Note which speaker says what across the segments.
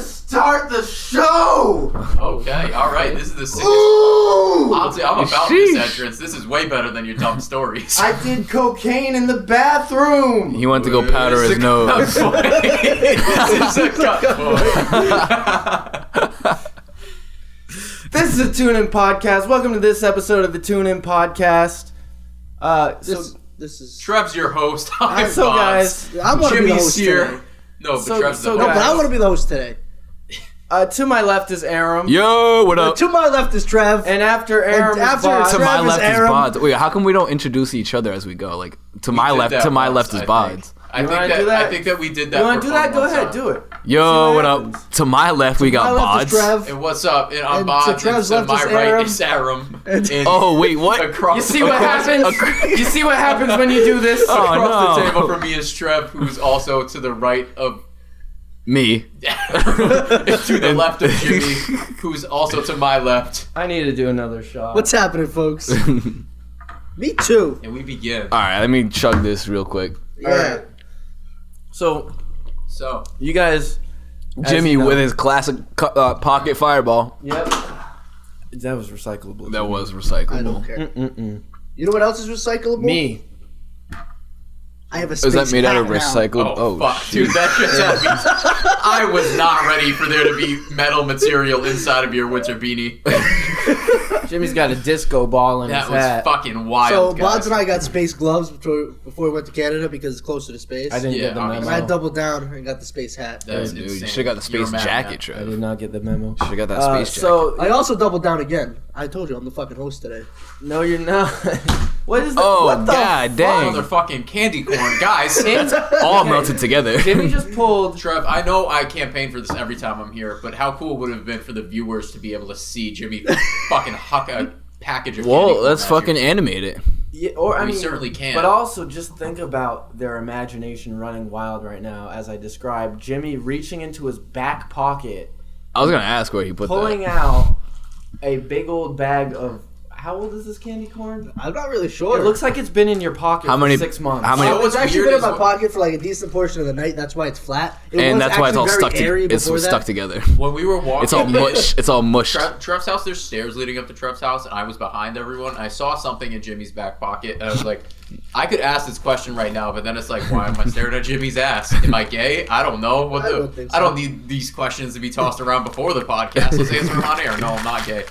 Speaker 1: start the show.
Speaker 2: Okay, all right. This is the sickest.
Speaker 1: Ooh!
Speaker 2: Honestly, I'm about this
Speaker 3: Sheesh.
Speaker 2: entrance. This is way better than your dumb stories.
Speaker 1: I did cocaine in the bathroom.
Speaker 3: He went to go powder his nose.
Speaker 2: this is a cut boy.
Speaker 1: This is a Tune In Podcast. Welcome to this episode of the Tune In Podcast. Uh, so,
Speaker 4: This, this is.
Speaker 2: Trev's your host. I'm
Speaker 1: so
Speaker 2: Boz.
Speaker 1: guys,
Speaker 4: I want to be the
Speaker 2: Jimmy's
Speaker 4: host today.
Speaker 2: here. No, but
Speaker 1: So-
Speaker 2: Trev's
Speaker 1: so
Speaker 2: the
Speaker 4: No, but
Speaker 2: host.
Speaker 4: I want to be the host today.
Speaker 1: uh, to my left is Aram.
Speaker 3: Yo, what up?
Speaker 4: To my left is Trev.
Speaker 1: And after Aram, is
Speaker 4: after
Speaker 1: Bod-
Speaker 3: To my
Speaker 4: Travis
Speaker 3: left is
Speaker 4: Aram.
Speaker 3: Bods. Wait, how come we don't introduce each other as we go? Like to my
Speaker 2: did
Speaker 3: left,
Speaker 2: that
Speaker 3: to my
Speaker 2: once,
Speaker 3: left is
Speaker 2: I think.
Speaker 3: Bods.
Speaker 2: I think
Speaker 1: wanna
Speaker 2: that
Speaker 1: do that?
Speaker 2: I think that we did that.
Speaker 1: you want
Speaker 2: for
Speaker 1: to do that?
Speaker 2: fun
Speaker 1: Go
Speaker 2: once
Speaker 1: ahead,
Speaker 2: on-
Speaker 1: do it.
Speaker 3: Yo,
Speaker 1: what
Speaker 3: what
Speaker 1: happens.
Speaker 3: up? To my left, we
Speaker 4: my
Speaker 3: got
Speaker 4: left
Speaker 3: Bods.
Speaker 4: is Trev.
Speaker 2: And what's up? And I'm
Speaker 4: And
Speaker 2: Boz.
Speaker 4: to
Speaker 2: and
Speaker 4: Trev's
Speaker 2: to
Speaker 4: left
Speaker 2: my
Speaker 4: is
Speaker 2: right
Speaker 4: Aram.
Speaker 2: is Aram. And
Speaker 3: Oh wait, what?
Speaker 2: across.
Speaker 1: You see what
Speaker 2: across-
Speaker 1: happens? you see what happens when you do this?
Speaker 3: Oh,
Speaker 2: Across the
Speaker 3: no.
Speaker 2: table from me is Trev, who's also to the right of
Speaker 3: Me.
Speaker 2: to the left of Jimmy, who's also to my left,
Speaker 1: I need to do another shot.
Speaker 4: What's happening, folks? Me too.
Speaker 2: and we begin.
Speaker 3: All right, let me chug this real quick.
Speaker 4: Yeah.
Speaker 1: so
Speaker 2: So,
Speaker 1: you guys?
Speaker 3: Jimmy
Speaker 1: you know-
Speaker 3: with his classic cu- uh, pocket fireball.
Speaker 1: Yep. That was recyclable.
Speaker 3: That was
Speaker 4: I don't
Speaker 3: recyclable.
Speaker 4: care.
Speaker 1: Mm-mm-mm.
Speaker 4: You know what else is recyclable?
Speaker 1: Mm, Me.
Speaker 4: I have a space
Speaker 3: Is that made out of
Speaker 4: hat now.
Speaker 3: recycled?
Speaker 2: oh,
Speaker 3: Oh,
Speaker 2: fuck,
Speaker 3: shoot.
Speaker 2: dude, that shit sounds. I was not ready for there to be metal material inside of your winter beanie.
Speaker 1: Jimmy's got a disco ball in
Speaker 2: That
Speaker 1: his
Speaker 2: was
Speaker 1: hat.
Speaker 2: fucking wild.
Speaker 4: So
Speaker 2: guys.
Speaker 4: Bods and I got space gloves before, before we went to Canada because it's closer to space.
Speaker 1: I didn't
Speaker 2: Yeah,
Speaker 1: get the
Speaker 2: obviously.
Speaker 4: And
Speaker 1: memo.
Speaker 4: I doubled down and got the space hat.
Speaker 2: That is
Speaker 3: Dude, you
Speaker 2: insane.
Speaker 3: should have got the
Speaker 2: You're
Speaker 3: space
Speaker 2: mad now.
Speaker 3: jacket,
Speaker 1: I
Speaker 3: Trev.
Speaker 1: did
Speaker 3: Should
Speaker 1: not get the memo.
Speaker 3: have got that
Speaker 1: Uh,
Speaker 3: space jacket.
Speaker 1: so
Speaker 4: I also doubled down again. I told you I'm the fucking host today.
Speaker 1: no, you're not. what is? The,
Speaker 3: Oh,
Speaker 1: what the
Speaker 3: God
Speaker 1: fuck?
Speaker 3: dang.
Speaker 2: Motherfucking candy corn, guys.
Speaker 3: all
Speaker 1: Okay.
Speaker 3: melted together.
Speaker 1: Jimmy just pulled.
Speaker 2: Trev, I know I campaign for this every time I'm here, but how cool would it have been for the viewers to be able to see Jimmy fucking huck a package of candy
Speaker 3: Whoa,
Speaker 2: corn
Speaker 3: let's
Speaker 2: at you?
Speaker 3: fucking animate it.
Speaker 1: Yeah, or I
Speaker 2: We
Speaker 1: mean,
Speaker 2: certainly can.
Speaker 1: But also, just think about their imagination running wild right now, as I described Jimmy reaching into his back pocket,
Speaker 3: I was gonna ask where he put
Speaker 1: pulling
Speaker 3: that.
Speaker 1: out a big old bag of. How old is this candy corn?
Speaker 4: I'm not really sure.
Speaker 1: It looks like it's been in your pocket
Speaker 3: How
Speaker 1: for
Speaker 3: many-
Speaker 1: six months.
Speaker 3: how many-
Speaker 4: So it's
Speaker 2: What's
Speaker 4: actually
Speaker 2: weird
Speaker 4: been in
Speaker 2: is
Speaker 4: my
Speaker 2: what-
Speaker 4: pocket for like a decent portion of the night. That's why it's flat. It
Speaker 3: and
Speaker 4: was
Speaker 3: that's why it's
Speaker 4: actually
Speaker 3: all
Speaker 4: very
Speaker 3: stuck. To,
Speaker 4: airy
Speaker 3: it's
Speaker 4: before
Speaker 3: stuck
Speaker 4: that.
Speaker 3: together.
Speaker 2: When we were walking,
Speaker 3: It's all mush. It's all mushed.
Speaker 2: Tre- Trev's house. There's stairs leading up to Trev's house, and I was behind everyone. I saw something in Jimmy's back pocket, and I was like, I could ask this question right now, but then it's like, why am I staring at Jimmy's ass? Am I gay? I don't know. What
Speaker 4: I
Speaker 2: the?
Speaker 4: don't think
Speaker 2: I don't
Speaker 4: so.
Speaker 2: need these questions to be tossed around before the podcast. Let's answer them on air. No, I'm not gay.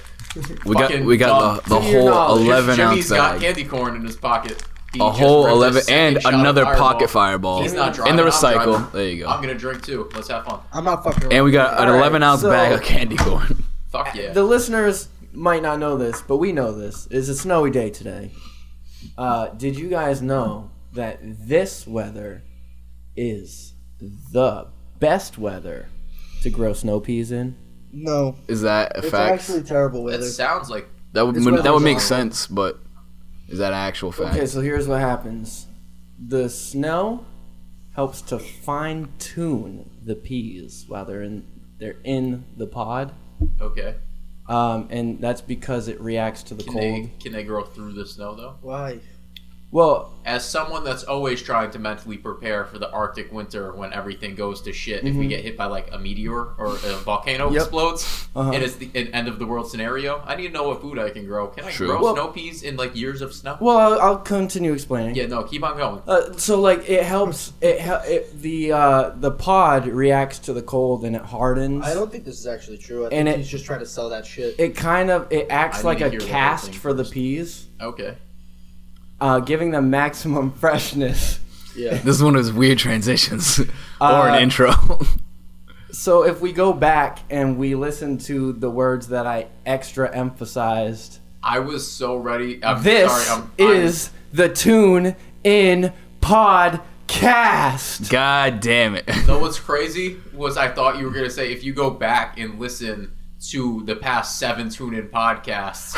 Speaker 3: We got
Speaker 2: fucking
Speaker 3: we got the, the
Speaker 1: dumb. To your
Speaker 3: whole
Speaker 1: knowledge,
Speaker 3: eleven
Speaker 2: Jimmy's
Speaker 3: ounce
Speaker 2: got
Speaker 3: bag,
Speaker 2: candy corn in his pocket. He
Speaker 3: a
Speaker 2: just
Speaker 3: whole
Speaker 2: ripped a
Speaker 3: eleven,
Speaker 2: second
Speaker 3: and
Speaker 2: shot of
Speaker 3: another
Speaker 2: fireball.
Speaker 3: pocket fireball
Speaker 2: He's not
Speaker 3: in
Speaker 2: driving.
Speaker 3: the
Speaker 2: I'm driving.
Speaker 3: recycle. There you
Speaker 2: I'm
Speaker 3: go.
Speaker 2: gonna drink too. Let's have fun.
Speaker 4: I'm not fucking. around.
Speaker 3: And we got an
Speaker 1: All right,
Speaker 3: eleven ounce
Speaker 1: so-
Speaker 3: bag of candy corn.
Speaker 2: Fuck yeah.
Speaker 1: The listeners might not know this, but we know this. It's a snowy day today. Uh, did you guys know that this weather is the best weather to grow snow peas in?
Speaker 4: no.
Speaker 3: Is that a
Speaker 4: It's
Speaker 3: fact?
Speaker 4: actually terrible
Speaker 2: That
Speaker 4: weather.
Speaker 2: sounds like
Speaker 3: that would
Speaker 4: it's
Speaker 3: that would
Speaker 4: weather's
Speaker 3: make
Speaker 4: on.
Speaker 3: sense, but is that an actual fact?
Speaker 1: Okay, so here's what happens the snow helps to fine tune the peas while they're in, they're in the pod.
Speaker 2: okay.
Speaker 1: Um, and that's because it reacts to the
Speaker 2: Can
Speaker 1: cold.
Speaker 2: they can they grow through the snow though?
Speaker 4: Why?
Speaker 1: Well,
Speaker 2: as someone that's always trying to mentally prepare for the Arctic winter when everything goes to shit, if we get hit by like a meteor or a volcano
Speaker 1: Mm-hmm. Yep.
Speaker 2: explodes,
Speaker 1: Uh-huh.
Speaker 2: and it's the an end of the world scenario, I need to know what food I can grow. Can I
Speaker 3: True.
Speaker 2: grow
Speaker 1: Well-
Speaker 2: snow peas in like years of snow?
Speaker 1: well, I'll, I'll continue explaining.
Speaker 2: yeah, no, keep on going.
Speaker 1: Uh, so like it helps it, hel- it the uh, the pod reacts to the cold and it hardens.
Speaker 4: I don't think this is actually true. I
Speaker 1: And
Speaker 4: think
Speaker 1: it-
Speaker 4: he's just trying to sell that shit.
Speaker 1: It kind of it acts
Speaker 2: I need
Speaker 1: like
Speaker 2: to
Speaker 1: a
Speaker 2: hear the whole
Speaker 1: cast
Speaker 2: thing
Speaker 1: for the
Speaker 2: first.
Speaker 1: peas,
Speaker 2: Okay.
Speaker 1: uh, giving them maximum freshness.
Speaker 4: yeah.
Speaker 3: This is one of his weird transitions or
Speaker 1: Uh,
Speaker 3: an intro.
Speaker 1: So if we go back and we listen to the words that I extra emphasized,
Speaker 2: I was so ready. I'm
Speaker 1: this
Speaker 2: sorry. I'm,
Speaker 1: is the tune in podcast.
Speaker 3: God damn it!
Speaker 2: I'm, no, what's crazy was I thought you were gonna say if you go back and listen to the past seven tune-in podcasts.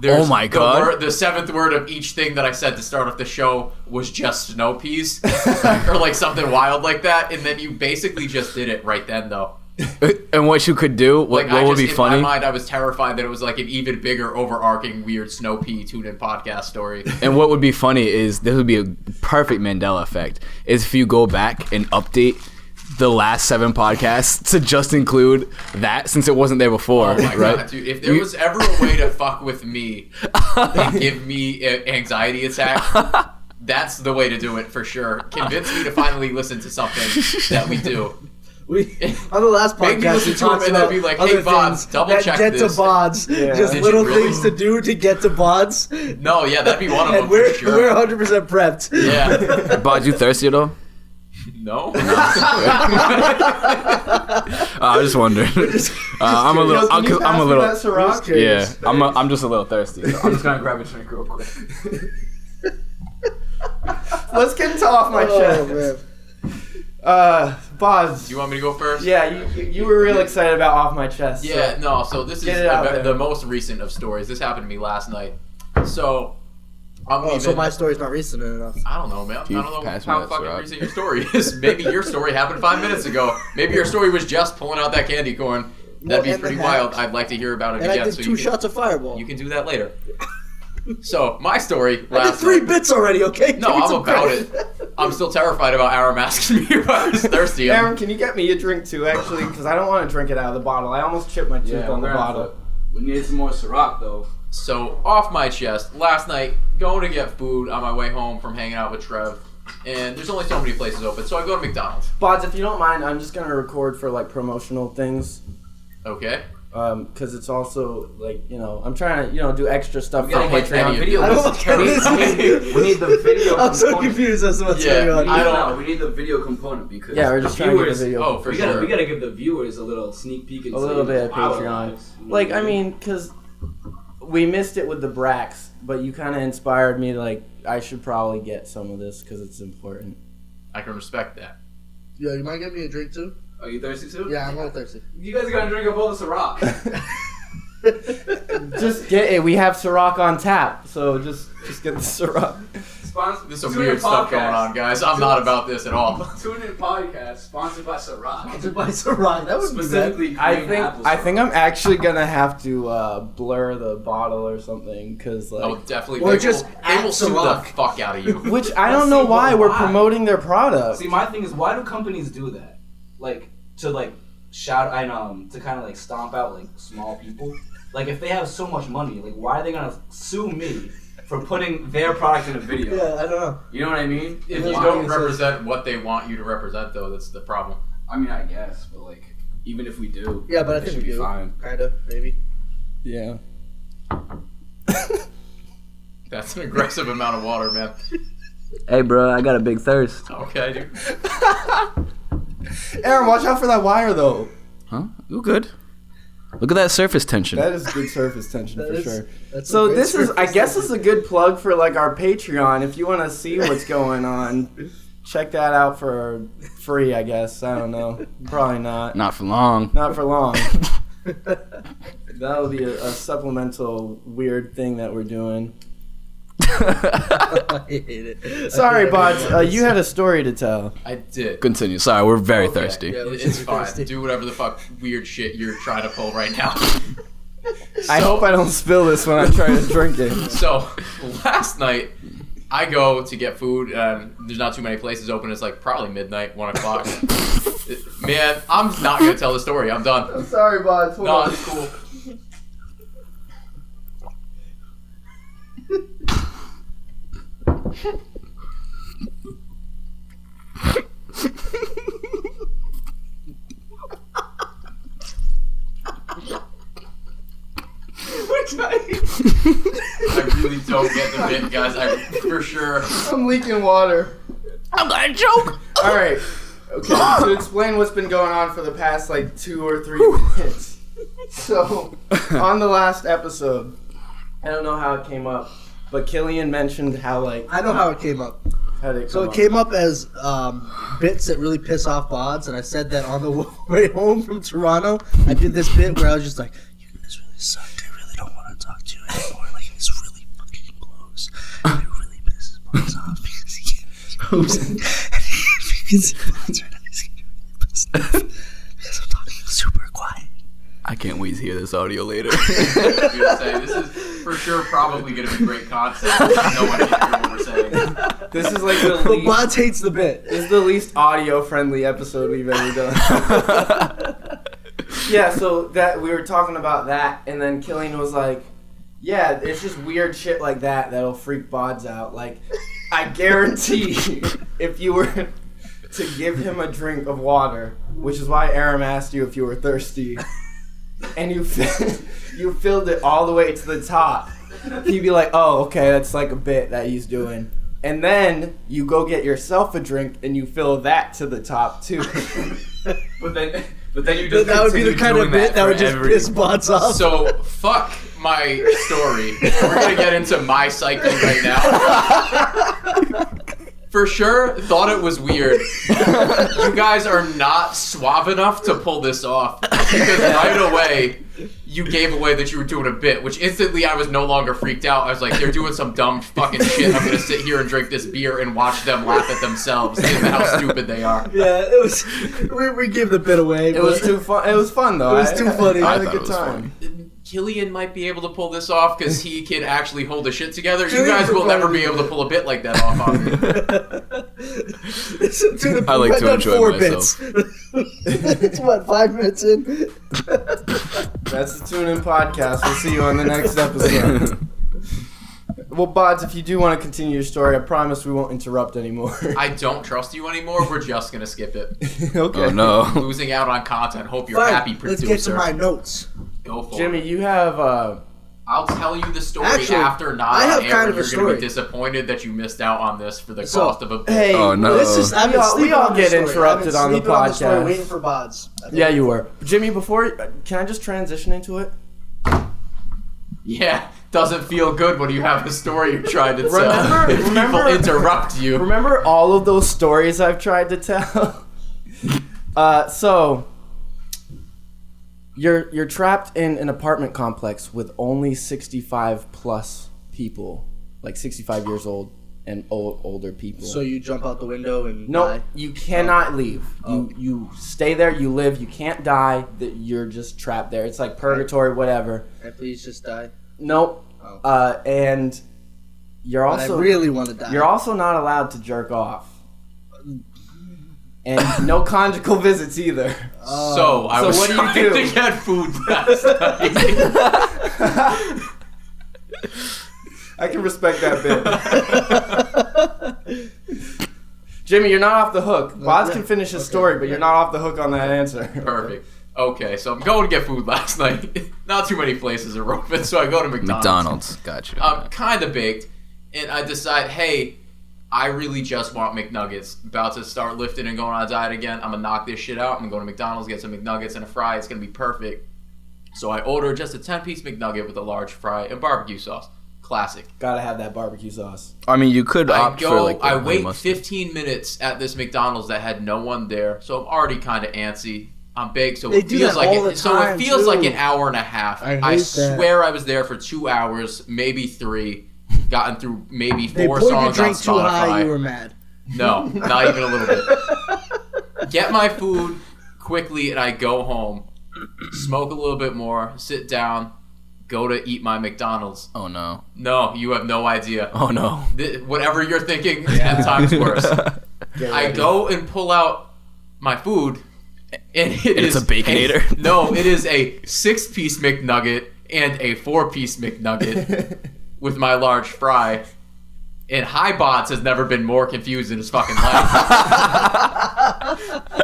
Speaker 2: there's
Speaker 3: Oh my
Speaker 2: the
Speaker 3: God.
Speaker 2: word- the seventh word of each thing that I said to start off the show was just snow peas, or like something wild like that. And then you basically just did it right then, though.
Speaker 3: and what you could do? What,
Speaker 2: Like I just,
Speaker 3: what would be
Speaker 2: in
Speaker 3: funny?
Speaker 2: my mind, I was terrified that it was like an even bigger, overarching, weird snow pea tune-in podcast story.
Speaker 3: And what would be funny is this would be a perfect Mandela effect is if you go back and update the last seven podcasts to just include that since it wasn't there before,
Speaker 2: Oh my
Speaker 3: right?
Speaker 2: god, dude! If there
Speaker 3: You-
Speaker 2: was ever a way to fuck with me and give me a anxiety attack, that's the way to do it for sure. Convince me to finally listen to something that we do.
Speaker 4: We on the last
Speaker 2: Make me
Speaker 4: podcast
Speaker 2: listen
Speaker 4: we
Speaker 2: to
Speaker 4: talked
Speaker 2: him and
Speaker 4: about
Speaker 2: then be like, "Hey,
Speaker 4: other
Speaker 2: Bods,
Speaker 4: things
Speaker 2: double
Speaker 4: that
Speaker 2: check
Speaker 4: get
Speaker 2: this."
Speaker 4: to bods,
Speaker 1: Yeah.
Speaker 4: just
Speaker 2: Did you
Speaker 4: little
Speaker 2: really?
Speaker 4: things to do to get to bods.
Speaker 2: No, yeah, that'd be one of
Speaker 4: and
Speaker 2: them
Speaker 4: we're
Speaker 2: for sure.
Speaker 4: we're 100 percent prepped.
Speaker 2: Yeah.
Speaker 3: Bod, you thirsty at all?
Speaker 2: No.
Speaker 3: Uh, I was just wondering. Uh, I'm a little. I'm, I'm a little. Yeah, I'm. A, I'm just a little thirsty. so I'm just gonna grab a drink real quick.
Speaker 1: Let's get into off my
Speaker 4: Oh,
Speaker 1: chest.
Speaker 4: man.
Speaker 1: Uh, Boz,
Speaker 2: you want me to go first?
Speaker 1: yeah, you, you, you were real excited about off my chest. so-
Speaker 2: Yeah, no. So this is
Speaker 1: Get it out
Speaker 2: the,
Speaker 1: there.
Speaker 2: the most recent of stories. This happened to me last night. So I'm
Speaker 4: Oh,
Speaker 2: leaving.
Speaker 4: so my story's not recent enough.
Speaker 2: I don't know, man. I
Speaker 3: Keith,
Speaker 2: don't know
Speaker 3: pass me
Speaker 2: how
Speaker 3: that
Speaker 2: fucking
Speaker 3: syrup.
Speaker 2: recent your story is. Maybe your story happened five minutes ago. Maybe your story was just pulling out that candy corn.
Speaker 4: Well,
Speaker 2: That'd be
Speaker 4: and
Speaker 2: pretty
Speaker 4: the
Speaker 2: wild.
Speaker 4: hat.
Speaker 2: I'd like to hear about it
Speaker 4: And I
Speaker 2: again.
Speaker 4: did
Speaker 2: so
Speaker 4: two
Speaker 2: you can,
Speaker 4: shots of Fireball.
Speaker 2: you can do that later. So my story
Speaker 4: I did
Speaker 2: last
Speaker 4: three
Speaker 2: night-
Speaker 4: bits already. Okay. Give
Speaker 2: No,
Speaker 4: me
Speaker 2: I'm
Speaker 4: some
Speaker 2: about
Speaker 4: credit.
Speaker 2: it. I'm still terrified about Aram asking me if I was thirsty. I'm-
Speaker 1: Aaron, can you get me a drink too, actually? Because I don't want to drink it out of the bottle. I almost chipped my tooth on the bottle.
Speaker 3: We need some more Ciroc though.
Speaker 2: So off my chest, last night going to get food on my way home from hanging out with Trev, and there's only so many places open, so I go to McDonald's.
Speaker 1: Bods, if you don't mind, I'm just gonna record for like promotional things.
Speaker 2: Okay.
Speaker 1: Um, cause it's also like you know I'm trying to you know do extra stuff for
Speaker 2: gotta hit
Speaker 1: Patreon
Speaker 2: any of
Speaker 1: video.
Speaker 4: I
Speaker 2: these.
Speaker 4: don't want to this.
Speaker 2: We
Speaker 5: need the video
Speaker 4: I'm so
Speaker 5: component.
Speaker 4: confused as to what's
Speaker 2: Yeah,
Speaker 4: going on.
Speaker 2: I
Speaker 5: I
Speaker 2: don't-
Speaker 5: don't know. We need the video component because
Speaker 1: Yeah, we're just
Speaker 5: the
Speaker 1: trying to get
Speaker 5: viewers-
Speaker 1: the video.
Speaker 2: Oh, for
Speaker 5: we
Speaker 2: sure.
Speaker 5: gotta we gotta give the viewers a little sneak peek into
Speaker 1: A little bit of
Speaker 5: our
Speaker 1: Patreon.
Speaker 5: lives.
Speaker 1: Like I mean, cause we missed it with the Brax, but you kind of inspired me. Like I should probably get some of this because it's important.
Speaker 2: I can respect that.
Speaker 4: Yo, you might get me a drink too?
Speaker 5: Are you thirsty too?
Speaker 4: Yeah, I'm all thirsty.
Speaker 5: You guys gotta drink up all this rock.
Speaker 1: Just get it. We have Ciroc on tap, so just just get the Ciroc.
Speaker 5: Sponsored.
Speaker 2: There's some weird stuff going on, guys. I'm not about this at all.
Speaker 5: Tune in podcast sponsored by Ciroc.
Speaker 4: By Sarai, that would be bad.
Speaker 5: Specifically, green
Speaker 1: I think
Speaker 5: apple
Speaker 1: I
Speaker 5: Ciroc.
Speaker 1: think I'm actually gonna have to uh, blur the bottle or something because like.
Speaker 2: Oh, definitely.
Speaker 4: Or
Speaker 2: they
Speaker 4: just
Speaker 2: will, they
Speaker 4: at
Speaker 2: will sue the
Speaker 4: Ciroc.
Speaker 2: fuck out of you.
Speaker 1: Which I
Speaker 5: Let's
Speaker 1: don't know
Speaker 5: see
Speaker 1: why we're
Speaker 5: why.
Speaker 1: promoting their product.
Speaker 5: See, my thing is, why do companies do that? Like to like shout and um to kind of like stomp out like small people. Like if they have so much money, like why are they gonna sue me for putting their product in a video?
Speaker 4: Yeah, I don't know.
Speaker 5: You know what I mean?
Speaker 2: If
Speaker 5: Why?
Speaker 2: you
Speaker 4: Yeah.
Speaker 2: don't represent what they want you to represent, though, that's the problem.
Speaker 5: I mean, I guess, but like, even if we do,
Speaker 4: Yeah, but I
Speaker 5: it
Speaker 4: think
Speaker 5: should
Speaker 4: we
Speaker 5: be
Speaker 4: do.
Speaker 5: fine.
Speaker 4: Kinda, maybe.
Speaker 1: Yeah.
Speaker 2: That's an aggressive amount of water, man.
Speaker 3: Hey, bro, I got a big thirst.
Speaker 2: Okay, dude.
Speaker 1: Aaron, watch out for that wire though.
Speaker 3: Huh? You good? Look at that surface tension.
Speaker 1: That is good surface tension
Speaker 4: That
Speaker 1: for
Speaker 4: is-
Speaker 1: sure.
Speaker 4: That's
Speaker 1: So
Speaker 4: a great
Speaker 1: this is, I
Speaker 4: surface
Speaker 1: guess,
Speaker 4: to-
Speaker 1: this is a good plug for like our Patreon. If you want to see what's going on, check that out for free. I guess I don't know. Probably not.
Speaker 3: Not for long.
Speaker 1: Not for long. That'll be a, a supplemental weird thing that we're doing.
Speaker 4: I hate it.
Speaker 1: Sorry,
Speaker 4: I hate
Speaker 1: Bods.
Speaker 4: everyone.
Speaker 1: Uh, you had a story to tell.
Speaker 2: I did.
Speaker 3: Continue. Sorry, we're very
Speaker 2: Okay,
Speaker 3: thirsty.
Speaker 4: yeah. we should
Speaker 2: It's
Speaker 4: be
Speaker 2: fine.
Speaker 4: thirsty.
Speaker 2: Do whatever the fuck weird shit you're trying to pull right now.
Speaker 1: I
Speaker 2: So-
Speaker 1: hope I don't spill this when I try to drink it.
Speaker 2: So last night, I go to get food. Um, there's not too many places open. It's like probably midnight, one o'clock. Man, I'm not gonna tell the story. I'm done.
Speaker 1: Sorry, Bods. Hold
Speaker 2: No, it's cool. I really don't get the bit, guys. I for sure.
Speaker 1: I'm leaking water.
Speaker 3: I'm gonna choke.
Speaker 1: All right. Okay. To explain what's been going on for the past like two or three minutes. So, on the last episode, I don't know how it came up, but Killian mentioned how like
Speaker 4: I know how it came up.
Speaker 1: how did it
Speaker 4: So
Speaker 1: come
Speaker 4: it came up as um, bits that really piss off Bods, and I said that on the way home from Toronto. I did this bit where I was just like, "You guys really sucked. I really don't want to talk to you anymore. Like this really fucking blows. And It really pisses Bods off because he can't because Bods right now is getting really pissed off because I'm talking super quiet."
Speaker 3: I can't wait to hear this audio later.
Speaker 2: You're saying this is for sure probably going to be great content. no one can hear what we're saying.
Speaker 1: This is like the
Speaker 4: But
Speaker 1: least,
Speaker 4: Bots hates the bit.
Speaker 1: this is the least audio friendly episode we've ever done. yeah, so that we were talking about that, and then Killian was like, "Yeah, it's just weird shit like that that'll freak Bods out." Like, I guarantee, if you were to give him a drink of water, which is why Aram asked you if you were thirsty, and you fi- you filled it all the way to the top, he'd be like, "Oh, okay, that's like a bit that he's doing." And then you go get yourself a drink and you fill that to the top too.
Speaker 2: But then, but then you just
Speaker 4: That would be the
Speaker 2: continue
Speaker 4: kind of
Speaker 2: doing
Speaker 4: bit that,
Speaker 2: for
Speaker 4: would just
Speaker 2: every-
Speaker 4: piss bots off.
Speaker 2: So fuck my story. We're gonna get into my cycle right now. For sure, thought it was weird. You guys are not suave enough to pull this off because right away you gave away that you were doing a bit, which instantly I was no longer freaked out. I was like, they're doing some dumb fucking shit. I'm gonna sit here and drink this beer and watch them laugh at themselves and how stupid they are.
Speaker 4: yeah, it was. We, we gave the bit away.
Speaker 1: It was too fun. It was fun though.
Speaker 4: It was too funny.
Speaker 1: I,
Speaker 4: I
Speaker 1: had a
Speaker 3: thought it
Speaker 1: good
Speaker 3: was
Speaker 1: time.
Speaker 2: Killian might be able to pull this off because he can actually hold the shit together. You
Speaker 4: Killian
Speaker 2: guys will
Speaker 4: can
Speaker 2: never
Speaker 4: probably
Speaker 2: be able to pull a bit like that off. on me.
Speaker 4: Dude,
Speaker 3: I like
Speaker 4: we've
Speaker 3: to
Speaker 4: done
Speaker 3: enjoy
Speaker 4: four
Speaker 3: myself.
Speaker 4: Bits. it's what five minutes in.
Speaker 1: That's the Tune In podcast. We'll see you on the next episode. well, Bods, if you do want to continue your story, I promise we won't interrupt anymore.
Speaker 2: I don't trust you anymore. We're just gonna skip it.
Speaker 1: okay.
Speaker 3: oh no.
Speaker 2: Losing out on content. Hope you're
Speaker 4: Fine,
Speaker 2: happy,
Speaker 4: Let's
Speaker 2: producer.
Speaker 4: get to my notes.
Speaker 2: Go for it.
Speaker 1: Jimmy, you have uh,
Speaker 2: I'll tell you the story
Speaker 4: Actually,
Speaker 2: after not
Speaker 4: I have
Speaker 2: on air.
Speaker 4: kind of a
Speaker 2: you're gonna
Speaker 4: story.
Speaker 2: be disappointed that you missed out on this for the
Speaker 4: So,
Speaker 2: cost of a.
Speaker 1: hey.
Speaker 3: Oh no.
Speaker 4: This is I've
Speaker 1: We
Speaker 4: been
Speaker 1: all- we
Speaker 4: sleeping
Speaker 1: all
Speaker 4: on the
Speaker 1: get
Speaker 4: story. I've been
Speaker 1: interrupted on the
Speaker 4: sleeping on the story,
Speaker 1: podcast.
Speaker 4: waiting for bots. I think.
Speaker 1: Yeah, you were. Jimmy, before uh, can I just transition into it?
Speaker 2: Yeah, doesn't feel good when you have the story you're trying to tell.
Speaker 1: Remember-
Speaker 2: If
Speaker 1: remember-
Speaker 2: people interrupt you.
Speaker 1: Remember all of those stories I've tried to tell? uh, so you're you're trapped in an apartment complex with only 65 plus people, like 65 years old and o- older people.
Speaker 4: So you jump out the window and
Speaker 1: no,
Speaker 4: die. Oh.
Speaker 1: you cannot leave. You you stay there, you live, you can't die. That you're just trapped there. It's like purgatory whatever.
Speaker 4: and please just die.
Speaker 1: Nope.
Speaker 4: Oh.
Speaker 1: Uh, and you're
Speaker 4: But
Speaker 1: also
Speaker 4: I really want to die.
Speaker 1: you're also not allowed to jerk off. And no conjugal visits either.
Speaker 4: Oh.
Speaker 2: So I
Speaker 1: So
Speaker 2: was
Speaker 1: what do you
Speaker 2: trying
Speaker 1: do?
Speaker 2: to get food last night.
Speaker 1: I can respect that bit. Jimmy, you're not off the hook. Boz can finish his story, but you're not off the hook on that answer.
Speaker 2: Perfect. Okay, so I'm going to get food last night. Not too many places are open, so I go to McDonald's.
Speaker 3: McDonald's. Gotcha.
Speaker 2: I'm kind of baked, and I decide, hey, I really just want McNuggets. About to start lifting and going on a diet again. I'm gonna knock this shit out. I'm gonna go to McDonald's get some McNuggets and a fry. It's gonna be perfect. So I order just a 10-piece McNugget with a large fry and barbecue sauce. Classic.
Speaker 1: Gotta have that barbecue sauce.
Speaker 3: I mean, you could
Speaker 2: I
Speaker 3: opt for
Speaker 2: go.
Speaker 3: like. the
Speaker 2: I
Speaker 3: honey
Speaker 2: wait
Speaker 3: mustard.
Speaker 2: 15 minutes at this McDonald's that had no one there, so I'm already kind of antsy. I'm baked, so
Speaker 4: They
Speaker 2: it
Speaker 4: do
Speaker 2: feels
Speaker 4: that
Speaker 2: like
Speaker 4: all
Speaker 2: it,
Speaker 4: the
Speaker 2: so it
Speaker 4: time,
Speaker 2: feels
Speaker 4: too.
Speaker 2: like an hour and a half.
Speaker 4: I hate that.
Speaker 2: swear I was there for two hours, maybe three. Gotten through maybe
Speaker 4: they
Speaker 2: four
Speaker 4: poured your
Speaker 2: songs on
Speaker 4: drink too high.
Speaker 2: Spotify.
Speaker 4: You were mad.
Speaker 2: No, not even a little bit. Get my food quickly and I go home. Smoke a little bit more, sit down, go to eat my McDonald's.
Speaker 3: Oh no.
Speaker 2: No, you have no idea.
Speaker 3: Oh no.
Speaker 2: Th- whatever you're thinking is ten times worse.
Speaker 1: Get
Speaker 2: I
Speaker 1: ready.
Speaker 2: go and pull out my food, and it
Speaker 3: It's
Speaker 2: is
Speaker 3: a Baconator?
Speaker 2: a- no, it is a six-piece McNugget and a four-piece McNugget with my large fry. And high bots has never been more confused in his fucking life.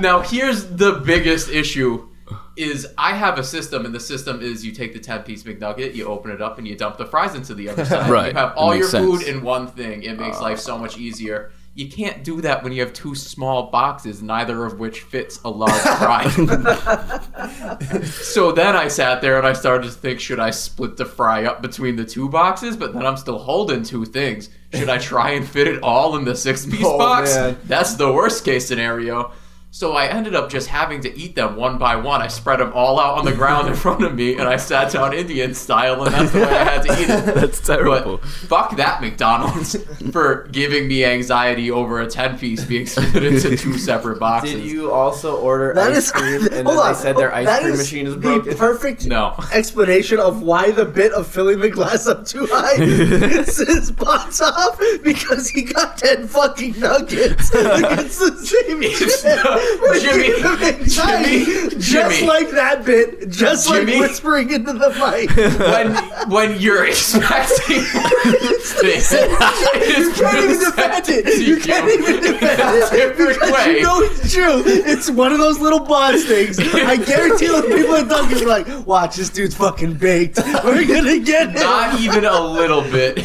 Speaker 2: now here's the biggest issue. Is I have a system, and the system is you take the 10 piece McNugget, you open it up, and you dump the fries into the other side.
Speaker 3: Right.
Speaker 2: You have
Speaker 3: That
Speaker 2: all your
Speaker 3: makes
Speaker 2: food
Speaker 3: sense.
Speaker 2: in one thing. It makes life so much easier. You can't do that when you have two small boxes, neither of which fits a large fry. so then I sat there and I started to think, should I split the fry up between the two boxes? But then I'm still holding two things. Should I try and fit it all in the six piece
Speaker 1: Oh,
Speaker 2: box?
Speaker 1: man.
Speaker 2: That's the worst case scenario. So I ended up just having to eat them one by one. I spread them all out on the ground in front of me, and I sat down Indian style, and that's the way I had to eat it.
Speaker 3: That's terrible.
Speaker 2: But fuck that McDonald's for giving me anxiety over a ten piece being split into two separate boxes.
Speaker 1: Did you also order ice cream and then
Speaker 4: hold
Speaker 1: they
Speaker 4: on.
Speaker 1: said their ice
Speaker 4: That
Speaker 1: cream
Speaker 4: is
Speaker 1: machine is
Speaker 4: the
Speaker 1: broken?
Speaker 4: perfect
Speaker 2: No.
Speaker 4: explanation of why the bit of filling the glass up too high pisses Bots off because he got ten fucking nuggets. it's the same
Speaker 2: It's
Speaker 4: shit.
Speaker 2: not-
Speaker 4: But it
Speaker 2: Jimmy,
Speaker 4: gave him anxiety,
Speaker 2: Jimmy,
Speaker 4: just
Speaker 2: Jimmy.
Speaker 4: like that bit, just
Speaker 2: Jimmy.
Speaker 4: like whispering into the mic.
Speaker 2: when when you're expecting this, it
Speaker 4: You
Speaker 2: is
Speaker 4: can't even defend
Speaker 2: presented
Speaker 4: it.
Speaker 2: to
Speaker 4: You can't even defend it
Speaker 2: different
Speaker 4: because
Speaker 2: way.
Speaker 4: you know it's true. It's one of those little boss things. I guarantee the people at Dunkin' are like, "Watch this dude's fucking baked. We're gonna get him."
Speaker 2: Not even a little bit.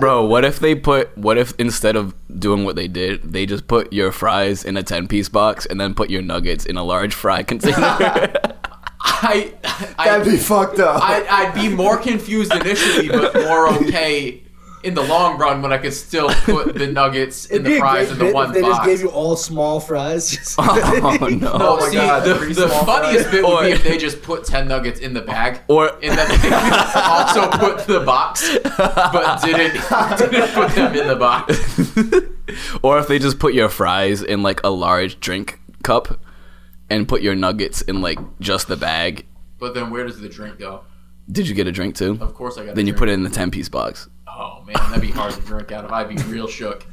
Speaker 3: Bro, what if they put what if instead of doing what they did, they just put your fries in a ten piece box and then put your nuggets in a large fry container?
Speaker 2: I,
Speaker 1: That'd
Speaker 2: I,
Speaker 1: be fucked up.
Speaker 2: I, I'd be more confused initially, but more okay in the long run when I could still put the nuggets and
Speaker 4: It'd
Speaker 2: the
Speaker 4: be a
Speaker 2: fries
Speaker 4: great
Speaker 2: in the
Speaker 4: bit
Speaker 2: one
Speaker 4: if they
Speaker 2: box.
Speaker 4: just gave you all small fries.
Speaker 3: oh no.
Speaker 2: no,
Speaker 1: Oh my
Speaker 2: see,
Speaker 1: God,
Speaker 2: the,
Speaker 1: three
Speaker 2: the
Speaker 1: small
Speaker 2: funniest
Speaker 1: fries.
Speaker 2: bit would be
Speaker 3: Or-
Speaker 2: if they just put 10 nuggets in the bag.
Speaker 3: Or
Speaker 2: and then they also put the box, but didn't, didn't put them in the box.
Speaker 3: or if they just put your fries in like a large drink cup and put your nuggets in like just the bag.
Speaker 2: But then where does the drink go?
Speaker 3: Did you get a drink too?
Speaker 2: Of course, I got.
Speaker 3: Then
Speaker 2: a
Speaker 3: you
Speaker 2: drink.
Speaker 3: put it in the ten piece box.
Speaker 2: Oh man, that'd be hard to drink out of. I'd be real shook.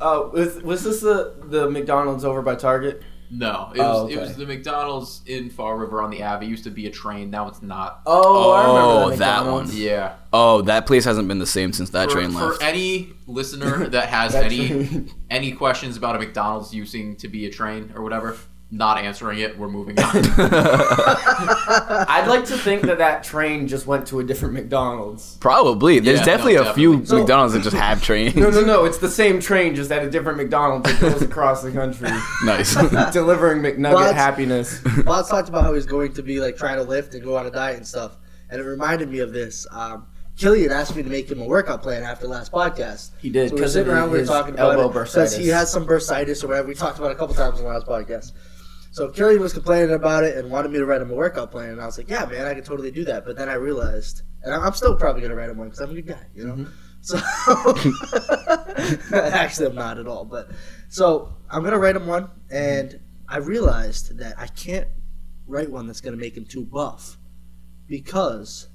Speaker 1: Uh, was, was this the, the McDonald's over by Target?
Speaker 2: No, it was,
Speaker 1: Oh,
Speaker 2: it
Speaker 1: okay.
Speaker 2: was the McDonald's in Fall River on the Ave. It used to be a train. Now it's not.
Speaker 1: Oh, I remember
Speaker 3: Oh, that
Speaker 1: McDonald's.
Speaker 3: one.
Speaker 2: Yeah.
Speaker 3: Oh, that place hasn't been the same since that
Speaker 2: For,
Speaker 3: train
Speaker 2: for
Speaker 3: left.
Speaker 2: any listener that has
Speaker 1: That
Speaker 2: any
Speaker 1: train.
Speaker 2: any questions about a McDonald's using to be a train or whatever, not answering it. We're moving on.
Speaker 1: I'd like to think that that train just went to a different McDonald's.
Speaker 3: Probably. There's
Speaker 2: Yeah,
Speaker 3: definitely
Speaker 2: no,
Speaker 3: a few
Speaker 2: definitely.
Speaker 4: So-
Speaker 3: McDonald's that just have trains.
Speaker 1: No, no, no. It's the same train, just at a different McDonald's that goes across the country,
Speaker 3: nice.
Speaker 1: delivering McNugget
Speaker 4: What?
Speaker 1: happiness.
Speaker 4: Bots talked about how he's going to be like trying to lift and go on a diet and stuff, and it reminded me of this. Um, Killian asked me to make him a workout plan after last podcast.
Speaker 1: He did,
Speaker 4: So we were
Speaker 1: 'cause
Speaker 4: sitting
Speaker 1: of
Speaker 4: around, we were
Speaker 1: his
Speaker 4: talking about
Speaker 1: elbow
Speaker 4: it, 'cause he
Speaker 1: bursitis.
Speaker 4: has some bursitis or whatever. We talked about it a couple times on the last podcast. So Killian was complaining about it and wanted me to write him a workout plan, and I was like, "Yeah, man, I could totally do that." But then I realized, and I'm I'm still probably gonna write him one because I'm a good guy, you know.
Speaker 1: Mm-hmm.
Speaker 4: So actually, I'm not at all. But so I'm gonna write him one, and I realized that I can't write one that's gonna make him too buff, because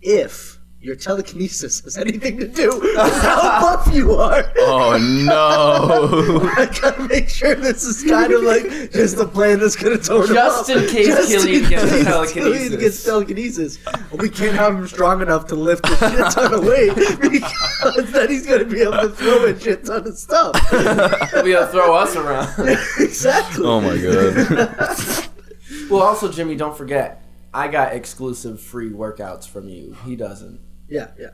Speaker 4: if your telekinesis has anything to do with how buff you are,
Speaker 3: oh no.
Speaker 4: I gotta make sure this is kind of like just a plan that's gonna turn him
Speaker 1: Just
Speaker 4: up.
Speaker 1: in case Killian gets
Speaker 4: case
Speaker 1: telekinesis.
Speaker 4: Killian gets telekinesis. We can't have him strong enough to lift a shit ton of weight because then he's gonna be able to throw a shit ton of stuff.
Speaker 1: They'll be able to throw us around.
Speaker 4: exactly.
Speaker 3: Oh my god.
Speaker 1: Well, also, Jimmy, don't forget, I got exclusive free workouts from you. He doesn't,
Speaker 4: yeah, yeah.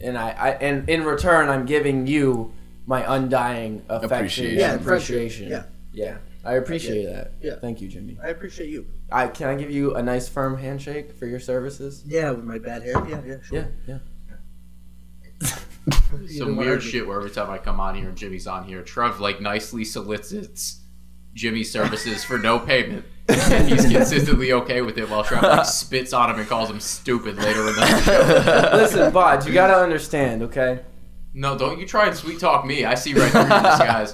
Speaker 1: and I, I and in return, I'm giving you my undying affection,
Speaker 3: Appreciation.
Speaker 4: Yeah,
Speaker 1: and appreciation.
Speaker 4: friendship.
Speaker 1: yeah. I appreciate that.
Speaker 4: Yeah.
Speaker 1: Thank you, Jimmy.
Speaker 4: I appreciate you.
Speaker 1: I can I give you a nice firm handshake for your services?
Speaker 4: Yeah, with my bad hand. Yeah, yeah, sure.
Speaker 1: Yeah, yeah.
Speaker 4: You
Speaker 2: Some
Speaker 4: know what I
Speaker 2: weird
Speaker 4: mean.
Speaker 2: shit where every time I come on here and Jimmy's on here, Trev like nicely solicits Jimmy's services for no payment. And he's consistently okay with it while Trev like spits on him and calls him stupid later in the show.
Speaker 1: Listen, Bod, you gotta understand, okay?
Speaker 2: No, don't you try and sweet talk me. I see right through you guys.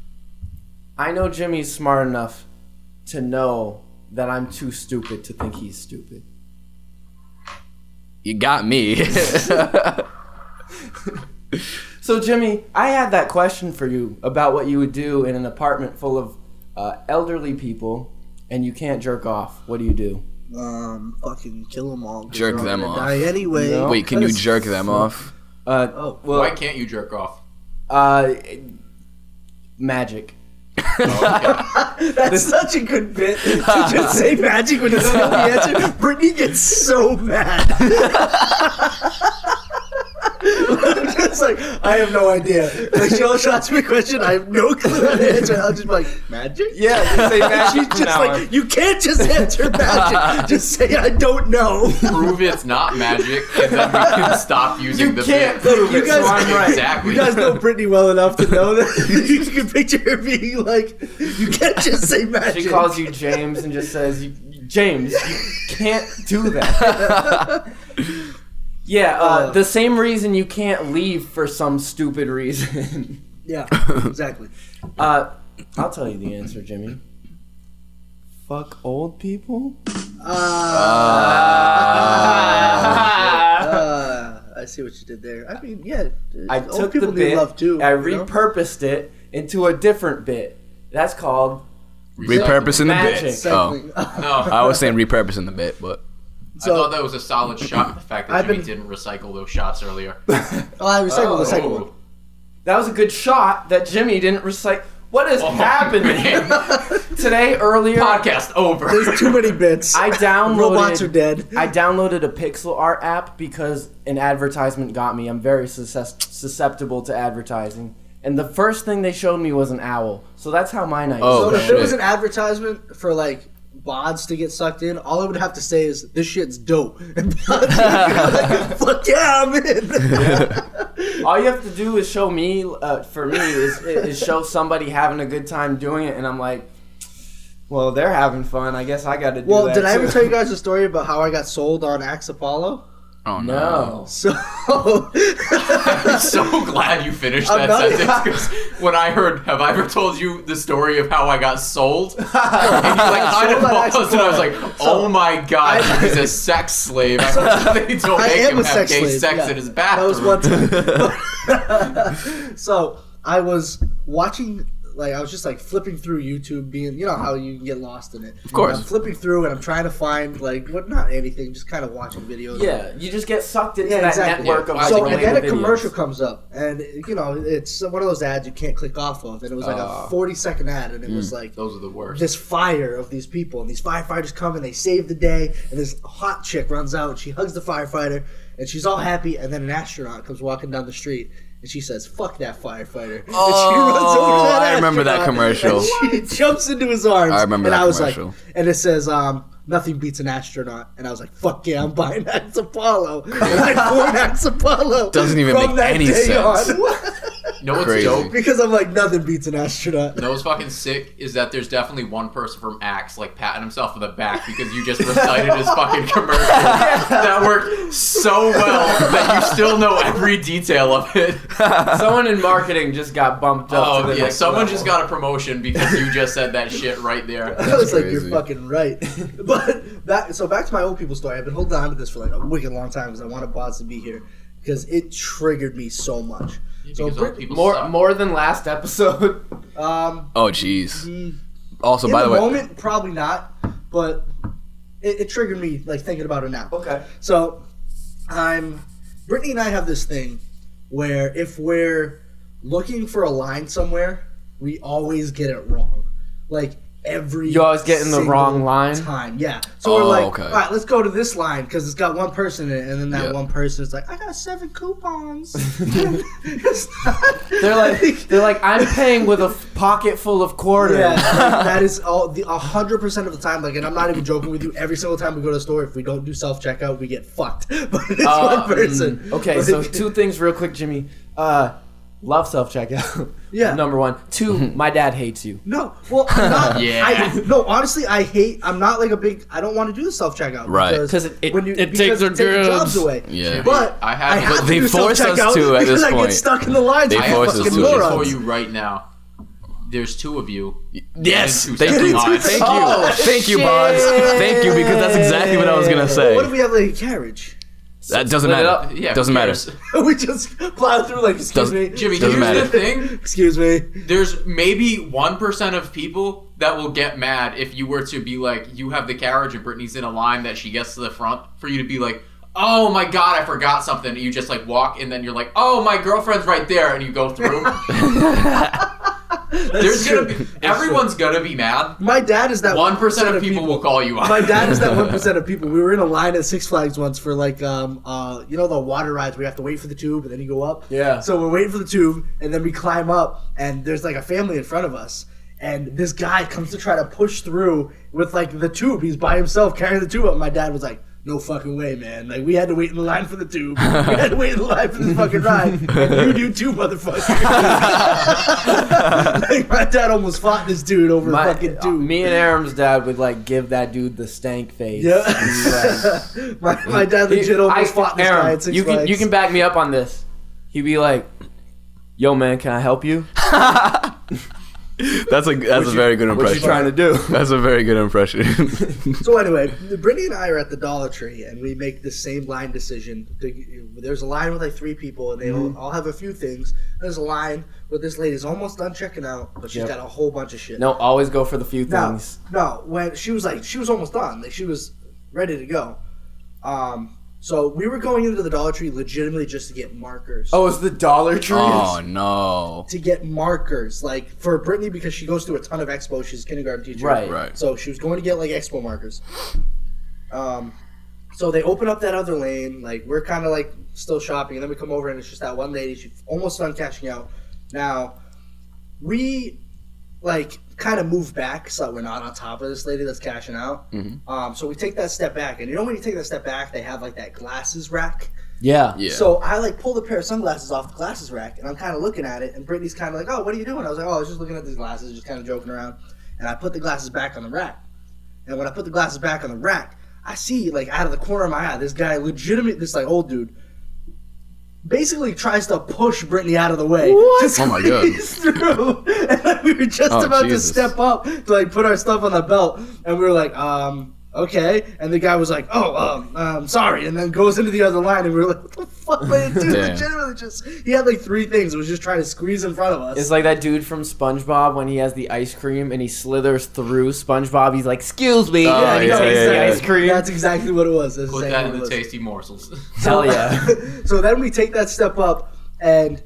Speaker 1: I know Jimmy's smart enough to know that I'm too stupid to think he's stupid.
Speaker 3: you got me.
Speaker 1: So, Jimmy, I had that question for you about what you would do in an apartment full of uh, elderly people and you can't jerk off. What do you do?
Speaker 4: Um, fucking kill them all. 'cause
Speaker 3: Jerk
Speaker 4: they're all
Speaker 3: them
Speaker 4: gonna
Speaker 3: off.
Speaker 4: Die anyway.
Speaker 1: No.
Speaker 3: Wait, can you
Speaker 4: That's-
Speaker 3: jerk them off?
Speaker 1: Uh,
Speaker 4: Oh.
Speaker 1: well,
Speaker 2: Why can't you jerk off?
Speaker 1: uh, magic.
Speaker 4: That's such a good bit to just say magic when it's not the answer. Brittany gets so mad. it's like I have no idea. Like she always asks me a question, I have no clue how to answer. I'll just be like magic.
Speaker 1: Yeah, just say magic
Speaker 4: She's just
Speaker 1: from now
Speaker 4: like you can't just answer magic. just say I don't know.
Speaker 2: Prove it's not magic, and then we can stop using
Speaker 1: You
Speaker 2: the
Speaker 1: can't
Speaker 2: bit.
Speaker 1: prove
Speaker 4: You
Speaker 1: it,
Speaker 4: guys-
Speaker 1: so I'm right.
Speaker 2: Exactly.
Speaker 4: You guys know Brittany well enough to know that you can picture her being like, you can't just say magic.
Speaker 1: She calls you James and just says, you, "James, you can't do that." yeah, uh,
Speaker 4: Uh.
Speaker 1: the same reason you can't leave for some stupid reason.
Speaker 4: Yeah, exactly.
Speaker 1: Uh, I'll tell you the answer, Jimmy. Fuck old people. Uh. Oh,
Speaker 4: Uh, I see what you did there. I mean, yeah, uh,
Speaker 1: I
Speaker 4: old
Speaker 1: took
Speaker 4: people
Speaker 1: the bit.
Speaker 4: need love too.
Speaker 1: I
Speaker 4: you know?
Speaker 1: repurposed it into a different bit. That's called
Speaker 3: repurposing the
Speaker 1: Magic.
Speaker 3: bit. Oh,
Speaker 4: Exactly.
Speaker 2: No,
Speaker 3: I was saying repurposing the bit, but
Speaker 2: I
Speaker 4: So
Speaker 2: thought that was a solid shot. The fact that
Speaker 4: I've
Speaker 2: Jimmy
Speaker 4: been-
Speaker 2: didn't recycle those shots earlier.
Speaker 4: oh, I recycled the second one.
Speaker 2: Oh,
Speaker 1: that was a good shot that Jimmy didn't recite. What is
Speaker 2: oh,
Speaker 1: happening
Speaker 2: man.
Speaker 1: today? Earlier,
Speaker 2: Podcast over.
Speaker 4: There's too many bits.
Speaker 1: I downloaded.
Speaker 4: Robots are dead.
Speaker 1: I downloaded a pixel art app because an advertisement got me. I'm very susces- susceptible to advertising. And the first thing they showed me was an owl. So that's how my night
Speaker 3: Oh,
Speaker 4: so
Speaker 1: was.
Speaker 4: if there was
Speaker 3: shit.
Speaker 4: an advertisement for like bods to get sucked in, all I would have to say is this shit's dope. And bods would be like, fuck yeah, I'm in.
Speaker 1: All you have to do is show me, uh, for me, is, is show somebody having a good time doing it. And I'm like, well, they're having fun. I guess I got to do
Speaker 4: well,
Speaker 1: that.
Speaker 4: did I ever
Speaker 1: too."
Speaker 4: tell you guys a story about how I got sold on Axe Apollo?
Speaker 3: oh no.
Speaker 1: No.
Speaker 4: So
Speaker 2: I'm so glad you finished that
Speaker 4: I'm not-
Speaker 2: sentence because when I heard, have I ever told you the story of how I got sold? And you like kind of
Speaker 4: Sold by
Speaker 2: paused, and I was like, oh my god,
Speaker 4: I-
Speaker 2: he's a sex slave. I hope they don't
Speaker 4: I
Speaker 2: make
Speaker 4: am
Speaker 2: him
Speaker 4: a
Speaker 2: have
Speaker 4: sex
Speaker 2: gay
Speaker 4: slave,
Speaker 2: sex
Speaker 4: yeah.
Speaker 2: in his
Speaker 4: That
Speaker 2: bathroom.
Speaker 4: was one time. so I was watching, like, I was just like flipping through YouTube, being, you know, how you can get lost in it. Of
Speaker 3: course.
Speaker 4: I'm flipping through and I'm trying to find, like, what, not anything, just kind of watching videos.
Speaker 1: Yeah, you just get sucked into
Speaker 4: Yeah,
Speaker 1: that
Speaker 4: exactly.
Speaker 1: network
Speaker 2: Yeah.
Speaker 1: of
Speaker 4: So
Speaker 1: like,
Speaker 4: and then a
Speaker 1: related videos.
Speaker 4: commercial comes up, and you know it's one of those ads you can't click off of, and it was like
Speaker 2: Ah. Mm.
Speaker 4: a forty second ad, and it was like
Speaker 2: Those are the worst.
Speaker 4: this fire of these people, and these firefighters come and they save the day, and this hot chick runs out, and she hugs the firefighter, and she's all happy, and then an astronaut comes walking down the street. And she says, "Fuck that firefighter!" and she
Speaker 3: Oh, I remember that
Speaker 4: astronaut,
Speaker 3: commercial.
Speaker 4: And she jumps into his arms.
Speaker 3: I remember
Speaker 4: and
Speaker 3: that
Speaker 4: I was
Speaker 3: commercial.
Speaker 4: Like, and it says, um, "Nothing beats an astronaut." And I was like, "Fuck yeah, I'm buying Axe Apollo." And I bought Axe Apollo.
Speaker 3: Doesn't even
Speaker 4: from
Speaker 3: make
Speaker 4: that
Speaker 3: any
Speaker 4: day
Speaker 3: sense.
Speaker 2: you know what's
Speaker 3: Crazy.
Speaker 2: dope?
Speaker 4: because I'm like, nothing beats an astronaut.
Speaker 2: You know what's fucking sick is that there's definitely one person from Axe like patting himself on the back because you just recited his fucking commercial that worked so well that you still know every detail of it.
Speaker 1: Someone in marketing just got bumped up. to
Speaker 2: Oh
Speaker 1: the
Speaker 2: yeah,
Speaker 1: next
Speaker 2: someone
Speaker 1: level.
Speaker 2: just got a promotion because you just said that shit right there.
Speaker 4: I was like,
Speaker 3: crazy.
Speaker 4: you're fucking right. but back, so back to my old people story. I've been holding on to this for like a wicked long time because I wanted Boz to be here because it triggered me so much. So
Speaker 2: Because old
Speaker 4: Brit-
Speaker 2: people
Speaker 1: more
Speaker 2: suck.
Speaker 1: more than last episode.
Speaker 4: um,
Speaker 3: Oh jeez.
Speaker 4: mm,
Speaker 3: Also,
Speaker 4: in
Speaker 3: by
Speaker 4: the,
Speaker 3: the way,
Speaker 4: moment, probably not, but it, it triggered me like thinking about it now.
Speaker 1: Okay.
Speaker 4: So I'm Brittany and I have this thing where if we're looking for a line somewhere, we always get it wrong. Like every
Speaker 1: You always get in the
Speaker 4: single
Speaker 1: wrong line?
Speaker 4: time. Yeah. So we're
Speaker 3: Oh,
Speaker 4: like,
Speaker 3: okay.
Speaker 4: all right, let's go to this line because it's got one person in it, and then that
Speaker 3: Yeah.
Speaker 4: one person is like, I got seven coupons. It's not-
Speaker 1: They're like they're like I'm paying with a f- pocket full of quarters.
Speaker 4: Yeah, like, that is all the hundred percent of the time. Like, and I'm not even joking with you. Every single time we go to the store, if we don't do self checkout, we get fucked by this
Speaker 1: Uh,
Speaker 3: mm.
Speaker 4: one person.
Speaker 1: Okay,
Speaker 4: Like-
Speaker 1: so two things real quick, Jimmy. Uh, love self checkout.
Speaker 4: Yeah.
Speaker 1: Number one. Two. My dad hates you.
Speaker 4: No, well, I'm not.
Speaker 2: Yeah.
Speaker 4: I, no, honestly, I hate. I'm not like a big. I don't want to do the self checkout.
Speaker 3: Right.
Speaker 1: 'Cause it- it- it takes
Speaker 4: because
Speaker 1: their
Speaker 4: it takes
Speaker 1: jobs.
Speaker 4: jobs away.
Speaker 3: Yeah.
Speaker 4: But
Speaker 2: I
Speaker 4: I
Speaker 2: have-
Speaker 4: have.
Speaker 2: but
Speaker 4: to
Speaker 3: they
Speaker 4: do
Speaker 3: force us
Speaker 4: self-checkout
Speaker 3: to at this
Speaker 4: because I
Speaker 3: point.
Speaker 4: get stuck in the lines.
Speaker 3: They
Speaker 4: like
Speaker 2: I
Speaker 4: a
Speaker 2: have
Speaker 3: force us
Speaker 2: a
Speaker 4: fucking
Speaker 3: to.
Speaker 2: solution for
Speaker 4: morons.
Speaker 2: you right now. There's two of you.
Speaker 3: yes,
Speaker 2: Get into second
Speaker 3: thank you,
Speaker 2: line.
Speaker 3: thank you,
Speaker 1: Oh,
Speaker 3: thank you, Bonds, thank you, because that's exactly what I was gonna say.
Speaker 4: What if we have like a carriage?
Speaker 3: that
Speaker 1: Split it
Speaker 3: doesn't matter.
Speaker 1: up.
Speaker 2: Yeah,
Speaker 3: doesn't
Speaker 2: who
Speaker 3: matter.
Speaker 2: cares?
Speaker 4: we just plow through like. Excuse
Speaker 3: Doesn't-
Speaker 4: me,
Speaker 2: Jimmy,
Speaker 3: Doesn't
Speaker 2: here's
Speaker 3: matter.
Speaker 2: the thing.
Speaker 4: Excuse me.
Speaker 2: There's maybe one percent of people that will get mad if you were to be like, you have the carriage and Brittany's in a line that she gets to the front for you to be like, oh my god, I forgot something. And you just like walk and then you're like, oh my girlfriend's right there, and you go through. There's
Speaker 4: true.
Speaker 2: gonna be everyone's gonna be mad.
Speaker 4: My dad is that
Speaker 2: One percent of people will call you out.
Speaker 4: My dad is that one percent of people. We were in a line at Six Flags once for like, um, uh, you know, the water rides where you have to wait for the tube and then you go up.
Speaker 1: Yeah.
Speaker 4: So we're waiting for the tube and then we climb up and there's like a family in front of us and this guy comes to try to push through with like the tube. He's by himself carrying the tube up. My dad was like. No fucking way, man. Like, we had to wait in line for the tube. We had to wait in line for this fucking ride. And you do too, motherfucker. like, my dad almost fought this dude over
Speaker 1: My-
Speaker 4: a fucking tube.
Speaker 1: uh, me and Aram's dad would like give that dude the stank face.
Speaker 4: Yeah. my, my dad legit almost fought this guy at Six
Speaker 1: you can
Speaker 4: Flags.
Speaker 1: you can back me up on this. He'd be like, "Yo, man, can I help you?
Speaker 3: That's a that's a very good
Speaker 1: What you
Speaker 3: impression.
Speaker 1: trying to do?"
Speaker 3: That's a very good impression.
Speaker 4: So anyway, Brittany and I are at the Dollar Tree, and we make the same line decision. To- There's a line with like three people, and they
Speaker 1: Mm-hmm.
Speaker 4: all all have a few things. There's a line where this lady's almost done checking out, but she's
Speaker 1: Yep.
Speaker 4: got a whole bunch of shit.
Speaker 1: no, always go for the few
Speaker 4: no,
Speaker 1: things.
Speaker 4: no. When she was like, she was almost done. Like she was ready to go. Um, so we were going into the Dollar Tree legitimately just to get markers.
Speaker 1: Oh, it's the Dollar Tree.
Speaker 3: oh no!
Speaker 4: to get markers, like for Brittany because she goes through a ton of expo. She's a kindergarten teacher,
Speaker 1: Right.
Speaker 3: Right.
Speaker 4: So she was going to get like expo markers. Um, so they open up that other lane. Like we're kind of like still shopping, and then we come over and it's just that one lady. She's almost done cashing out. Now we like kind of move back so that we're not on top of this lady that's cashing out. Um, so we take that step back, and you know when you take that step back, they have like that glasses rack.
Speaker 1: Yeah.
Speaker 3: Yeah.
Speaker 4: So I like pulled a pair of sunglasses off the glasses rack, and I'm kind of looking at it, and Brittany's kind of like, "Oh, what are you doing?" I was like, "Oh, I was just looking at these glasses, just kind of joking around." And I put the glasses back on the rack, and when I put the glasses back on the rack, I see like out of the corner of my eye, this guy, legitimate, this like old dude, basically tries to push Brittany out of the way. What?
Speaker 3: Oh my God.
Speaker 4: Through, and like, we were just
Speaker 3: Oh,
Speaker 4: about
Speaker 3: Jesus.
Speaker 4: to step up to like put our stuff on the belt, and we were like, um, okay. And the guy was like, oh, um, um, sorry, and then goes into the other line, and we were like, what the fuck, man, dude,
Speaker 3: Damn.
Speaker 4: legitimately just he had like three things, and was just trying to squeeze in front of us.
Speaker 1: It's like that dude from SpongeBob when he has the ice cream and he slithers through SpongeBob. He's like, "Excuse me,"
Speaker 3: Oh,
Speaker 1: and he
Speaker 3: yeah,
Speaker 1: takes
Speaker 3: yeah,
Speaker 1: the
Speaker 3: yeah.
Speaker 1: ice cream.
Speaker 4: That's exactly what it was. That's
Speaker 2: Put
Speaker 4: exactly
Speaker 2: that
Speaker 4: what
Speaker 2: in
Speaker 4: it
Speaker 2: the
Speaker 4: was.
Speaker 2: tasty morsels.
Speaker 1: Hell yeah.
Speaker 4: so then we take that step up and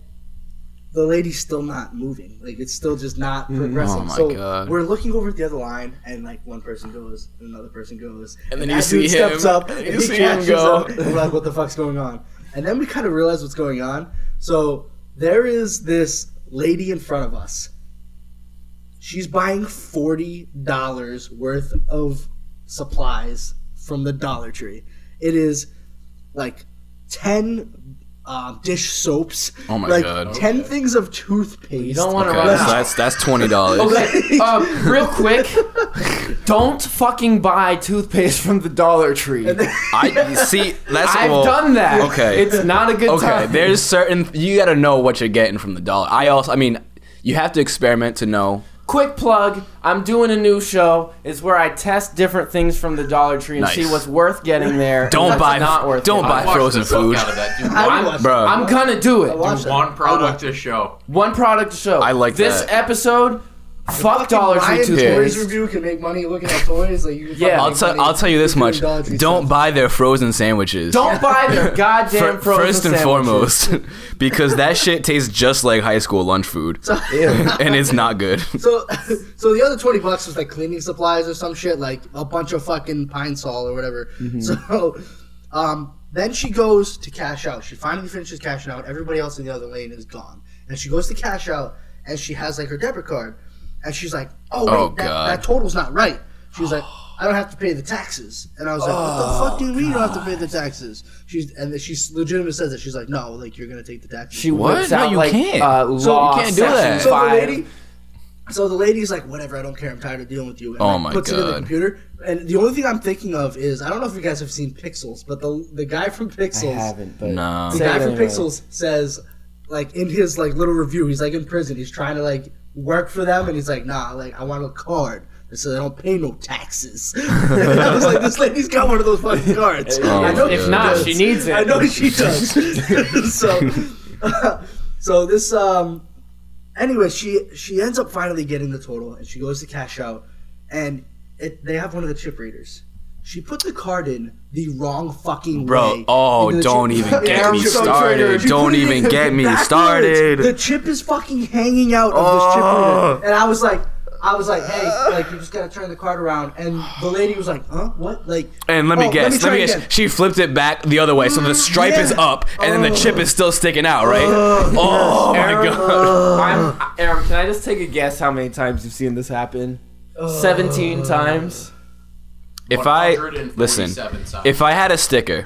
Speaker 4: the lady's still not moving. Like it's still just not progressing.
Speaker 3: Oh my
Speaker 4: so
Speaker 3: God.
Speaker 4: we're looking over at the other line and like one person goes and another person goes.
Speaker 3: And then
Speaker 4: that
Speaker 3: you see
Speaker 4: dude steps
Speaker 3: him,
Speaker 4: up
Speaker 3: and
Speaker 4: and
Speaker 3: you
Speaker 4: he
Speaker 3: see him
Speaker 4: catches
Speaker 3: go.
Speaker 4: up, and we're like, what the fuck's going on? And then we kind of realize what's going on. So there is this lady in front of us. She's buying forty dollars worth of supplies from the Dollar Tree. It is like ten um, dish soaps.
Speaker 3: Oh my
Speaker 4: like,
Speaker 3: God.
Speaker 4: Ten things of toothpaste.
Speaker 1: You don't want to
Speaker 3: Okay,
Speaker 1: run
Speaker 3: so
Speaker 1: out.
Speaker 3: that's that's twenty dollars.
Speaker 1: Okay, um, real quick, don't fucking buy toothpaste from the Dollar Tree.
Speaker 3: I you see. That's
Speaker 1: I've
Speaker 3: well,
Speaker 1: done that.
Speaker 3: Okay.
Speaker 1: It's not a good
Speaker 3: okay.
Speaker 1: time.
Speaker 3: There's certain you got to know what you're getting from the dollar. I also, I mean, you have to experiment to know.
Speaker 1: Quick plug, I'm doing a new show. It's where I test different things from the Dollar Tree and
Speaker 3: Nice.
Speaker 1: see what's worth getting there. and
Speaker 3: Don't
Speaker 1: what's
Speaker 3: buy-
Speaker 1: not worth
Speaker 3: don't
Speaker 1: getting.
Speaker 3: buy-
Speaker 2: I watched
Speaker 3: frozen
Speaker 2: the fuck
Speaker 3: food.
Speaker 2: out of that dude.
Speaker 4: I
Speaker 2: One-
Speaker 4: watched
Speaker 3: Bro.
Speaker 4: it.
Speaker 1: I'm gonna do
Speaker 4: I
Speaker 1: it.
Speaker 4: watched it.
Speaker 2: One product to show.
Speaker 1: One product to show.
Speaker 3: I like
Speaker 1: this
Speaker 3: that.
Speaker 1: episode. Fuck Dollar Tree
Speaker 4: Ryan's toys
Speaker 1: toothpaste.
Speaker 4: review can make money looking at toys. Like you can
Speaker 1: Yeah.
Speaker 4: fucking
Speaker 3: I'll
Speaker 4: make
Speaker 3: tell
Speaker 4: money
Speaker 3: I'll tell you this
Speaker 4: doing
Speaker 3: much.
Speaker 4: Dollar Tree
Speaker 3: Don't
Speaker 4: stuff.
Speaker 3: buy their frozen sandwiches.
Speaker 1: Don't buy their goddamn
Speaker 3: Fir-
Speaker 1: frozen
Speaker 3: first and
Speaker 1: sandwiches.
Speaker 3: foremost, because that shit tastes just like high school lunch food, and it's not good.
Speaker 4: So, so the other twenty bucks was like cleaning supplies or some shit, like a bunch of fucking pine sol or whatever.
Speaker 3: Mm-hmm.
Speaker 4: So, um, then she goes to cash out. She finally finishes cashing out. Everybody else in the other lane is gone, and she goes to cash out, and she has like her debit card, and she's like, "Oh wait,
Speaker 3: Oh,
Speaker 4: that,
Speaker 3: God.
Speaker 4: that total's not right." She's like. I don't have to pay the taxes, and I was like, "What
Speaker 3: Oh,
Speaker 4: the fuck do you mean you don't have to pay the taxes?" She's and then she legitimately says that she's like, "No, like you're gonna take the taxes."
Speaker 1: She
Speaker 3: What?
Speaker 1: whips
Speaker 3: No,
Speaker 1: out
Speaker 3: you
Speaker 1: like
Speaker 3: can't.
Speaker 1: uh,
Speaker 3: So you
Speaker 1: law
Speaker 3: can't do
Speaker 1: section
Speaker 3: that.
Speaker 4: So the
Speaker 1: five.
Speaker 4: lady, so the lady's like, whatever, I don't care. I'm tired of dealing with you. And
Speaker 3: Oh
Speaker 4: like,
Speaker 3: my
Speaker 4: puts it in the
Speaker 3: God.
Speaker 4: computer. And the only thing I'm thinking of is I don't know if you guys have seen Pixels, but the the guy from
Speaker 1: I
Speaker 4: Pixels,
Speaker 1: haven't, but
Speaker 3: No.
Speaker 4: the
Speaker 1: Say it
Speaker 4: guy from
Speaker 1: anyway.
Speaker 4: Pixels says, like in his like little review, he's like in prison. He's trying to like work for them, and he's like, nah, like I want a card. So they don't pay no taxes. and I was like, this lady's got one of those fucking cards.
Speaker 3: Oh
Speaker 4: I know
Speaker 3: my
Speaker 1: If
Speaker 3: God.
Speaker 1: not,
Speaker 4: does.
Speaker 1: she needs it.
Speaker 4: I know she does. so, so this. Um, anyway, she she ends up finally getting the total, and she goes to cash out, and it, they have one of the chip readers. She put the card in the wrong fucking
Speaker 3: Bro,
Speaker 4: way.
Speaker 3: oh,
Speaker 4: And the
Speaker 3: don't
Speaker 4: chip-
Speaker 3: even get
Speaker 1: I'm
Speaker 3: me
Speaker 1: so
Speaker 3: started.
Speaker 1: triggered.
Speaker 4: She
Speaker 3: Don't
Speaker 4: put it
Speaker 3: even
Speaker 4: in
Speaker 3: get me
Speaker 4: backwards.
Speaker 3: started.
Speaker 4: The chip is fucking hanging out of this chip
Speaker 3: Oh.
Speaker 4: reader, and I was like, I was like, hey, like you just gotta turn the card around, and the lady was like, huh, what, like?
Speaker 3: And let me
Speaker 4: oh,
Speaker 3: guess. Let
Speaker 4: try
Speaker 3: me, guess.
Speaker 4: again.
Speaker 3: She flipped it back the other way, so the stripe is
Speaker 4: yeah.
Speaker 3: up, and then the chip is still sticking out, right? oh my god.
Speaker 4: uh,
Speaker 1: I'm, I- Aaron, can I just take a guess how many times you've seen this happen? 17 times?
Speaker 3: If I
Speaker 2: 147
Speaker 3: listen,
Speaker 2: times.
Speaker 3: if I had a sticker,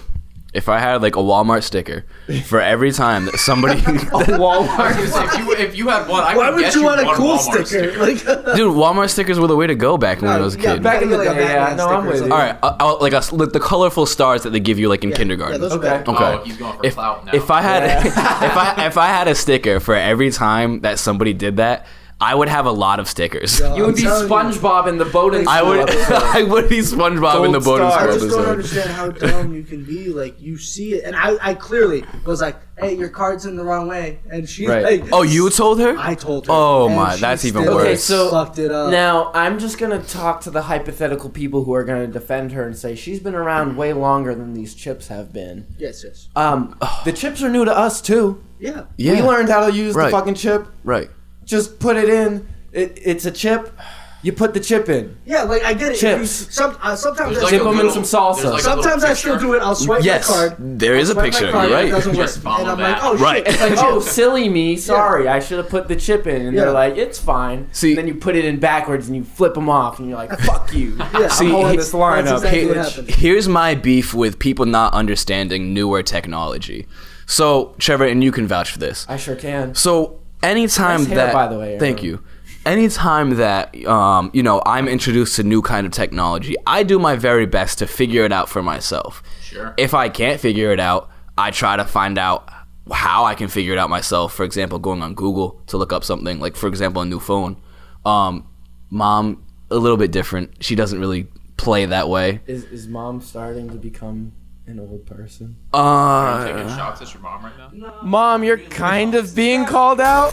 Speaker 3: if I had like a Walmart sticker, for every time that somebody,
Speaker 2: I was
Speaker 1: Walmart.
Speaker 2: gonna say, if you if you had one, I
Speaker 4: Why
Speaker 2: would
Speaker 4: would
Speaker 2: guess
Speaker 4: you want a
Speaker 2: won
Speaker 4: cool
Speaker 2: Walmart
Speaker 4: sticker? Like,
Speaker 3: dude, Walmart stickers were the way to go back when I was a
Speaker 4: yeah,
Speaker 3: kid.
Speaker 1: back in the
Speaker 4: like a
Speaker 1: day, yeah,
Speaker 4: Batman
Speaker 1: no, I'm
Speaker 4: sticker or
Speaker 1: with you.
Speaker 3: All right, I, I, like us, look, the colorful stars that they give you like in
Speaker 4: something. Yeah,
Speaker 3: kindergarten.
Speaker 4: those are
Speaker 1: Okay.
Speaker 4: bad.
Speaker 3: okay.
Speaker 2: Oh, he's going for
Speaker 3: if,
Speaker 2: clout now.
Speaker 3: if I had if I if I had a sticker for every time that somebody did that, I would have a lot of stickers.
Speaker 4: Yeah.
Speaker 1: You would
Speaker 4: I'm
Speaker 1: be
Speaker 4: telling you.
Speaker 1: SpongeBob in the boat and
Speaker 3: I would
Speaker 1: Episode.
Speaker 3: I would be SpongeBob in the
Speaker 1: Gold star.
Speaker 3: boat
Speaker 4: I
Speaker 1: I
Speaker 4: just don't
Speaker 3: episode.
Speaker 4: understand how dumb you can be. Like you see it, and I, I clearly was like, "Hey, your card's in the wrong way," and she
Speaker 1: Right.
Speaker 4: like,
Speaker 3: Oh, you told her?
Speaker 4: I told her.
Speaker 3: Oh
Speaker 4: and
Speaker 3: my,
Speaker 4: she
Speaker 3: that's even
Speaker 4: still
Speaker 3: worse.
Speaker 1: Okay, so-
Speaker 4: fucked it up.
Speaker 1: Now, I'm just going to talk to the hypothetical people who are going to defend her and say she's been around way longer than these chips have been.
Speaker 4: yes, yes,
Speaker 1: Um, the chips are new to us, too.
Speaker 4: yeah.
Speaker 3: yeah,
Speaker 1: We learned how to use
Speaker 3: Right.
Speaker 1: the fucking chip.
Speaker 3: right.
Speaker 1: Just put it in. It, it's a chip. You put the chip in.
Speaker 4: Yeah, like I get it. If you-
Speaker 1: Chips.
Speaker 4: some, uh,
Speaker 2: There's
Speaker 4: sometimes I
Speaker 2: like a
Speaker 1: Dip
Speaker 4: still,
Speaker 1: 'em in
Speaker 2: little-
Speaker 1: some salsa.
Speaker 2: there's like a
Speaker 4: sometimes
Speaker 2: little
Speaker 4: I still
Speaker 2: picture.
Speaker 4: do it. I'll swipe
Speaker 3: Yes,
Speaker 4: my card.
Speaker 3: there is a
Speaker 4: swipe my
Speaker 3: picture.
Speaker 4: card,
Speaker 3: You're
Speaker 4: It
Speaker 3: right.
Speaker 4: doesn't work.
Speaker 2: Just follow
Speaker 4: And I'm like,
Speaker 2: that.
Speaker 4: oh
Speaker 3: Right.
Speaker 4: shit. It's like,
Speaker 1: oh,
Speaker 4: oh,
Speaker 1: silly me. Sorry, I should have put the chip in. And
Speaker 4: Yeah.
Speaker 1: they're like, it's fine.
Speaker 3: See-
Speaker 1: and then you put it in backwards and you flip them off and you're like, fuck you.
Speaker 3: See,
Speaker 1: I'm holding
Speaker 3: he-
Speaker 1: this line
Speaker 4: that's
Speaker 1: up.
Speaker 4: exactly what
Speaker 1: bitch.
Speaker 4: happened.
Speaker 3: Here's my beef with people not understanding newer technology. So, Trevor, and you can vouch for this.
Speaker 1: I sure can.
Speaker 3: So anytime
Speaker 1: Nice hair,
Speaker 3: that
Speaker 1: by the way,
Speaker 3: thank
Speaker 1: Aaron.
Speaker 3: you. Anytime that um, you know I'm introduced to new kind of technology, I do my very best to figure it out for myself.
Speaker 2: Sure.
Speaker 3: If I can't figure it out, I try to find out how I can figure it out myself. For example, going on Google to look up something, like for example, a new phone. Um, mom, a little bit different. She doesn't really play that way.
Speaker 1: Is, is mom starting to become an old person?
Speaker 3: Uh,
Speaker 2: Taking shots at your mom right now.
Speaker 1: Mom, you're kind of being called out?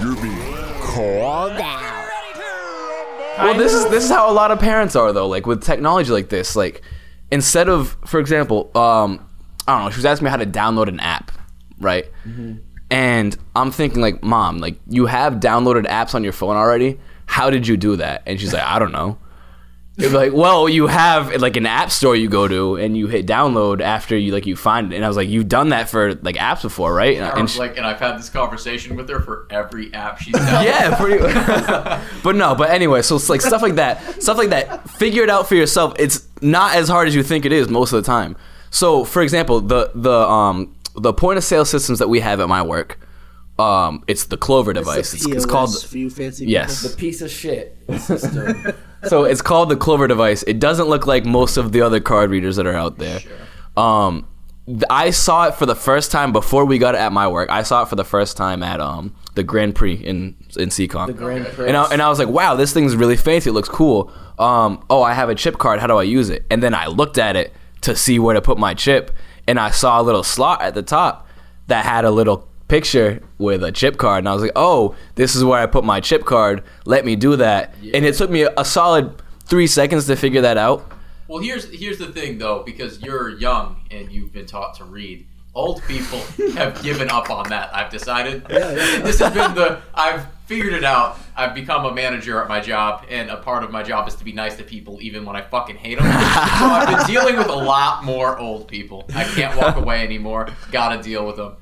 Speaker 6: You're being called out.
Speaker 3: Well, this is this is how a lot of parents are though. Like with technology like this, like instead of, for example, um, I don't know, she was asking me how to download an app, right? And I'm thinking like, mom, like you have downloaded apps on your phone already. How did you do that? And she's like, I don't know. It's like, well, you have like an app store you go to and you hit download after you like you find it. And I was like, you've done that for like apps before, right? And,
Speaker 2: I
Speaker 3: and
Speaker 2: was
Speaker 3: she-
Speaker 2: like, and I've had this conversation with her for every app she's had.
Speaker 3: yeah, pretty. but no, but anyway, so it's like stuff like that, stuff like that. Figure it out for yourself. It's not as hard as you think it is most of the time. So, for example, the the um the point of sale systems that we have at my work, um, it's the Clover device. It's, it's called
Speaker 4: For you fancy
Speaker 3: yes.
Speaker 1: Piece of shit. System.
Speaker 3: So it's called the Clover device. It doesn't look like most of the other card readers that are out there. Um, th- I saw it for the first time before we got it at my work. I saw it for the first time at um the Grand Prix in in CCon. The
Speaker 1: Grand Okay. Prix.
Speaker 3: And I, and I was like, wow, this thing's really fancy. It looks cool. Um, oh, I have a chip card. How do I use it? And then I looked at it to see where to put my chip, and I saw a little slot at the top that had a little picture with a chip card and I was like, "Oh, this is where I put my chip card. Let me do that." And it took me a, a solid 3 seconds to figure that out.
Speaker 2: Well, here's here's the thing though, because you're young and you've been taught to read. Old people have given up on that. I've decided. This has been the. I've figured it out. I've become a manager at my job, and a part of my job is to be nice to people, even when I fucking hate them. so I've been dealing with a lot more old people. I can't walk away anymore. Got to deal with them.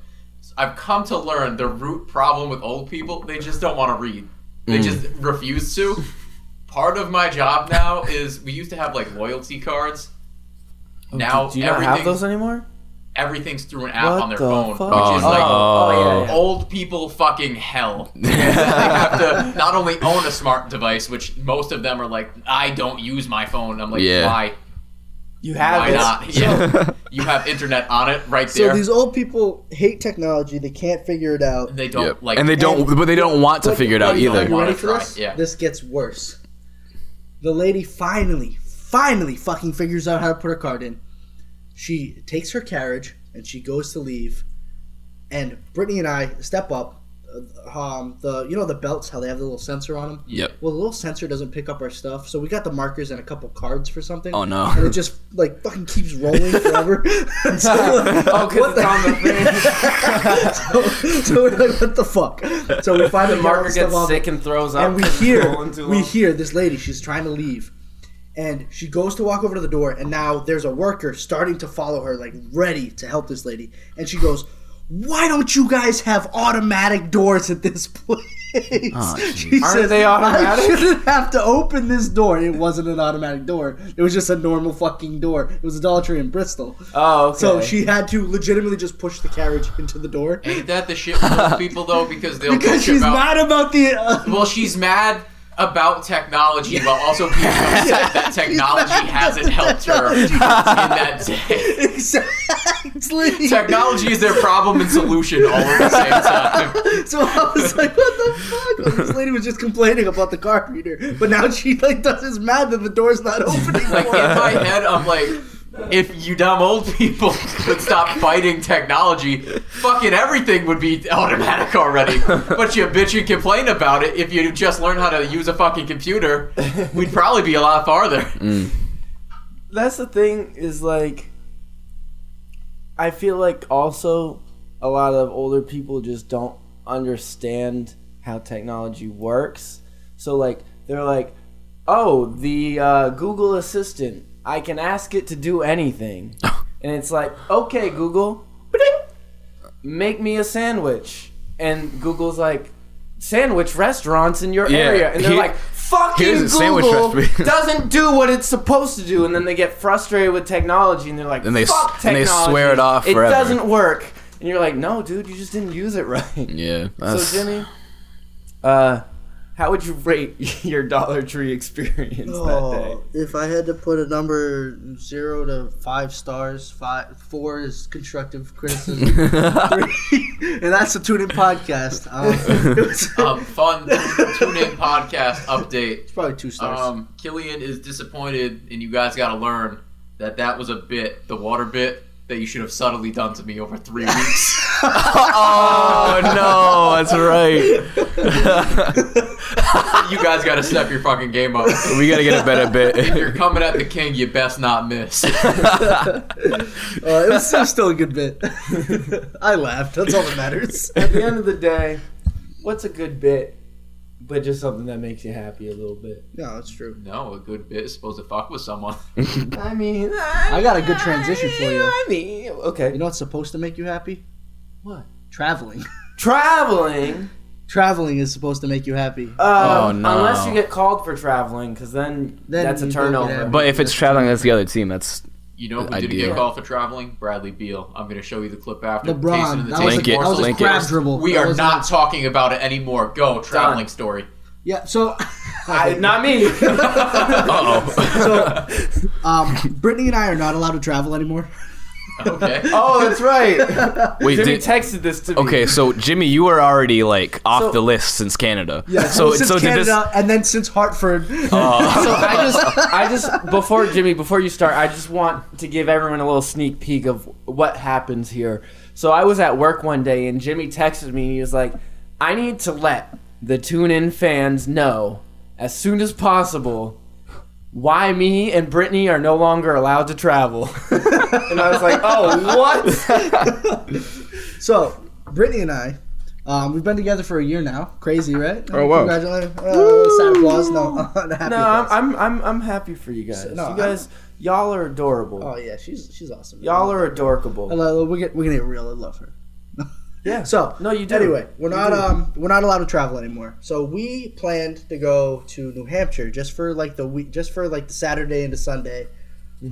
Speaker 2: I've come to learn the root problem with old people. They just don't want to read. They
Speaker 1: Mm.
Speaker 2: just refuse to. Part of my job now is we used to have like loyalty cards. Now
Speaker 1: Oh, Do you not
Speaker 2: everything,
Speaker 1: have those anymore?
Speaker 2: everything's through an app
Speaker 1: What
Speaker 2: on their
Speaker 1: the
Speaker 2: phone,
Speaker 1: fuck?
Speaker 2: which is
Speaker 3: Oh,
Speaker 2: like
Speaker 1: oh, yeah, yeah.
Speaker 2: old people fucking hell. they have to not only own a smart device, which most of them are like, I don't use my phone. I'm like,
Speaker 3: Yeah.
Speaker 2: why?
Speaker 1: You have
Speaker 2: Why
Speaker 1: it.
Speaker 2: not? Yeah. you have internet on it right
Speaker 4: So
Speaker 2: there.
Speaker 4: these old people hate technology. They can't figure it out.
Speaker 2: they don't like
Speaker 3: and they don't but they don't want to figure it out
Speaker 4: Wait,
Speaker 2: don't
Speaker 3: either.
Speaker 4: You
Speaker 2: wanna
Speaker 4: ready for
Speaker 2: try.
Speaker 4: this?
Speaker 2: Yeah.
Speaker 4: This gets worse. The lady finally, finally fucking figures out how to put her card in. She takes her carriage and she goes to leave. And Brittany and I step up. uh, Um, the you know the belts how they have the little sensor on them.
Speaker 3: Yep.
Speaker 4: well, the little sensor doesn't pick up our stuff, so we got the markers and a couple cards for something.
Speaker 3: Oh, no.
Speaker 4: And it just like fucking keeps rolling forever. so, we're like,
Speaker 5: Oh, because
Speaker 4: what
Speaker 5: it's on the thing.
Speaker 4: so, so we're like, what the fuck? So we finally
Speaker 1: The
Speaker 4: get all
Speaker 1: marker
Speaker 4: this stuff
Speaker 1: gets
Speaker 4: off.
Speaker 1: sick and throws up.
Speaker 4: and we
Speaker 1: it's
Speaker 4: hear
Speaker 1: rolling too
Speaker 4: we
Speaker 1: long.
Speaker 4: hear this lady she's trying to leave and she goes to walk over to the door and now there's a worker starting to follow her like ready to help this lady and she goes why don't you guys have automatic doors at this place? she
Speaker 1: Aren't they automatic?
Speaker 4: I shouldn't have to open this door. It wasn't an automatic door. It was just a normal fucking door. It was a Dollar Tree in Bristol.
Speaker 1: Oh, okay.
Speaker 4: So she had to legitimately just push the carriage into the door
Speaker 2: Ain't that the shit with those people though? Because they'll
Speaker 4: because
Speaker 2: bitch
Speaker 4: she's
Speaker 2: about.
Speaker 4: mad about the uh,
Speaker 2: well, she's mad about technology, but also being upset that technology hasn't helped her in that day.
Speaker 4: exactly
Speaker 2: Technology is their problem and solution all at the same time.
Speaker 4: So I was like, what the fuck? Like, this lady was just complaining about the card reader, but now she like does is mad that the door's not opening.
Speaker 2: Like in
Speaker 4: for her.
Speaker 2: my head, I'm like, if you dumb old people would stop fighting technology, fucking everything would be automatic already. But you bitch and complain about it. If you just learn how to use a fucking computer, we'd probably be a lot farther.
Speaker 1: that's the thing is like I feel like also a lot of older people just don't understand how technology works. So like they're like, "Oh, the uh, Google Assistant, I can ask it to do anything." and it's like, "Okay, Google, ba-ding, make me a sandwich." And Google's like, "Sandwich restaurants in your
Speaker 3: Yeah,
Speaker 1: area." And they're
Speaker 3: he-
Speaker 1: like, "Fucking
Speaker 3: here's a sandwich
Speaker 1: Google
Speaker 3: recipe."
Speaker 1: doesn't do what it's supposed to do." And then they get frustrated with technology and they're like,
Speaker 3: And they s-
Speaker 1: Fuck
Speaker 3: and they
Speaker 1: technology.
Speaker 3: swear it off
Speaker 1: It
Speaker 3: forever.
Speaker 1: doesn't work. And you're like, no, dude, you just didn't use it right.
Speaker 3: Yeah.
Speaker 1: So, Jimmy, uh, how would you rate your Dollar Tree experience that day?
Speaker 4: Oh, if I had to put a number zero to five stars, five four is constructive criticism, Three- and that's the Tune In podcast. Um, it was
Speaker 2: um, fun tune in podcast update.
Speaker 4: probably two stars.
Speaker 2: Um, Killian is disappointed, and you guys got to learn that that was a bit, the water bit, that you should have subtly done to me over three weeks.
Speaker 3: Oh no, that's right.
Speaker 2: you guys got to step your fucking game up.
Speaker 3: We gotta get a better
Speaker 2: If you're
Speaker 3: bit.
Speaker 2: coming at the king, you best not miss.
Speaker 4: Uh, it, was, it was still a good bit. I laughed. That's all that matters.
Speaker 1: At the end of the day, what's a good bit, but just something that makes you happy a little bit?
Speaker 4: No, it's true.
Speaker 2: No, a good bit is supposed to fuck with someone.
Speaker 1: I mean, I,
Speaker 4: I got a good transition for you.
Speaker 1: I mean, okay.
Speaker 4: You know what's supposed to make you happy?
Speaker 1: What?
Speaker 4: Traveling.
Speaker 1: Traveling.
Speaker 4: Traveling is supposed to make you happy.
Speaker 1: Uh,
Speaker 3: Oh, no.
Speaker 1: Unless you get called for traveling, because then,
Speaker 4: Then
Speaker 1: that's a
Speaker 4: you don't get
Speaker 1: turnover.
Speaker 4: it.
Speaker 3: But if it's traveling against the other team, that's
Speaker 2: You know who
Speaker 3: I
Speaker 2: didn't
Speaker 3: do.
Speaker 2: get called for traveling? Bradley Beal. I'm going to show you the clip after. Taste of
Speaker 4: LeBron.
Speaker 2: the
Speaker 4: That
Speaker 2: taste
Speaker 4: was,
Speaker 3: Link
Speaker 4: a,
Speaker 3: it,
Speaker 4: that was a
Speaker 3: link it.
Speaker 4: crab dribble.
Speaker 2: We
Speaker 4: That
Speaker 2: are
Speaker 4: was a-
Speaker 2: not talking about it anymore. Go, traveling
Speaker 1: Done.
Speaker 2: story.
Speaker 4: Yeah. So,
Speaker 1: I, not me.
Speaker 4: so um, Brittany and I are not allowed to travel anymore.
Speaker 2: Okay.
Speaker 1: oh, that's right.
Speaker 3: wait.
Speaker 1: Jimmy
Speaker 3: Did,
Speaker 1: texted this to me.
Speaker 3: okay, so Jimmy, you were already like off
Speaker 1: So-
Speaker 3: the list since Canada.
Speaker 4: Yeah.
Speaker 3: So
Speaker 4: since
Speaker 3: so did
Speaker 4: Canada
Speaker 3: this.
Speaker 4: and then since Hartford.
Speaker 1: so I just, I just before Jimmy, before you start, I just want to give everyone a little sneak peek of what happens here. So I was at work one day, and Jimmy texted me. and He was like, "I need to let the tune-in fans know as soon as possible." Why me and Brittany are no longer allowed to travel? and I was like, "Oh, what?"
Speaker 4: so Brittany and I, um, we've been together for a year now. Crazy, right? Oh
Speaker 3: wow.
Speaker 4: Congratulations. Uh, Santa Claus. No, not happy.
Speaker 1: No,
Speaker 4: Claus.
Speaker 1: I'm, I'm, I'm, I'm happy for you guys.
Speaker 4: no,
Speaker 1: you guys, y'all are adorable.
Speaker 4: Oh yeah, she's she's awesome.
Speaker 1: Y'all are
Speaker 4: I
Speaker 1: adorable.
Speaker 4: love- We're gonna, we're gonna get real. I love her.
Speaker 1: Yeah.
Speaker 4: So
Speaker 1: No, you do.
Speaker 4: Anyway, we're
Speaker 1: You
Speaker 4: not
Speaker 1: do.
Speaker 4: um we're not allowed to travel anymore. So we planned to go to New Hampshire just for like the week, just for like the Saturday into Sunday,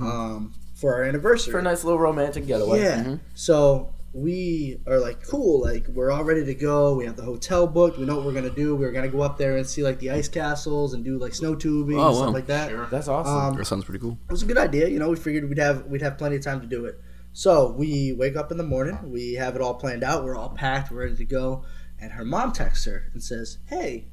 Speaker 4: um for our anniversary.
Speaker 1: Mm-hmm. for a nice little romantic getaway.
Speaker 4: yeah.
Speaker 3: Mm-hmm.
Speaker 4: So we are like cool, like we're all ready to go. We have the hotel booked. We know what we're gonna do. We're gonna go up there and see like the ice castles and do like snow tubing
Speaker 3: Oh,
Speaker 4: and stuff
Speaker 3: wow.
Speaker 4: like that.
Speaker 2: Sure.
Speaker 1: That's awesome.
Speaker 4: Um,
Speaker 3: That sounds pretty cool.
Speaker 4: it was a good idea. You know, we figured we'd have we'd have plenty of time to do it. So we wake up in the morning. We have it all planned out. We're all packed. We're ready to go. And her mom texts her and says, "Hey,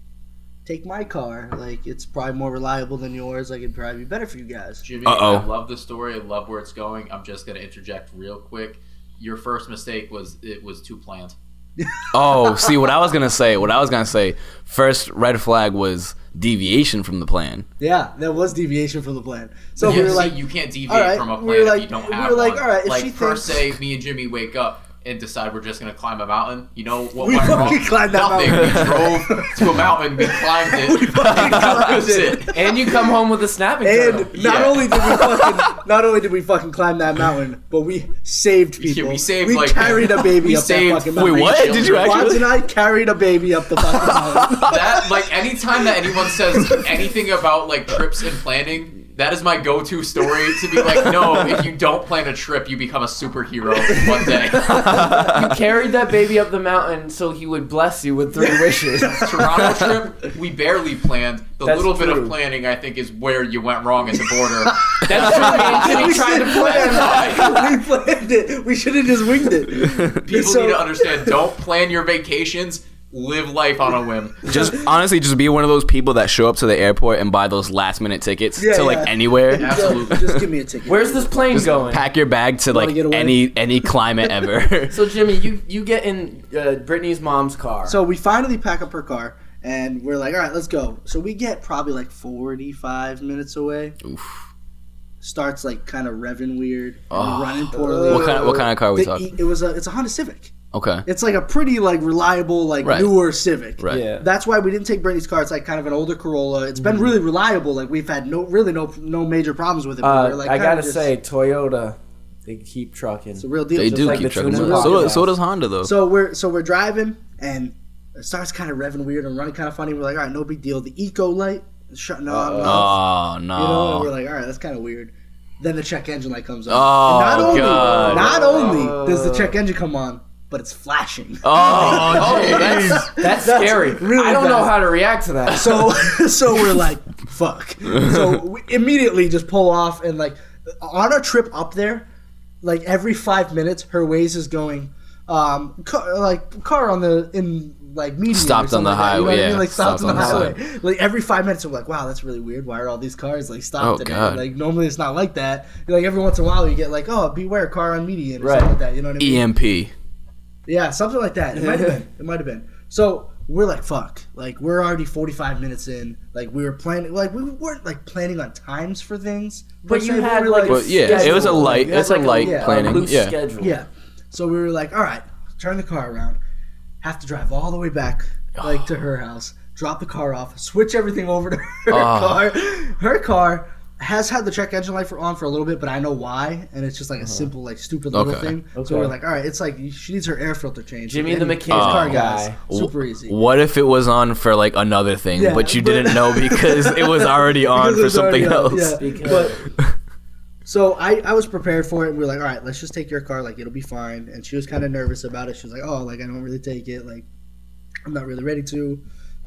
Speaker 4: take my car. Like it's probably more reliable than yours. Like it'd probably be better for you guys."
Speaker 2: Jimmy,
Speaker 3: Uh-oh.
Speaker 2: I love the story. I love where it's going. I'm just going to interject real quick. Your first mistake was it was too planned.
Speaker 3: Oh, see what I was gonna say. What I was gonna say. First red flag was deviation from the plan.
Speaker 4: Yeah, that was deviation from the plan. So
Speaker 2: Yeah,
Speaker 4: we were
Speaker 2: see,
Speaker 4: like,
Speaker 2: you can't deviate
Speaker 4: all right,
Speaker 2: from a
Speaker 4: we
Speaker 2: plan
Speaker 4: were
Speaker 2: if
Speaker 4: like-
Speaker 2: you don't
Speaker 4: we
Speaker 2: have
Speaker 4: were like,
Speaker 2: one.
Speaker 4: all right, if
Speaker 2: like
Speaker 4: she
Speaker 2: per
Speaker 4: thinks-
Speaker 2: se, me and Jimmy wake up and decide we're just gonna climb a mountain. You know what?
Speaker 4: We
Speaker 2: went wrong?
Speaker 4: fucking climbed that
Speaker 2: Nothing.
Speaker 4: mountain.
Speaker 2: We drove to a mountain. We climbed it. we
Speaker 4: fucking climbed it.
Speaker 1: And you come home with a snapping
Speaker 4: and
Speaker 1: turtle.
Speaker 4: not
Speaker 2: Yeah.
Speaker 4: only did we fucking, not only did we fucking climb that mountain, but we saved people.
Speaker 2: we saved,
Speaker 4: We
Speaker 2: like-
Speaker 4: carried a baby
Speaker 2: We
Speaker 4: up
Speaker 2: saved-
Speaker 4: that fucking
Speaker 2: wait,
Speaker 4: mountain.
Speaker 3: Wait, what? Did you
Speaker 4: Quads
Speaker 3: actually?
Speaker 4: and I carried a baby up the fucking mountain.
Speaker 2: that like anytime that anyone says anything about like trips and planning that is my go-to story to be like no if you don't plan a trip you become a superhero one day
Speaker 1: you carried that baby up the mountain so he would bless you with three wishes.
Speaker 2: toronto trip we barely planned the
Speaker 1: That's
Speaker 2: little bit
Speaker 1: true.
Speaker 2: of planning i think is where you went wrong at the border
Speaker 1: That's what me and Jimmy
Speaker 4: We
Speaker 1: tried to plan.
Speaker 4: should- we planned it. We should have just winged it.
Speaker 2: people
Speaker 4: So-
Speaker 2: need to understand don't plan your vacations live life on a whim
Speaker 3: Just honestly, just be one of those people that show up to the airport and buy those last minute tickets
Speaker 4: Yeah,
Speaker 3: to like
Speaker 4: yeah.
Speaker 3: anywhere.
Speaker 2: absolutely
Speaker 4: Just give me a ticket.
Speaker 1: Where's this plane going?
Speaker 3: Pack your bag to
Speaker 4: Wanna
Speaker 3: like
Speaker 4: get away?
Speaker 3: any any climate ever.
Speaker 1: So Jimmy, you you get in uh, Brittany's mom's car.
Speaker 4: So we finally pack up her car and we're like, all right, let's go. So we get probably like 45 minutes away. Starts like kind of revving weird,
Speaker 3: Oh.
Speaker 4: and running poorly.
Speaker 3: what kind of, what kind of car are we
Speaker 4: The- E,
Speaker 3: talking?
Speaker 4: It was a it's a Honda Civic.
Speaker 3: Okay.
Speaker 4: It's like a pretty like reliable like
Speaker 3: Right.
Speaker 4: newer Civic.
Speaker 3: Right.
Speaker 1: yeah. Mm-hmm.
Speaker 4: That's why we didn't take Brittany's car. It's like kind of an older Corolla. It's been really reliable. Like we've had no really no no major problems with it. but
Speaker 1: Uh,
Speaker 4: we're, like,
Speaker 1: I
Speaker 4: kinda
Speaker 1: gotta
Speaker 4: just-
Speaker 1: say, Toyota, they keep trucking.
Speaker 4: it's a real deal.
Speaker 3: They
Speaker 4: just
Speaker 3: do
Speaker 4: like
Speaker 1: the
Speaker 3: keep track of
Speaker 1: tuna
Speaker 3: them.
Speaker 1: box.
Speaker 3: So, does- so does Honda though.
Speaker 4: So we're so we're driving and it starts kind of revving weird and running kind of funny. We're like, all right, no big deal. The eco light is shutting on. and off,
Speaker 3: oh
Speaker 4: you know, and
Speaker 3: no.
Speaker 4: we're like, all right, that's kind of weird. Then the check engine light comes on.
Speaker 3: Oh,
Speaker 4: and not only
Speaker 3: God.
Speaker 4: not only
Speaker 1: Uh.
Speaker 4: does the check engine come on, but it's flashing.
Speaker 3: oh,
Speaker 2: oh
Speaker 1: that's, that's
Speaker 4: That's
Speaker 1: scary.
Speaker 4: really
Speaker 1: I don't know
Speaker 4: bad.
Speaker 1: how to react to that.
Speaker 4: So so we're like, fuck. So we immediately just pull off and like on our trip up there, like every five minutes, her ways is going, um, car, like car on the in like median or
Speaker 3: Stopped on the
Speaker 4: something like that, you know
Speaker 3: highway,
Speaker 4: what I mean?
Speaker 3: yeah,
Speaker 4: like stopped, on the highway.
Speaker 3: stopped
Speaker 4: Like every five minutes, we're like, wow, that's really weird. Why are all these cars like stopped?
Speaker 3: Oh,
Speaker 4: today?
Speaker 3: God.
Speaker 4: Like normally it's not like that. Like every once in a while, you get like, oh, beware, car on median, or
Speaker 1: Right.
Speaker 4: something like that. You know what I
Speaker 3: E
Speaker 4: mean?
Speaker 3: EMP.
Speaker 4: Yeah, something like that. It might have been. It might have been. So we're like, fuck. Like we're already forty five minutes in. Like we were planning. Like we weren't like planning on times for things. per
Speaker 1: But you
Speaker 4: se,
Speaker 1: had
Speaker 4: we were
Speaker 1: like,
Speaker 3: Well, yeah, it
Speaker 1: schedule.
Speaker 3: was a light-
Speaker 1: You had,
Speaker 3: it's a light
Speaker 1: yeah,
Speaker 3: planning,
Speaker 1: loose
Speaker 3: yeah.
Speaker 1: schedule.
Speaker 4: yeah. So we were like, all right, turn the car around. Have to drive all the way back, like to her house. Drop the car off. Switch everything over to her car. Her car has had the check engine light for on for a little bit, but I know why, and it's just like a simple, like stupid little
Speaker 3: Okay.
Speaker 4: thing.
Speaker 1: Okay.
Speaker 4: So we're like, all right, it's like she needs her air filter changed.
Speaker 1: Jimmy
Speaker 4: And
Speaker 1: the mechanic
Speaker 4: car
Speaker 1: guy.
Speaker 4: guys, super easy.
Speaker 3: What if it was on for like another thing,
Speaker 4: Yeah,
Speaker 3: but you
Speaker 4: but-
Speaker 3: didn't know because it was already on
Speaker 4: Because it
Speaker 3: for
Speaker 4: was
Speaker 3: something
Speaker 4: already
Speaker 3: else?
Speaker 4: on, yeah.
Speaker 1: Because-
Speaker 4: So I, I was prepared for it, and we were like, all right, let's just take your car, like it'll be fine. And she was kind of nervous about it. She was like, oh, like I don't really take it, like I'm not really ready to.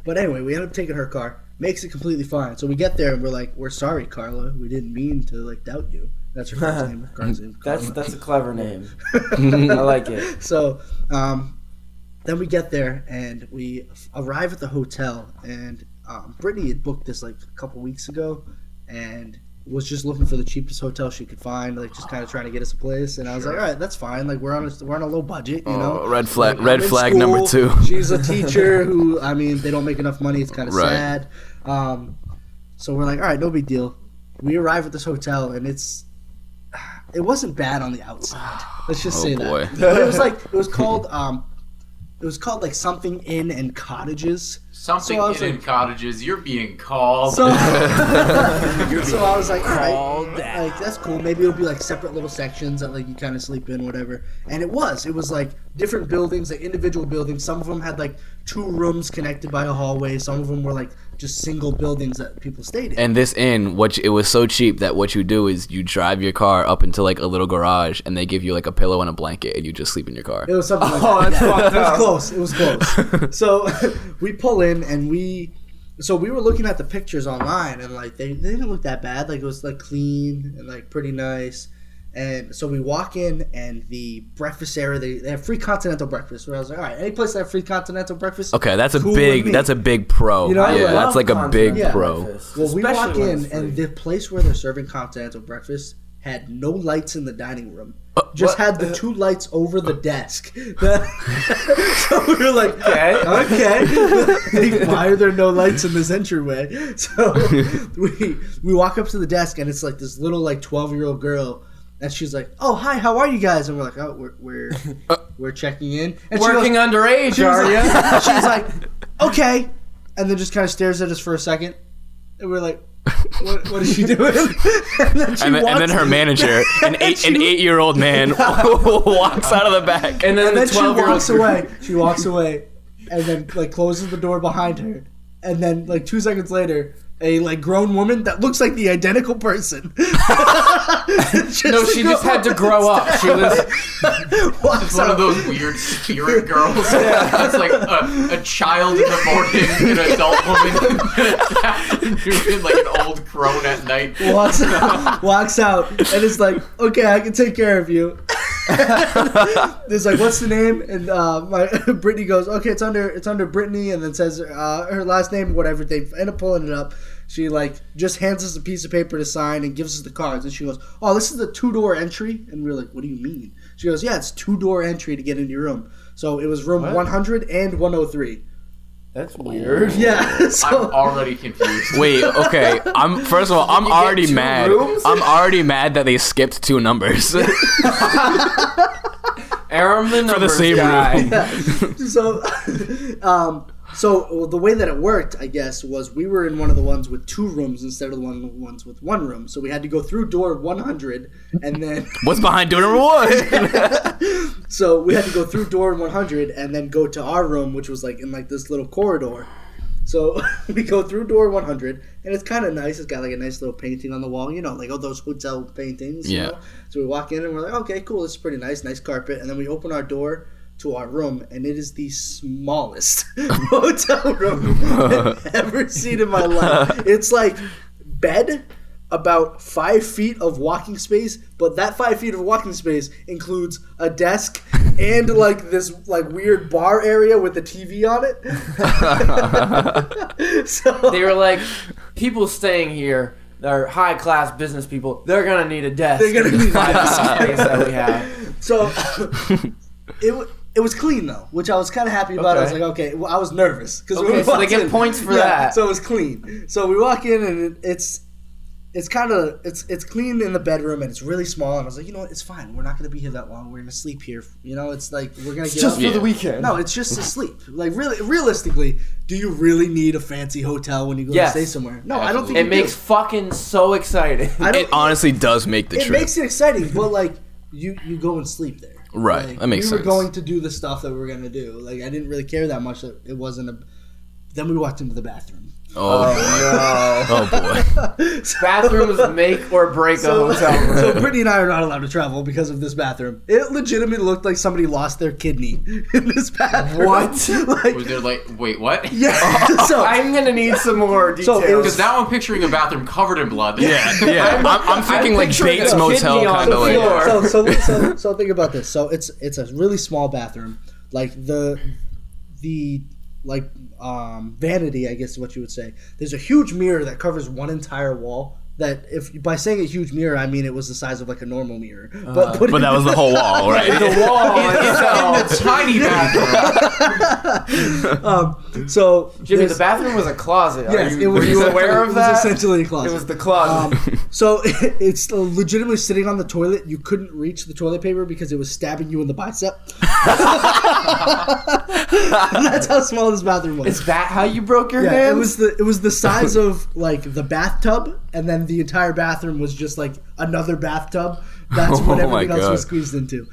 Speaker 4: But anyway, we end up taking her car, makes it completely fine. So we get there, and we're like, we're sorry, Carla, we didn't mean to like doubt you. That's her first name. her car's name
Speaker 1: that's
Speaker 4: Carla.
Speaker 1: that's a clever name. I like it.
Speaker 4: So um, then we get there, and we f- arrive at the hotel, and um, Brittany had booked this like a couple weeks ago, and was just looking for the cheapest hotel she could find, like just kind of trying to get us a place. And I was like, all right, that's fine. Like we're on a, we're on a low budget, you know.
Speaker 3: Oh, red flag.
Speaker 4: Like, I'm
Speaker 3: red
Speaker 4: in
Speaker 3: flag number
Speaker 4: school.
Speaker 3: two.
Speaker 4: She's a teacher who, I mean, they don't make enough money. It's kind of
Speaker 3: Right.
Speaker 4: sad. Um, so we're like, all right, no big deal. We arrive at this hotel, and it's it wasn't bad on the outside. Let's just
Speaker 3: Oh,
Speaker 4: say
Speaker 3: boy.
Speaker 4: that. But it was like it was called um, it was called like something inn and cottages.
Speaker 2: something
Speaker 4: So I
Speaker 2: in
Speaker 4: was like-
Speaker 2: cottages you're being called
Speaker 4: So, so I was like, all right, like that's cool. Maybe it'll be like separate little sections that like you kind of sleep in, whatever. And it was, it was like different buildings, like individual buildings. Some of them had like two rooms connected by a hallway. Some of them were like just single buildings that people stayed in.
Speaker 3: And this inn, what you, it was so cheap that what you do is you drive your car up into like a little garage, and they give you like a pillow and a blanket, and you just sleep in your car.
Speaker 4: It was something like
Speaker 1: Oh,
Speaker 4: that.
Speaker 1: that's
Speaker 4: yeah.
Speaker 1: fucked
Speaker 4: It
Speaker 1: up.
Speaker 4: was close. It was close. so we pull in and we so we were looking at the pictures online and like they, they didn't look that bad. Like it was like clean and like pretty nice. And so we walk in and the breakfast area they, they have free continental breakfast. Where I was like, all right, any place that have free continental breakfast?
Speaker 3: Okay, that's a
Speaker 4: Cool with me.
Speaker 3: big. That's a big pro.
Speaker 4: You know, I
Speaker 3: yeah,
Speaker 4: love
Speaker 3: that's like a big
Speaker 4: Yeah.
Speaker 3: pro.
Speaker 4: Well, we walk
Speaker 1: Especially when
Speaker 4: in
Speaker 1: it's
Speaker 4: and
Speaker 1: free.
Speaker 4: the place where they're serving continental breakfast had no lights in the dining room. just had the two lights over the desk. so we were like, okay, okay. Like, why are there no lights in this entryway? So we we walk up to the desk and it's like this little like twelve year old girl. And she's like, "Oh, hi, how are you guys?" And we're like, "Oh, we're we're, we're checking in." And she goes-
Speaker 1: Working underage, are
Speaker 4: was
Speaker 1: you?
Speaker 4: like- She's like, okay, and then just kind of stares at us for a second, and we're like, what, what is she doing? and then, she
Speaker 3: And, then- and then
Speaker 4: walks-
Speaker 3: her manager, an eight an eight year old man, walks out of the back.
Speaker 1: And then,
Speaker 4: and then
Speaker 1: the
Speaker 4: she
Speaker 1: 12 year old
Speaker 4: walks away. She walks away, and then like closes the door behind her, and then like two seconds later. A like grown woman that looks like the identical person.
Speaker 1: No, she just had to grow up. She was
Speaker 4: Walks
Speaker 2: one
Speaker 4: out.
Speaker 2: of those weird spirit girls. It's like a, a child in the morning, an adult woman, in the afternoon, like an old crone at night.
Speaker 4: walks out, walks out, and it's like, okay, I can take care of you. it's like, what's the name? And uh, my Brittany goes, okay, it's under it's under Brittany, and then says uh, her last name, whatever. They end up pulling it up. She like just hands us a piece of paper to sign and gives us the cards, and she goes, oh, this is the two door entry, and we're like, what do you mean? She goes, yeah, it's two door entry to get into your room. So it was room
Speaker 1: What?
Speaker 4: 100 and 103.
Speaker 1: That's weird.
Speaker 4: Yeah.
Speaker 2: I'm
Speaker 4: So
Speaker 2: already confused.
Speaker 3: Wait, okay. I'm first of all, I'm
Speaker 1: you get
Speaker 3: already
Speaker 1: two
Speaker 3: mad.
Speaker 1: rooms?
Speaker 3: I'm already mad that they skipped two numbers.
Speaker 1: Aram the numbers
Speaker 3: same
Speaker 1: guy.
Speaker 3: room.
Speaker 4: so um so well, the way that it worked i guess was we were in one of the ones with two rooms instead of the one of the ones with one room so we had to go through door 100 and then
Speaker 3: What's behind door number one?
Speaker 4: so we had to go through door 100 and then go to our room which was like in like this little corridor so we go through door 100 and it's kind of nice it's got like a nice little painting on the wall you know like all those hotel paintings you
Speaker 3: Yeah.
Speaker 4: know? so we walk in and we're like okay cool this is pretty nice nice carpet and then we open our door to our room and it is the smallest hotel room I've ever seen in my life it's like bed about five feet of walking space, but that five feet of walking space includes a desk and like this like weird bar area with a TV on it. so
Speaker 1: They were like, people staying here are high class business people. They're gonna need a desk.
Speaker 4: They're gonna
Speaker 1: in the
Speaker 4: need a
Speaker 1: five
Speaker 4: desk.
Speaker 1: feet space that we have.
Speaker 4: so it wa- it was clean though, which I was kind of happy about. I was
Speaker 1: Okay.
Speaker 4: like, okay, well, I was nervous because
Speaker 1: Okay, so they get points for that.
Speaker 4: So it was clean. So we walk in and it, it's. It's kind of it's it's clean in the bedroom and it's really small and I was like you know what it's fine we're not gonna be here that long we're gonna sleep here you know it's like we're gonna get
Speaker 1: Just
Speaker 4: up-
Speaker 1: for the weekend.
Speaker 4: No, it's just to sleep. Like really, realistically, do you really need a fancy hotel when you go
Speaker 1: Yes.
Speaker 4: to stay somewhere? No, I don't think
Speaker 1: It
Speaker 4: you
Speaker 1: makes
Speaker 4: Do.
Speaker 1: fucking so excited.
Speaker 4: I don't,
Speaker 3: it honestly does make the
Speaker 4: it
Speaker 3: trip.
Speaker 4: makes it exciting, but like you you go and sleep there.
Speaker 3: Right,
Speaker 4: Like,
Speaker 3: that makes
Speaker 4: we
Speaker 3: sense.
Speaker 4: were going to do the stuff that we were gonna do. Like I didn't really care that much. That it wasn't a. Then we walked into the bathroom.
Speaker 3: oh,
Speaker 1: No.
Speaker 3: oh boy.
Speaker 1: Bathrooms make or break a hotel room.
Speaker 4: so Brittany and I are not allowed to travel because of this bathroom. It legitimately looked like somebody lost their kidney in this bathroom.
Speaker 1: What?
Speaker 4: like,
Speaker 2: Was there like, wait, what?
Speaker 4: yeah. so
Speaker 1: I'm gonna need some more details.
Speaker 4: So it was-
Speaker 2: Because now I'm picturing a bathroom covered in blood.
Speaker 3: Yeah, yeah. I'm, I'm thinking like
Speaker 1: picturing
Speaker 3: Bates
Speaker 1: a
Speaker 3: Motel
Speaker 1: kidney on
Speaker 3: kind
Speaker 1: the
Speaker 3: of like.
Speaker 1: floor.
Speaker 4: so, so, so, so think about this. So it's it's a really small bathroom, like the the like um, vanity, I guess is what you would say. There's a huge mirror that covers one entire wall. That if by saying a huge mirror, I mean it was the size of like a normal mirror,
Speaker 1: Uh,
Speaker 4: but put
Speaker 3: But
Speaker 4: it-
Speaker 3: that was the whole wall, right?
Speaker 1: the wall
Speaker 2: In
Speaker 4: "Oh."
Speaker 1: itself.
Speaker 2: the tiny bathroom.
Speaker 4: um, so
Speaker 1: Jimmy, the
Speaker 4: there's-
Speaker 1: bathroom was a closet. Are
Speaker 4: Yes,
Speaker 1: you-
Speaker 4: it was,
Speaker 1: were you aware of
Speaker 4: It
Speaker 1: that?
Speaker 4: was essentially a closet.
Speaker 1: It was the closet.
Speaker 4: Um, So it's legitimately sitting on the toilet. You couldn't reach the toilet paper because it was stabbing you in the bicep. That's how small this bathroom was.
Speaker 1: Is that how you broke your
Speaker 4: yeah,
Speaker 1: hand?
Speaker 4: it was the it was the size of like the bathtub, and then the entire bathroom was just like another bathtub. That's
Speaker 3: Oh
Speaker 4: what
Speaker 3: my
Speaker 4: everything else
Speaker 3: God.
Speaker 4: was squeezed into.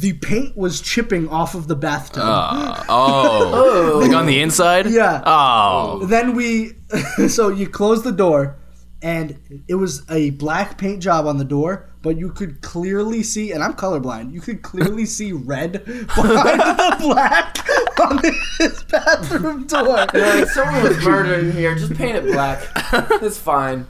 Speaker 4: The paint was chipping off of the bathtub.
Speaker 3: Uh, oh. Like on the inside?
Speaker 4: Yeah.
Speaker 3: Oh.
Speaker 4: then we so you close the door and it was a black paint job on the door but you could clearly see and i'm colorblind you could clearly see red behind the black on this bathroom door
Speaker 1: They're like, someone was murdered in here. Just paint it black.
Speaker 3: Oh
Speaker 1: It's fine.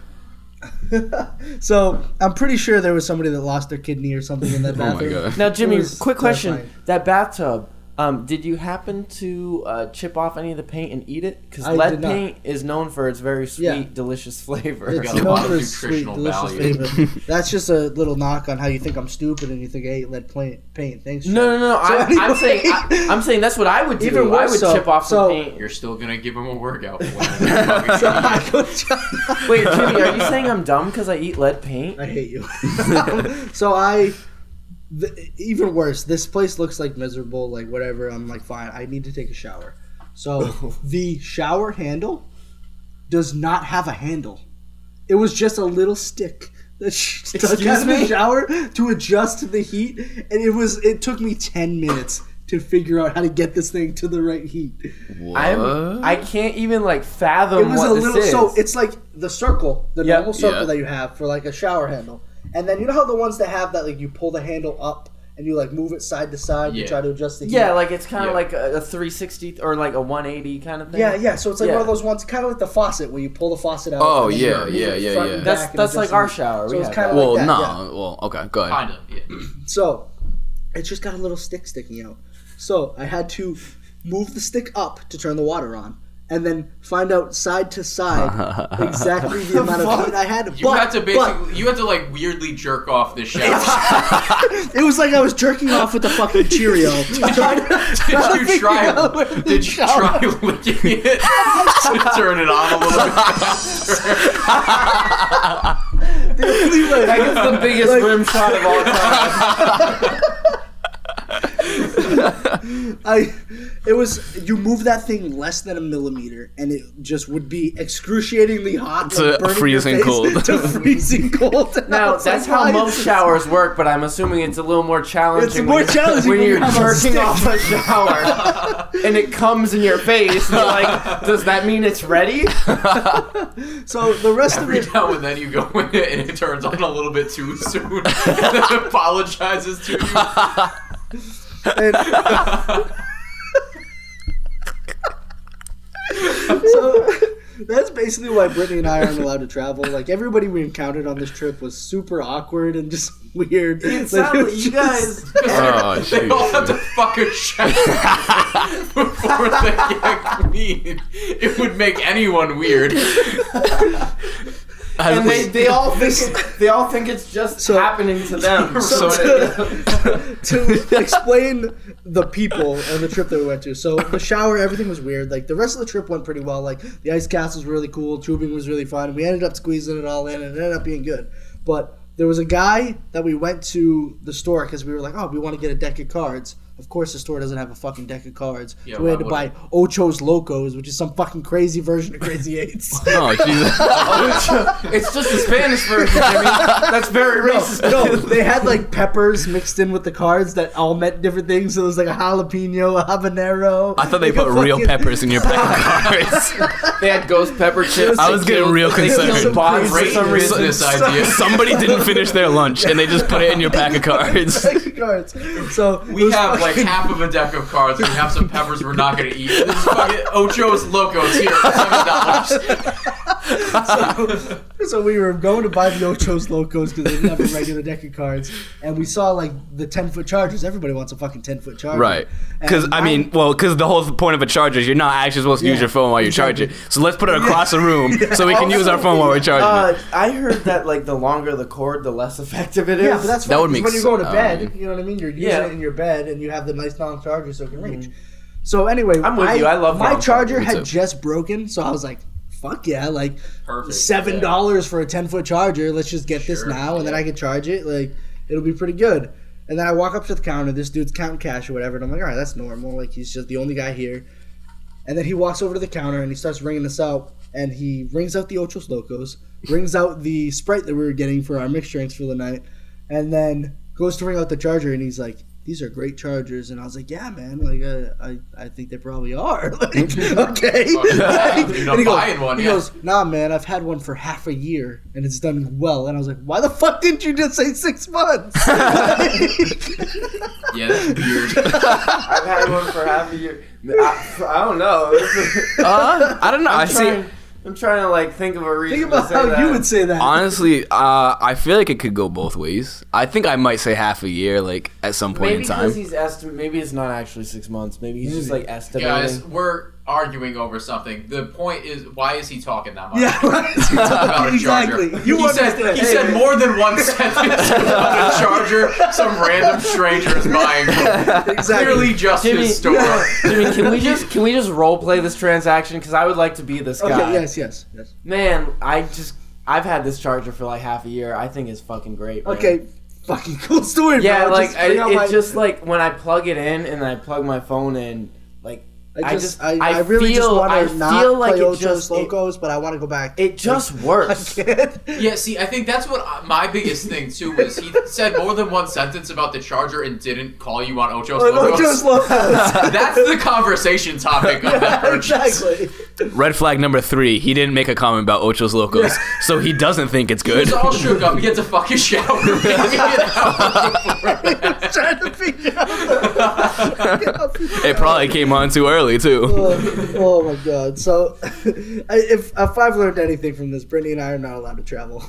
Speaker 4: so i'm pretty sure there was somebody that lost their kidney or something in that
Speaker 3: Oh
Speaker 4: bathroom
Speaker 3: my god.
Speaker 1: Now, Jimmy,
Speaker 4: was
Speaker 1: quick question:
Speaker 4: terrifying.
Speaker 1: That bathtub. Um, did you happen to uh, chip off any of the paint and eat it? Because
Speaker 4: I
Speaker 1: lead
Speaker 4: did not.
Speaker 1: paint is known for its very sweet,
Speaker 4: Yeah.
Speaker 1: delicious flavor.
Speaker 4: It's
Speaker 2: got a lot
Speaker 4: known
Speaker 2: of
Speaker 4: for its sweet,
Speaker 2: nutritional
Speaker 4: delicious
Speaker 2: value.
Speaker 4: flavor. That's just a little knock on how you think I'm stupid and you think I ate lead paint. paint. Thanks.
Speaker 1: No, no,
Speaker 4: Sean.
Speaker 1: no. no.
Speaker 4: So
Speaker 1: I, I'm
Speaker 4: anyway-
Speaker 1: saying I, I'm saying that's what I would do.
Speaker 4: Even
Speaker 1: I
Speaker 4: worse,
Speaker 1: would
Speaker 4: so-
Speaker 1: chip off
Speaker 4: so-
Speaker 1: some paint.
Speaker 2: You're still gonna give him a workout. plan.
Speaker 1: Wait, Jimmy, are you saying I'm dumb because I eat lead paint?
Speaker 4: I hate you. so I, th- even worse. This place looks like miserable. Like whatever. I'm like fine. I need to take a shower. So the shower handle does not have a handle. It was just a little stick that she stuck
Speaker 1: Excuse
Speaker 4: out of the
Speaker 1: me?
Speaker 4: shower to adjust to the heat, and it was. It took me ten minutes to figure out how to get this thing to the right heat.
Speaker 1: I'm, I can't even like fathom
Speaker 4: It was
Speaker 1: what
Speaker 4: a
Speaker 1: this
Speaker 4: little.
Speaker 1: is.
Speaker 4: So it's like the circle, the
Speaker 1: Yeah.
Speaker 4: normal circle
Speaker 3: Yeah.
Speaker 4: that you have for like a shower handle, and then you know how the ones that have that like you pull the handle up and you like move it side to side, you
Speaker 2: Yeah.
Speaker 4: try to adjust the heat.
Speaker 1: yeah, like it's kind of
Speaker 2: Yeah.
Speaker 1: like a, a 360 th- or like a 180 kind of thing.
Speaker 4: yeah, yeah. So it's like
Speaker 1: Yeah.
Speaker 4: one of those ones, kind of like the faucet where you pull the faucet out.
Speaker 3: Oh,
Speaker 4: and then you
Speaker 3: yeah,
Speaker 4: move
Speaker 3: yeah,
Speaker 4: it
Speaker 3: yeah,
Speaker 4: front
Speaker 3: yeah.
Speaker 4: and
Speaker 1: That's
Speaker 4: back and
Speaker 1: that's like
Speaker 4: adjust
Speaker 1: our
Speaker 4: the heat.
Speaker 1: shower.
Speaker 4: So
Speaker 1: we
Speaker 4: it's
Speaker 1: have
Speaker 4: kinda
Speaker 1: that.
Speaker 4: like
Speaker 3: Well,
Speaker 4: that,
Speaker 3: no.
Speaker 4: yeah.
Speaker 3: Well, okay, go ahead.
Speaker 2: kind of. Yeah.
Speaker 4: So it just got a little stick sticking out. So I had to move the stick up to turn the water on. And then find out side to side exactly the amount of heat I had.
Speaker 2: You
Speaker 4: but,
Speaker 2: had to
Speaker 4: but-
Speaker 2: basically, you had to like weirdly jerk off the shower.
Speaker 4: It was like I was jerking off with a fucking Cheerio.
Speaker 2: did you
Speaker 4: out
Speaker 2: try?
Speaker 4: where the
Speaker 2: Did you try licking it to turn it on a little bit faster?
Speaker 1: That is the biggest
Speaker 4: Like-
Speaker 1: rim shot of all time.
Speaker 4: I, it was you move that thing less than a millimeter, and it just would be excruciatingly hot
Speaker 3: To
Speaker 4: burning your
Speaker 3: freezing
Speaker 4: face
Speaker 3: cold.
Speaker 4: To freezing cold. And I
Speaker 1: Now
Speaker 4: was
Speaker 1: that's
Speaker 4: like,
Speaker 1: how
Speaker 4: why
Speaker 1: most
Speaker 4: is-
Speaker 1: showers work, but I'm assuming it's a little more challenging.
Speaker 4: It's
Speaker 1: when
Speaker 4: more
Speaker 1: you're-
Speaker 4: challenging
Speaker 1: when
Speaker 4: when you
Speaker 1: you're
Speaker 4: have a
Speaker 1: jerking
Speaker 4: stick.
Speaker 1: off a shower and it comes in your face. And you're like, does that mean it's ready?
Speaker 4: So the rest of
Speaker 2: Every
Speaker 4: it.
Speaker 2: now and then you go in it and it turns on a little bit too soon. and it apologizes to you.
Speaker 4: And, so that's basically why Brittany and I aren't allowed to travel. Like everybody we encountered on this trip was super awkward and just weird. Like, it
Speaker 1: Sadly,
Speaker 4: was
Speaker 1: you
Speaker 4: just-
Speaker 1: guys.
Speaker 3: Oh,
Speaker 2: They
Speaker 3: jeez.
Speaker 2: all have to fuck a shower before they get clean. It would make anyone weird.
Speaker 3: I
Speaker 1: and they,
Speaker 3: was-
Speaker 1: they all think it, they all think it's just
Speaker 4: So-
Speaker 1: happening to them.
Speaker 4: So
Speaker 1: So,
Speaker 4: to, to explain the people and the trip that we went to. So the shower, everything was weird. Like the rest of the trip went pretty well. Like the ice castle was really cool. Tubing was really fun. We ended up squeezing it all in, and it ended up being good. But there was a guy that we went to the store because we were like, oh, we want to get a deck of cards. Of course, the store doesn't have a fucking deck of cards.
Speaker 2: Yeah,
Speaker 4: so we had
Speaker 2: why
Speaker 4: to buy Ocho's Locos, which is some fucking crazy version of Crazy Eights.
Speaker 3: Oh, Jesus.
Speaker 1: it's just a Spanish version. I mean, that's very racist.
Speaker 4: No, they had like peppers mixed in with the cards that all meant different things. So it was like a jalapeno, a habanero.
Speaker 3: I thought they
Speaker 4: like
Speaker 3: put
Speaker 4: a
Speaker 3: real
Speaker 4: fucking-
Speaker 3: peppers in your pack of cards.
Speaker 1: They had ghost pepper chips.
Speaker 3: I was
Speaker 1: They
Speaker 3: getting
Speaker 1: killed-
Speaker 3: real
Speaker 1: they killed
Speaker 3: concerned.
Speaker 1: some bots for
Speaker 2: Great
Speaker 1: some reason.
Speaker 2: business idea.
Speaker 3: Somebody didn't finish their lunch and they just put it in your pack of cards.
Speaker 4: cards. So it
Speaker 2: We
Speaker 4: was
Speaker 2: have like
Speaker 4: fucking-
Speaker 2: half of a deck of cards. We have some peppers we're not gonna eat. This is fucking Ocho's Locos here for seven dollars.
Speaker 4: So we were going to buy the Ochos Locos because they didn't have a regular deck of cards, and we saw like the ten foot chargers. Everybody wants a fucking ten foot charger,
Speaker 3: Right. Because,
Speaker 4: And
Speaker 3: I mean, well, because the whole point of a charger is you're not actually supposed to use
Speaker 4: Yeah,
Speaker 3: your phone while you charge it. So let's put it across the room so we can use our phone while we're charging it.
Speaker 1: Uh, I heard that like the longer the cord, the less effective it is.
Speaker 4: Yeah, but that's
Speaker 3: That
Speaker 4: fine,
Speaker 3: would
Speaker 4: 'cause
Speaker 3: make
Speaker 4: when you're going to
Speaker 3: s-
Speaker 4: bed.
Speaker 3: uh,
Speaker 4: you know what I mean. You're using
Speaker 1: Yeah.
Speaker 4: it in your bed, and you have the nice long charger so it can reach.
Speaker 3: Mm-hmm.
Speaker 4: So anyway,
Speaker 1: I'm with you. I love
Speaker 4: my
Speaker 1: long
Speaker 4: charger
Speaker 1: chargers,
Speaker 4: had
Speaker 3: too.
Speaker 4: just broken, so I was like, "Fuck yeah!" Like
Speaker 2: Perfect.
Speaker 4: seven
Speaker 2: Yeah.
Speaker 4: dollars for a ten foot charger. Let's just get this
Speaker 2: Sure,
Speaker 4: now, and then I can charge it. Like it'll be pretty good. And then I walk up to the counter. This dude's counting cash or whatever, and I'm like, "All right, that's normal. Like he's just the only guy here." And then he walks over to the counter and he starts ringing us out. And he rings out the Ochos Locos, rings out the Sprite that we were getting for our mixed drinks for the night, and then goes to ring out the charger. And he's like, "These are great chargers." And I was like, "Yeah, man. Like, uh, I I think they probably are. Like, okay."
Speaker 2: yeah.
Speaker 4: Like,
Speaker 2: You're not
Speaker 4: and he goes-
Speaker 2: buying one,
Speaker 4: He
Speaker 2: yeah.
Speaker 4: goes, "Nah, man. I've had one for half a year and it's done well." And I was like, "Why the fuck didn't you just say six months?"
Speaker 2: Yeah, that's weird.
Speaker 1: I've had one for half a year. I, I don't know. It's-
Speaker 3: Uh, I don't know. i see.
Speaker 1: trying- I'm trying to like think of a reason.
Speaker 4: Think about
Speaker 1: to say
Speaker 4: how
Speaker 1: that.
Speaker 4: you would say that.
Speaker 3: Honestly, uh, I feel like it could go both ways. I think I might say half a year, like at some point
Speaker 1: Maybe
Speaker 3: in
Speaker 1: because
Speaker 3: time.
Speaker 1: he's estimating. Maybe it's not actually six months. Maybe he's just like estimating.
Speaker 2: Guys, we're arguing over something. The point is, why is he talking that much?
Speaker 4: yeah, right.
Speaker 2: About a charger.
Speaker 4: exactly. You
Speaker 2: he said,
Speaker 4: understand.
Speaker 2: he said more than one sentence about a charger some random stranger is buying. from
Speaker 4: Exactly.
Speaker 2: Clearly just
Speaker 1: Jimmy,
Speaker 2: his store.
Speaker 1: Jimmy, can we just can we just role play this transaction? Because I would like to be this
Speaker 4: Okay.
Speaker 1: guy.
Speaker 4: Yes. Yes. Yes.
Speaker 1: Man, I just I've had this charger for like half a year. I think it's fucking great. man.
Speaker 4: Okay. Fucking cool story,
Speaker 1: Yeah,
Speaker 4: bro.
Speaker 1: like
Speaker 4: just
Speaker 1: I,
Speaker 4: bring out
Speaker 1: it's
Speaker 4: my-
Speaker 1: just like when I plug it in and I plug my phone in, like
Speaker 4: I just, I,
Speaker 1: I
Speaker 4: I, really just
Speaker 1: feel-
Speaker 4: want
Speaker 1: I
Speaker 4: to not
Speaker 1: feel like
Speaker 4: play
Speaker 1: it
Speaker 4: Ocho
Speaker 1: just- it-
Speaker 4: Locos, but I want to go back.
Speaker 1: it just
Speaker 4: I
Speaker 1: works.
Speaker 4: can't.
Speaker 2: Yeah, see, I think that's what I, my biggest thing too was he said more than one sentence about the charger and didn't call you on Ocho's
Speaker 4: Ocho
Speaker 2: logos.
Speaker 4: Locos.
Speaker 2: That's the conversation topic of that purchase.
Speaker 4: exactly.
Speaker 3: Red flag number three: he didn't make a comment about Ocho's Locos, so he doesn't think it's good.
Speaker 2: He's all shook up. He gets a fucking shower.
Speaker 4: Trying to figure out. the-
Speaker 3: It probably came on too early too.
Speaker 4: oh, oh my god! So, I- if if I've learned anything from this, Brittany and I are not allowed to travel.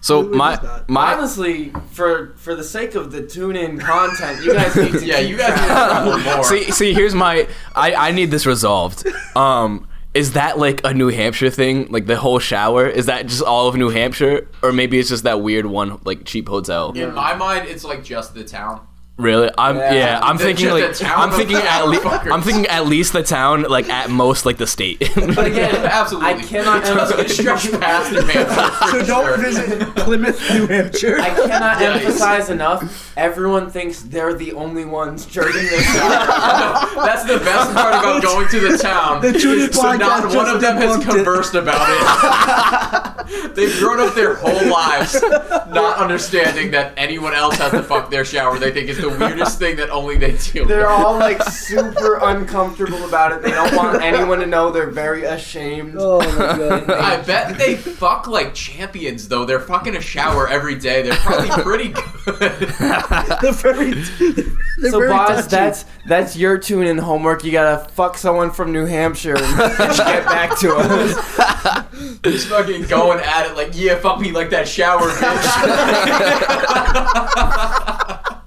Speaker 3: So
Speaker 4: Really
Speaker 3: my
Speaker 4: is not.
Speaker 3: my
Speaker 1: Honestly, for for the sake of the tune in content, you guys need to
Speaker 2: yeah,
Speaker 1: keep
Speaker 2: you guys
Speaker 1: track.
Speaker 2: need to more.
Speaker 3: see see here's my I I need this resolved. Um, is that like a New Hampshire thing? Like the whole shower? Is that just all of New Hampshire, or maybe it's just that weird one like cheap hotel?
Speaker 2: in my mind, it's like just the town.
Speaker 3: Really? I'm yeah.
Speaker 1: Yeah.
Speaker 3: I'm
Speaker 2: The-
Speaker 3: thinking
Speaker 2: just
Speaker 3: like
Speaker 2: the town
Speaker 3: I'm
Speaker 2: of
Speaker 3: thinking at least
Speaker 2: motherfuckers.
Speaker 3: I'm thinking at least the town, like at most like the state.
Speaker 1: But again,
Speaker 2: Absolutely.
Speaker 1: I cannot
Speaker 2: It doesn't
Speaker 1: emphasize.
Speaker 2: stretch past the man.
Speaker 4: So don't visit Plymouth, New Hampshire.
Speaker 1: I cannot
Speaker 2: Yeah, it's-
Speaker 1: emphasize enough. Everyone thinks they're the only ones jerking their shower.
Speaker 2: That's the best part about going to the town.
Speaker 4: The Judy
Speaker 2: is so
Speaker 4: podcast
Speaker 2: not one
Speaker 4: just
Speaker 2: of them has
Speaker 4: debunked it.
Speaker 2: conversed about it. They've grown up their whole lives not understanding that anyone else has to fuck their shower. They think it's the weirdest thing that only they do.
Speaker 1: They're all like super uncomfortable about it. They don't want anyone to know. They're very ashamed.
Speaker 4: oh my god!
Speaker 2: I bet they fuck like champions though. They're fucking a shower every day. They're probably pretty good.
Speaker 4: They're very. They're
Speaker 1: So,
Speaker 4: very
Speaker 1: Boz,
Speaker 4: touchy.
Speaker 1: that's that's your tune in homework. You gotta fuck someone from New Hampshire and get back to us.
Speaker 2: Just fucking going at it like, yeah, fuck me like that shower, bitch.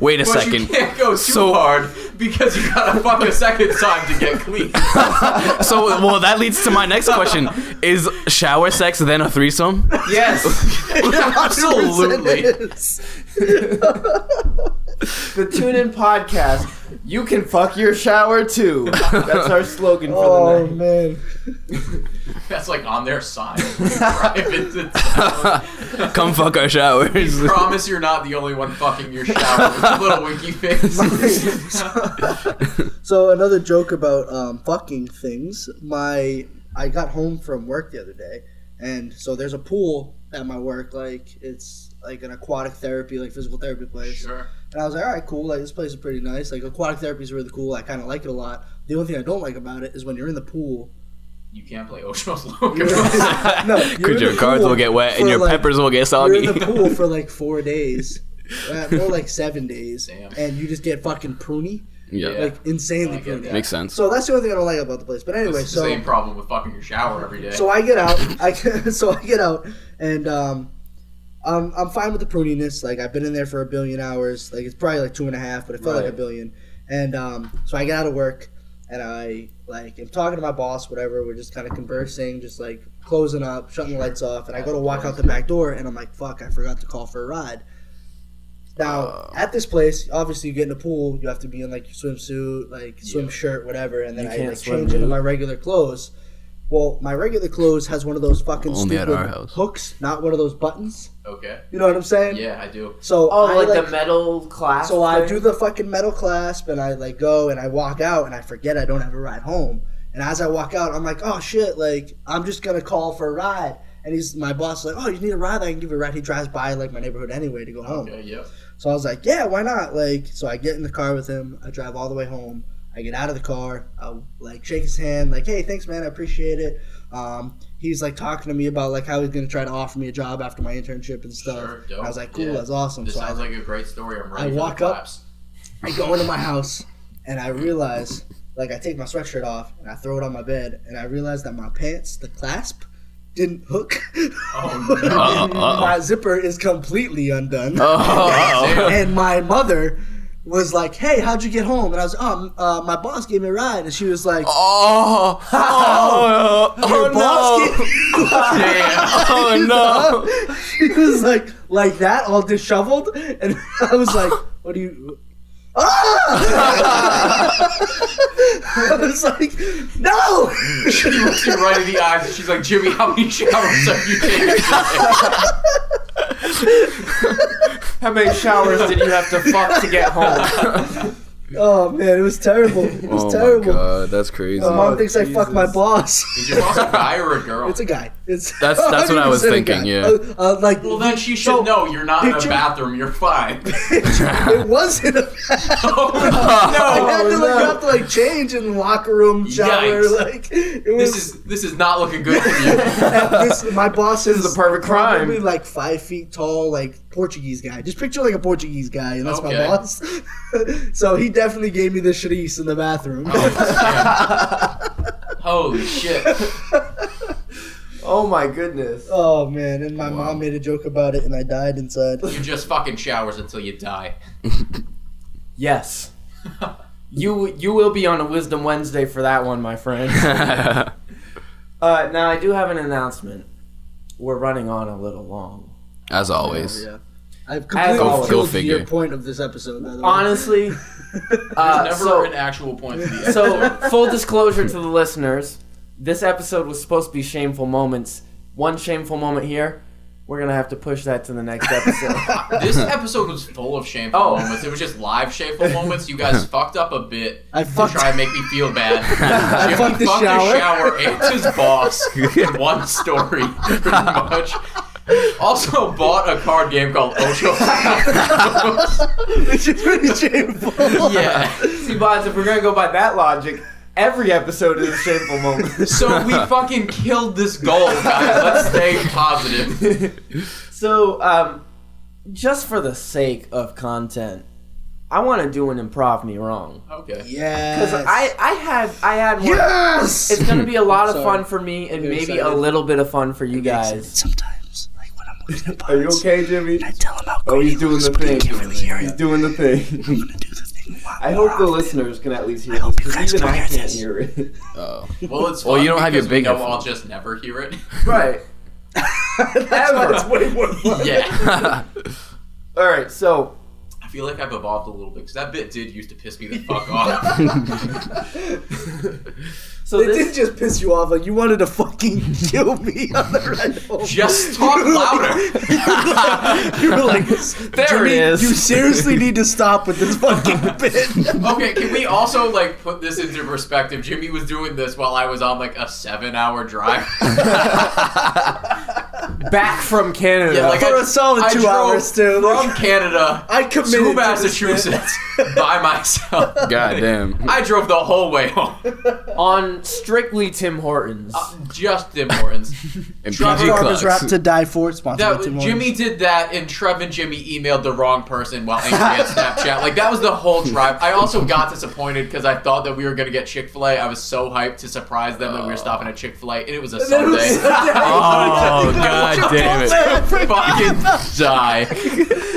Speaker 3: Wait a
Speaker 2: but you
Speaker 3: second.
Speaker 2: can't go too
Speaker 3: So-
Speaker 2: hard because you gotta fuck a second time to get clean.
Speaker 3: So well that leads to my next question. Is shower sex then a threesome?
Speaker 1: Yes,
Speaker 2: Absolutely.
Speaker 1: the tune in podcast. You can fuck your shower too. That's our slogan for
Speaker 4: Oh
Speaker 1: the night.
Speaker 4: man!
Speaker 2: That's like on their sign. Drive into town.
Speaker 3: Come fuck our showers.
Speaker 2: Promise you're not the only one fucking your shower with a little winky face.
Speaker 4: So another joke about um, fucking things. My I got home from work the other day, and so there's a pool at my work. Like it's like an aquatic therapy, like physical therapy place.
Speaker 2: sure.
Speaker 4: And I was like, all right, cool. Like this place is pretty nice. Like aquatic therapy is really cool. I kind of like it a lot. The only thing I don't like about it is when you're in the pool.
Speaker 2: You can't play Ocho's Locos.
Speaker 4: no, you're in
Speaker 3: Cause your
Speaker 4: the
Speaker 3: cards
Speaker 4: pool
Speaker 3: will get wet
Speaker 4: for,
Speaker 3: and your
Speaker 4: like-
Speaker 3: peppers will get
Speaker 4: You're
Speaker 3: soggy.
Speaker 4: in the pool for like four days, uh, more like seven days,
Speaker 2: Damn.
Speaker 4: and you just get fucking pruny,
Speaker 3: yeah.
Speaker 2: Yeah.
Speaker 4: like insanely
Speaker 2: I get
Speaker 4: pruny.
Speaker 2: that.
Speaker 3: Makes sense.
Speaker 4: So that's the only thing I don't like about the place. But anyway,
Speaker 2: It's the
Speaker 4: so
Speaker 2: same problem with fucking your shower every day.
Speaker 4: So I get out. I so I get out, and um, I'm I'm fine with the pruniness. Like I've been in there for a billion hours. Like it's probably like two and a half, but it felt like
Speaker 1: Right.
Speaker 4: a billion. And um, so I get out of work, and I like am talking to my boss. Whatever. We're just kind of conversing, just like closing up, shutting the lights off. And I go to walk out the back door, and I'm like, "Fuck! I forgot to call for a ride." Now
Speaker 1: Uh.
Speaker 4: at this place, obviously you get in the pool, you have to be in like your swimsuit, like swim shirt, whatever, and then
Speaker 1: You
Speaker 4: I
Speaker 1: can't
Speaker 4: like
Speaker 1: swim,
Speaker 4: change into
Speaker 1: dude.
Speaker 4: my regular clothes. Well, my regular clothes has one of those fucking
Speaker 3: Only at
Speaker 4: stupid
Speaker 3: our house.
Speaker 4: hooks, not one of those buttons.
Speaker 2: okay.
Speaker 4: You know what I'm saying?
Speaker 2: Yeah, I do.
Speaker 4: So
Speaker 1: Oh,
Speaker 4: I,
Speaker 1: like,
Speaker 4: like
Speaker 1: the metal class.
Speaker 4: so I
Speaker 1: thing?
Speaker 4: do the fucking metal clasp and I like go and I walk out and I forget I don't have a ride home. And as I walk out, I'm like, oh shit, like I'm just gonna call for a ride. And he's my boss, like, oh, you need a ride? I can give you a ride. He drives by like my neighborhood anyway to go home.
Speaker 2: Okay, yep.
Speaker 4: So I was like, yeah, why not? Like, so I get in the car with him. I drive all the way home. I get out of the car. I like shake his hand, like, hey, thanks, man. I appreciate it. Um, he's like talking to me about like how he's gonna try to offer me a job after my internship and stuff.
Speaker 2: Sure,
Speaker 4: And
Speaker 2: dope.
Speaker 4: I was like, cool,
Speaker 2: Yeah.
Speaker 4: that's awesome.
Speaker 2: This
Speaker 4: so I
Speaker 2: sounds like a great story. I'm
Speaker 4: I
Speaker 2: ready
Speaker 4: walk
Speaker 2: for the
Speaker 4: up-
Speaker 2: claps.
Speaker 4: I go into my house and I realize like I take my sweatshirt off and I throw it on my bed, and I realize that my pants, the clasp, didn't hook.
Speaker 2: Oh,
Speaker 4: And my zipper is completely undone.
Speaker 3: Oh,
Speaker 4: and my mother was like, "Hey, how'd you get home?" And I was, "Oh, uh, my boss gave me a ride," and she was like,
Speaker 3: Oh, oh, oh,
Speaker 4: "Your boss
Speaker 3: no.
Speaker 4: gave-"
Speaker 3: Oh, no.
Speaker 4: she was like, like that, all disheveled, and I was like, "What do you?" Ah! I was like, "No!"
Speaker 2: She looks you right in the eyes and she's like, Jimmy, how many showers are you taking? today?"
Speaker 1: How many showers did you have to fuck to get home?
Speaker 4: Oh man, it was terrible. It was
Speaker 3: Oh
Speaker 4: terrible.
Speaker 3: my god, that's crazy.
Speaker 4: My mom thinks I
Speaker 1: Jesus.
Speaker 4: fuck my boss.
Speaker 2: Is your boss a guy or a girl?
Speaker 4: It's a guy. It's
Speaker 3: That's- that's what I was
Speaker 4: 100% a
Speaker 3: thinking,
Speaker 4: guy.
Speaker 3: yeah.
Speaker 4: Uh, uh, like
Speaker 2: well, then she should
Speaker 4: So,
Speaker 2: know you're not in
Speaker 4: picture-
Speaker 2: a bathroom. You're fine.
Speaker 4: it wasn't. A, I
Speaker 2: Oh, no,
Speaker 4: had to like
Speaker 1: no.
Speaker 4: have to like change in the locker room shower.
Speaker 2: Yikes.
Speaker 4: Like it was.
Speaker 2: this is this is not looking good for you.
Speaker 4: this- my boss is,
Speaker 1: is the perfect crime.
Speaker 4: Probably like five feet tall, like Portuguese guy. Just picture like a Portuguese guy, and that's
Speaker 2: Okay.
Speaker 4: my boss. so he definitely gave me the sharice in the bathroom.
Speaker 2: Holy Oh, shit.
Speaker 1: Oh my goodness.
Speaker 4: oh man! And my mom made a joke about it, and I died inside.
Speaker 2: You just fucking showers until you die.
Speaker 1: Yes.
Speaker 4: Uh,
Speaker 1: You you will be on a Wisdom Wednesday for that one, my friend. Uh, now I do have an announcement. We're running on a little long.
Speaker 3: As always.
Speaker 4: Oh, Yeah. I've completely
Speaker 1: Go-
Speaker 4: killed
Speaker 1: go
Speaker 3: figure.
Speaker 4: your point of this episode. By the way.
Speaker 1: Honestly,
Speaker 2: There's
Speaker 1: uh,
Speaker 2: never
Speaker 1: so-
Speaker 2: an actual point to the
Speaker 1: So,
Speaker 2: episode.
Speaker 1: full disclosure to the listeners, this episode was supposed to be shameful moments. One shameful moment here. We're gonna have to push that to the next episode.
Speaker 2: this episode was full of shameful
Speaker 1: Oh.
Speaker 2: moments. It was just live shameful moments. You guys fucked up a bit
Speaker 4: I
Speaker 2: to
Speaker 4: fucked.
Speaker 2: try and make me feel bad.
Speaker 4: I
Speaker 2: Jimmy
Speaker 4: fucked the
Speaker 2: fucked
Speaker 4: shower.
Speaker 2: a shower and his boss in one story, pretty much. Also bought a card game called Ocho.
Speaker 4: Which is pretty shameful.
Speaker 2: yeah.
Speaker 1: See, Bods, if we're gonna go by that logic, every episode is a shameful moment.
Speaker 2: So we fucking killed this goal, guys. Let's stay positive.
Speaker 1: So, um, just for the sake of content, I want to do an improv me wrong.
Speaker 2: Okay.
Speaker 4: Yes.
Speaker 1: Because I, I had, I had one.
Speaker 4: yes.
Speaker 1: It's gonna be a lot of
Speaker 4: Sorry.
Speaker 1: fun for me, and
Speaker 4: I'm
Speaker 1: maybe a
Speaker 4: excited.
Speaker 1: little bit of fun for you
Speaker 4: excited
Speaker 1: guys.
Speaker 4: sometimes, like when I'm looking at
Speaker 1: Are you okay, Jimmy?
Speaker 4: tell him how
Speaker 1: Oh, he's doing the thing.
Speaker 4: hear
Speaker 1: He's doing the thing.
Speaker 4: gonna do the thing.
Speaker 1: I hope the listeners can at least hear this
Speaker 4: hope you guys
Speaker 1: because even
Speaker 4: don't
Speaker 1: I
Speaker 4: hear
Speaker 1: can't
Speaker 4: this.
Speaker 1: hear it.
Speaker 3: Oh.
Speaker 2: Well, it's
Speaker 3: Well, you
Speaker 2: fun
Speaker 3: don't have your
Speaker 2: because we
Speaker 3: big
Speaker 2: know
Speaker 3: headphones.
Speaker 2: I'll just never hear it.
Speaker 1: right. Ever.
Speaker 2: Yeah.
Speaker 1: All right. So
Speaker 2: I feel like I've evolved a little bit because that bit did used to piss me the fuck off.
Speaker 1: so
Speaker 4: It
Speaker 1: this
Speaker 4: did just piss you off. Like you wanted to fucking kill me on the ride home.
Speaker 2: Just talk louder.
Speaker 4: you were like,
Speaker 1: there
Speaker 4: Jimmy,
Speaker 1: it is.
Speaker 4: you seriously need to stop with this fucking bit.
Speaker 2: Okay, can we also like put this into perspective? Jimmy was doing this while I was on like a seven-hour drive.
Speaker 1: back from Canada.
Speaker 2: Yeah, like
Speaker 4: For a solid two
Speaker 2: drove
Speaker 4: hours, too.
Speaker 2: from Canada
Speaker 4: I committed
Speaker 2: to
Speaker 4: to this
Speaker 2: Massachusetts by myself.
Speaker 3: God damn.
Speaker 2: I drove the whole way home.
Speaker 1: on strictly Tim Hortons.
Speaker 2: Just Tim Hortons.
Speaker 3: And PG
Speaker 2: Trevor
Speaker 4: Farmers rap
Speaker 3: Clucks.
Speaker 4: to die for, sponsored
Speaker 2: That
Speaker 4: by
Speaker 2: was-
Speaker 4: Tim Hortons.
Speaker 2: Jimmy did that, and Trev and Jimmy emailed the wrong person while angry at Snapchat. Like that was the whole drive. I also got disappointed because I thought that we were gonna get Chick Fil A. I was so hyped to surprise them that we were stopping at Chick Fil A, and it was a
Speaker 4: That
Speaker 2: Sunday.
Speaker 4: was Sunday.
Speaker 3: Oh, god damn it.
Speaker 2: Fucking die!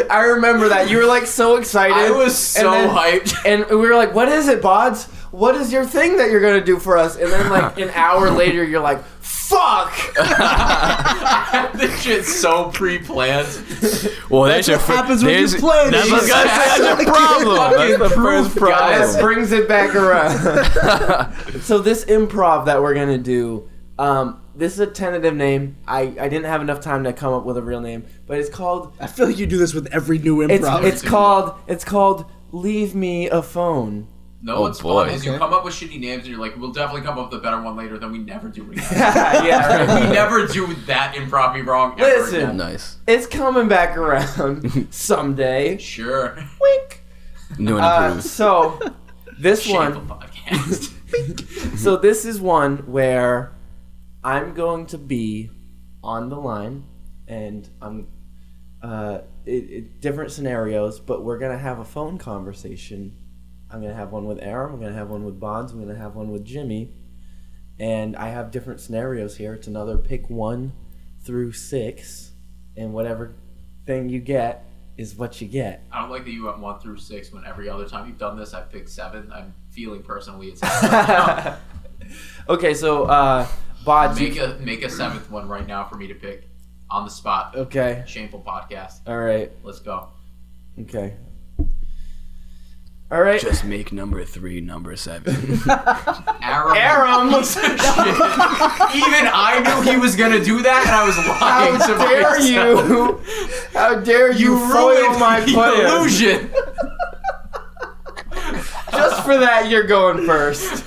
Speaker 1: I remember that you were like so excited.
Speaker 2: I was so
Speaker 1: and then-
Speaker 2: hyped.
Speaker 1: and we were like, "What is it, Bods? What is your thing that you're gonna do for us?" And then like an hour later, you're like, "Fuck!"
Speaker 2: I had this shit so pre-planned.
Speaker 3: Well, that's, your
Speaker 4: what
Speaker 3: fir-
Speaker 4: happens when you
Speaker 3: there's-
Speaker 4: plan
Speaker 3: That's,
Speaker 4: it.
Speaker 3: what I was gonna say, that's your problem. That's the first
Speaker 1: Guys,
Speaker 3: problem.
Speaker 1: brings it back around. so this improv that we're gonna do, um, this is a tentative name. I, I didn't have enough time to come up with a real name, but it's called
Speaker 4: I feel like you do this with every new
Speaker 1: it's
Speaker 4: improv.
Speaker 1: it's called it's called Leave Me a Phone.
Speaker 2: No
Speaker 3: Oh,
Speaker 2: one's
Speaker 3: boy.
Speaker 2: fun is you
Speaker 4: Okay.
Speaker 2: come up with shitty names, and you're like, "We'll definitely come up with a better one later." Then we never do it. Again.
Speaker 1: yeah, right.
Speaker 2: we never do that improv me wrong. Ever
Speaker 1: Listen.
Speaker 2: again.
Speaker 3: Nice.
Speaker 1: it's coming back around someday.
Speaker 2: Sure.
Speaker 1: Wink.
Speaker 3: New and
Speaker 1: Uh,
Speaker 3: improved.
Speaker 1: so this
Speaker 2: Shameful
Speaker 1: one.
Speaker 2: podcast.
Speaker 1: So this is one where I'm going to be on the line, and I'm uh, it, it, different scenarios, but we're gonna have a phone conversation I'm gonna have one with Aram. I'm gonna have one with Bonds. I'm gonna have one with Jimmy. And I have different scenarios here. It's another pick one through six, and whatever thing you get is what you get.
Speaker 2: I don't like that you went one through six when every other time you've done this, I've picked seven. I'm feeling personally it's right
Speaker 1: Okay, so uh,
Speaker 2: now.
Speaker 1: Bonds.
Speaker 2: make
Speaker 1: You,
Speaker 2: a make a seventh one right now for me to pick on the spot.
Speaker 1: okay,
Speaker 2: Shameful podcast.
Speaker 1: all right,
Speaker 2: Let's go.
Speaker 1: okay, all right.
Speaker 3: Just make number three number seven.
Speaker 2: Aram. Aram. Even I knew he was gonna do that, and I was lying
Speaker 1: How
Speaker 2: to
Speaker 1: dare
Speaker 2: myself.
Speaker 1: you? How dare you,
Speaker 2: You
Speaker 1: foil
Speaker 2: ruined
Speaker 1: my
Speaker 2: my
Speaker 1: plan?
Speaker 2: illusion.
Speaker 1: Just for that, you're going first.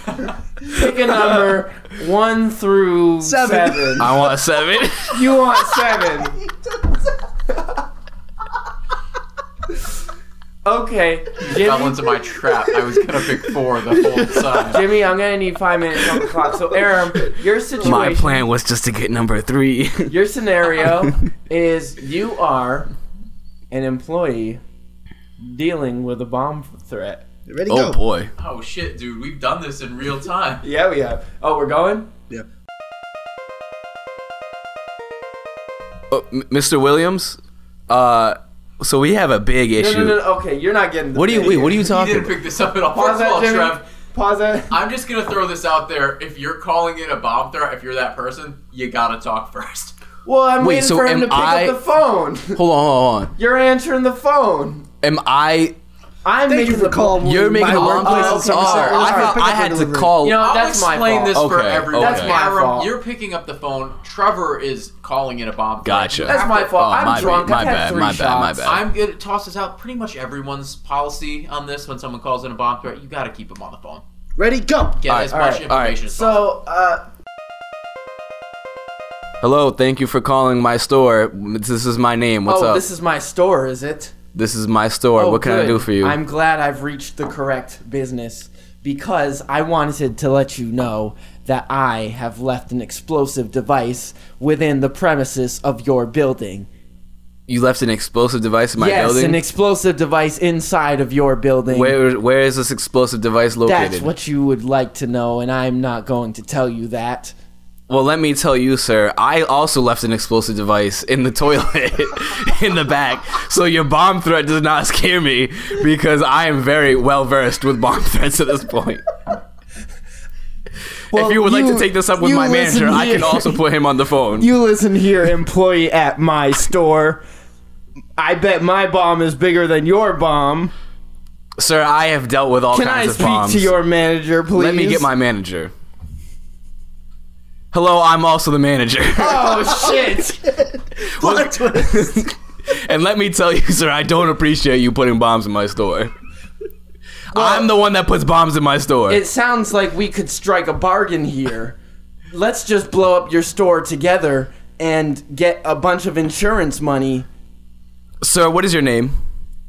Speaker 1: Pick a number one through
Speaker 4: Seven.
Speaker 1: seven.
Speaker 3: I want a seven.
Speaker 1: You want seven. okay,
Speaker 2: Fell
Speaker 1: Jimmy,
Speaker 2: into my trap. I was gonna pick four the whole time.
Speaker 1: Jimmy, I'm gonna need five minutes on the clock. So, Aram, your situation,
Speaker 3: My plan was just to get number three.
Speaker 1: your scenario is you are an employee dealing with a bomb threat.
Speaker 4: Ready,
Speaker 3: oh
Speaker 4: go.
Speaker 3: boy.
Speaker 2: Oh shit, dude, we've done this in real time.
Speaker 1: Yeah, we have. Oh, we're going.
Speaker 3: Oh, M- Mr. Williams, uh, so we have a big
Speaker 1: No,
Speaker 3: issue.
Speaker 1: no, no, no. Okay, you're not getting. The
Speaker 3: What are you?
Speaker 1: pick.
Speaker 3: Wait, what are you
Speaker 2: You
Speaker 3: talking?
Speaker 2: didn't
Speaker 3: about?
Speaker 2: pick this up at all.
Speaker 1: Pause
Speaker 2: First of
Speaker 1: that,
Speaker 2: all,
Speaker 1: Jimmy.
Speaker 2: Trev,
Speaker 1: Pause that.
Speaker 2: I'm just gonna throw this out there. If you're calling it a bomb threat, if you're that person, you gotta talk first.
Speaker 1: Well, I'm
Speaker 3: Wait,
Speaker 1: waiting
Speaker 3: so
Speaker 1: for him
Speaker 3: am
Speaker 1: to pick
Speaker 3: I-
Speaker 1: up the phone.
Speaker 3: Hold on, hold on, hold on.
Speaker 1: You're answering the phone.
Speaker 3: Am I?
Speaker 1: I'm
Speaker 4: Thank
Speaker 1: making
Speaker 4: you for
Speaker 1: the
Speaker 4: calling.
Speaker 3: You're making
Speaker 4: my
Speaker 3: a bomb
Speaker 4: workplace
Speaker 3: threat?
Speaker 4: in Somerset.
Speaker 3: Oh,
Speaker 1: All
Speaker 3: I,
Speaker 1: right,
Speaker 3: thought
Speaker 4: Pick
Speaker 3: I
Speaker 4: up
Speaker 3: had
Speaker 4: and
Speaker 3: to
Speaker 4: deliver.
Speaker 3: call.
Speaker 1: You know,
Speaker 2: I'll
Speaker 1: that's my
Speaker 2: explain
Speaker 1: fault.
Speaker 2: this for
Speaker 3: Okay,
Speaker 2: everyone.
Speaker 3: okay. That's
Speaker 1: my
Speaker 2: Aram,
Speaker 1: fault.
Speaker 2: You're picking up the phone. Trevor is calling it a bomb. threat.
Speaker 3: Gotcha.
Speaker 2: You
Speaker 1: That's
Speaker 2: have
Speaker 1: my
Speaker 2: to-
Speaker 1: fault.
Speaker 3: Oh,
Speaker 1: I'm
Speaker 3: my
Speaker 1: drunk.
Speaker 3: bad,
Speaker 1: I've
Speaker 3: my
Speaker 1: had
Speaker 3: bad,
Speaker 1: three
Speaker 3: my bad, my
Speaker 1: shots.
Speaker 3: bad.
Speaker 2: I'm it tosses out pretty much everyone's policy on this when someone calls in a bomb threat. You gotta keep them on the phone.
Speaker 4: Ready, go.
Speaker 2: Get
Speaker 3: Alright,
Speaker 2: as
Speaker 1: alright,
Speaker 2: much information as possible.
Speaker 1: So, uh,
Speaker 3: Hello, thank you for calling my store. This is my name. What's
Speaker 1: oh,
Speaker 3: up?
Speaker 1: this is my store, is it?
Speaker 3: This is my store.
Speaker 1: Oh,
Speaker 3: what can I
Speaker 1: good.
Speaker 3: do for you?
Speaker 1: I'm glad I've reached the correct business because I wanted to let you know that I have left an explosive device within the premises of your building.
Speaker 3: you left an explosive device in my
Speaker 1: yes,
Speaker 3: building.
Speaker 1: an explosive device inside of your building.
Speaker 3: where where is this explosive device located?
Speaker 1: That's what you would like to know, and I'm not going to tell you that.
Speaker 3: well, let me tell you, sir. I also left an explosive device in the toilet in the back. So your bomb threat does not scare me because I am very well versed with bomb threats at this point.
Speaker 1: Well,
Speaker 3: if you would like
Speaker 1: you-
Speaker 3: to take this up with
Speaker 1: you
Speaker 3: my
Speaker 1: listen
Speaker 3: manager, I can
Speaker 1: here.
Speaker 3: also put him on the phone.
Speaker 1: You listen here, employee at my store. I bet my bomb is bigger than your bomb.
Speaker 3: sir, I have dealt with all
Speaker 1: Can
Speaker 3: kinds
Speaker 1: I
Speaker 3: of
Speaker 1: speak
Speaker 3: bombs.
Speaker 1: to your manager, please?
Speaker 3: Let me get my manager. Hello, I'm also the manager.
Speaker 1: Oh shit!
Speaker 4: Plot twist.
Speaker 3: and let me tell you, sir, I don't appreciate you putting bombs in my store. I'm the one that puts bombs in my store.
Speaker 1: it sounds like we could strike a bargain here. Let's just blow up your store together and get a bunch of insurance money.
Speaker 3: sir, what is your name?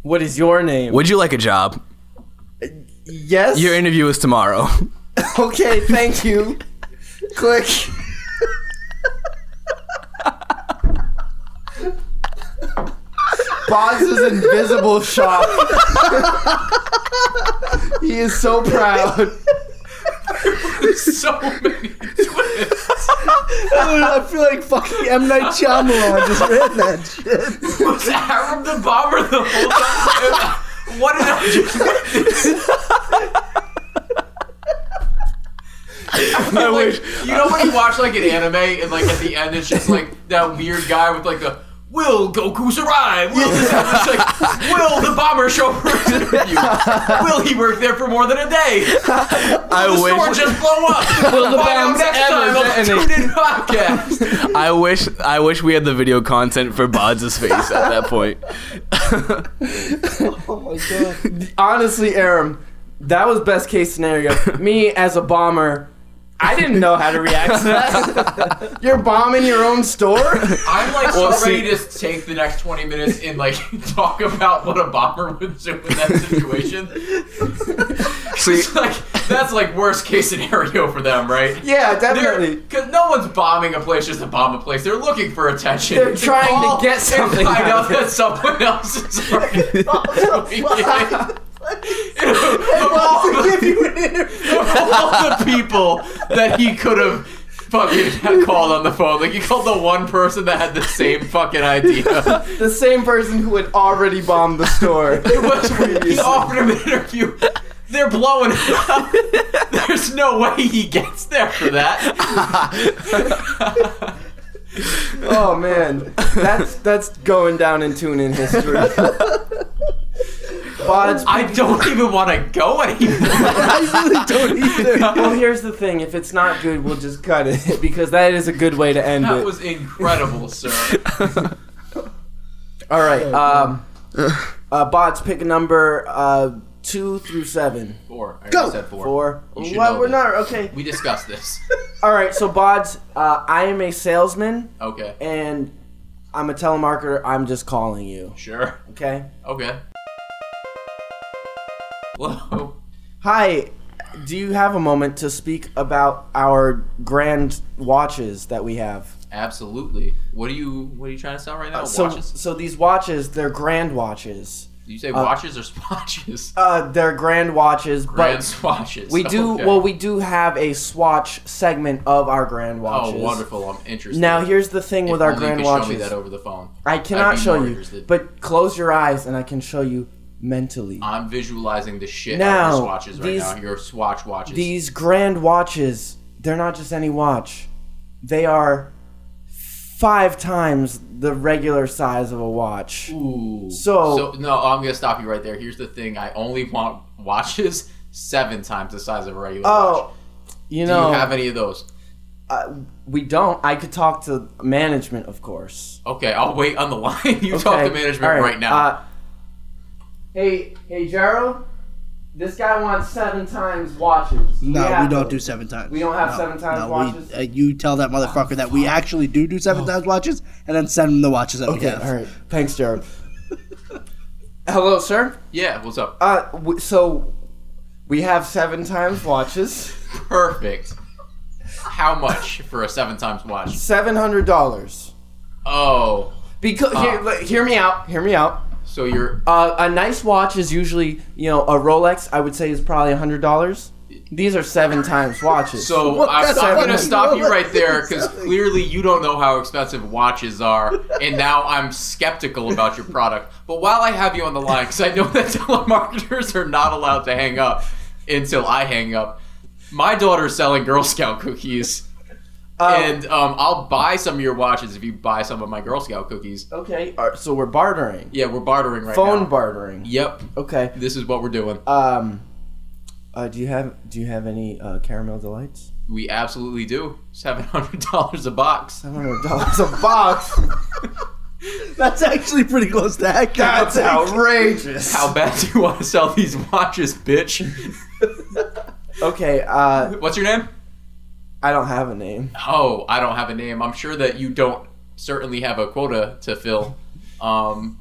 Speaker 1: What is your name?
Speaker 3: Would you like a job?
Speaker 1: yes.
Speaker 3: Your interview is tomorrow.
Speaker 1: okay, thank you. Click. Boz's invisible shop. he is so proud.
Speaker 2: so many twists.
Speaker 4: I feel like fucking M Night Shyamalan just read that shit.
Speaker 2: Was Aram the bomber the whole time? what did I just witness?
Speaker 3: I wish.
Speaker 2: You know when you watch like an anime and like at the end it's just like that weird guy with like the Will Goku's arrive? Will this happen?" It's like, Will the bomber show for his interview? Will he work there for more than a day?
Speaker 3: I
Speaker 2: the store
Speaker 3: wish.
Speaker 2: just blow up? Will
Speaker 1: the
Speaker 2: bombs
Speaker 1: bombs
Speaker 2: next
Speaker 1: ever
Speaker 2: time on the
Speaker 1: detonate?
Speaker 2: Tuned In podcast?
Speaker 3: I wish. I wish we had the video content for Bods' face at that point.
Speaker 1: Oh Honestly, Aram, that was best case scenario. Me as a bomber, I didn't know how to react to that. You're bombing your own store?
Speaker 2: I'm like
Speaker 3: Well,
Speaker 2: so ready
Speaker 3: see-
Speaker 2: to s- take the next 20 minutes and like talk about what a bomber would do in that situation.
Speaker 3: See,
Speaker 2: It's like that's like worst case scenario for them, right?
Speaker 1: Yeah, definitely.
Speaker 2: Because no one's bombing a place just to bomb a place. They're looking for attention.
Speaker 1: They're trying to
Speaker 2: call
Speaker 1: get
Speaker 2: and
Speaker 1: something
Speaker 2: Find
Speaker 1: out
Speaker 2: out
Speaker 1: of
Speaker 2: that someone else is already doing it. in all, the, all the people that he could have fucking called on the phone. Like, he called the one person that had the same fucking idea.
Speaker 1: the same person who had already bombed the store.
Speaker 2: It was He offered him an interview. They're blowing it up. There's no way he gets there for that.
Speaker 1: oh man, that's that's going down in tune in history. Bods.
Speaker 2: I don't even want to go anymore.
Speaker 4: I really don't either.
Speaker 1: Well, here's the thing: if it's not good, we'll just cut it because that is a good way to end
Speaker 2: That
Speaker 1: it.
Speaker 2: was incredible, sir.
Speaker 1: All right, um, uh, bots, pick a number uh, two through seven.
Speaker 2: Four. I already
Speaker 4: Go.
Speaker 2: said four.
Speaker 1: Four.
Speaker 2: You should
Speaker 1: Well,
Speaker 2: know
Speaker 1: we're
Speaker 2: this.
Speaker 1: not okay.
Speaker 2: We discussed this.
Speaker 1: All right, so Bods, uh, I am a salesman
Speaker 2: Okay.
Speaker 1: and I'm a telemarketer. I'm just calling you.
Speaker 2: Sure.
Speaker 1: Okay.
Speaker 2: Okay. Hello.
Speaker 1: Hi. Do you have a moment to speak about our grand watches that we have?
Speaker 2: Absolutely. What are you What are you trying to sell right now?
Speaker 1: Uh, So,
Speaker 2: watches?
Speaker 1: so these watches, they're grand watches.
Speaker 2: Did you say watches or swatches?
Speaker 1: Uh, they're grand watches,
Speaker 2: Brand
Speaker 1: but
Speaker 2: swatches.
Speaker 1: we do
Speaker 2: Okay.
Speaker 1: well. We do have a swatch segment of our grand
Speaker 2: Oh,
Speaker 1: watches.
Speaker 2: wonderful! I'm interested.
Speaker 1: Now, here's the thing
Speaker 2: If
Speaker 1: with our
Speaker 2: only you
Speaker 1: grand
Speaker 2: could
Speaker 1: watches.
Speaker 2: Show me that over the phone.
Speaker 1: I
Speaker 2: I'd
Speaker 1: cannot
Speaker 2: be
Speaker 1: show
Speaker 2: more
Speaker 1: you,
Speaker 2: interested.
Speaker 1: but close your eyes and I can show you mentally.
Speaker 2: I'm visualizing the shit
Speaker 1: Now,
Speaker 2: out of your swatches right
Speaker 1: these-
Speaker 2: now. Your swatch watches.
Speaker 1: These grand watches, they're not just any watch. They are five times the regular size of a watch.
Speaker 2: Ooh.
Speaker 1: So-
Speaker 2: no, I'm gonna stop you right there. Here's the thing: I only want watches seven times the size of a regular watch.
Speaker 1: Oh, you
Speaker 2: Do
Speaker 1: know,
Speaker 2: you have any of those?
Speaker 1: uh, we don't. I could talk to management, of course.
Speaker 2: Okay, I'll wait on the line. You talk to
Speaker 1: Okay,
Speaker 2: management
Speaker 1: all
Speaker 2: right, now.
Speaker 1: Uh, hey, hey, Gerald. This guy wants seven times watches.
Speaker 4: No, we
Speaker 1: have
Speaker 4: don't
Speaker 1: to-
Speaker 4: do seven times.
Speaker 1: We don't have
Speaker 4: No,
Speaker 1: seven times
Speaker 4: no, we-
Speaker 1: watches? Oh.
Speaker 4: uh, you tell that motherfucker that we actually do do seven times watches, and then send him the watches that we
Speaker 1: Okay,
Speaker 4: have.
Speaker 1: all right. Thanks, Gerald. Hello, sir.
Speaker 2: yeah, what's up?
Speaker 1: Uh, w- so we have seven times watches.
Speaker 2: Perfect. How much for a seven times watch?
Speaker 1: Seven hundred dollars.
Speaker 2: Oh,
Speaker 1: Because here, li- hear me out. Hear me out.
Speaker 2: so you're
Speaker 1: Uh, a nice watch is usually, you know, a Rolex. I would say is probably hundred dollars. These are seven times watches.
Speaker 2: so
Speaker 4: What
Speaker 2: I'm,
Speaker 4: the
Speaker 2: I'm
Speaker 4: fuck
Speaker 2: gonna
Speaker 4: is
Speaker 2: stop you
Speaker 4: wrong
Speaker 2: right
Speaker 4: with
Speaker 2: there
Speaker 4: this?
Speaker 2: because clearly you don't know how expensive watches are, and now I'm skeptical about your product. But while I have you on the line, because I know that telemarketers are not allowed to hang up until I hang up, my daughter's selling Girl Scout cookies. and um, I'll buy some of your watches if you buy some of my Girl Scout cookies.
Speaker 1: okay, all right, so we're bartering.
Speaker 2: Yeah, we're bartering right now.
Speaker 1: Phone bartering.
Speaker 2: Yep,
Speaker 1: Okay.
Speaker 2: this is what we're doing.
Speaker 1: Um, uh, do you have do you have any uh, caramel delights?
Speaker 2: We absolutely do. Seven hundred dollars a box.
Speaker 1: Seven hundred dollars a box.
Speaker 4: That's actually pretty close to that.
Speaker 1: That's outrageous.
Speaker 2: How bad do you want to sell these watches, bitch?
Speaker 1: Okay. Uh,
Speaker 2: What's your name?
Speaker 1: I don't have a name.
Speaker 2: Oh, I don't have a name. I'm sure that you don't certainly have a quota to fill. Um,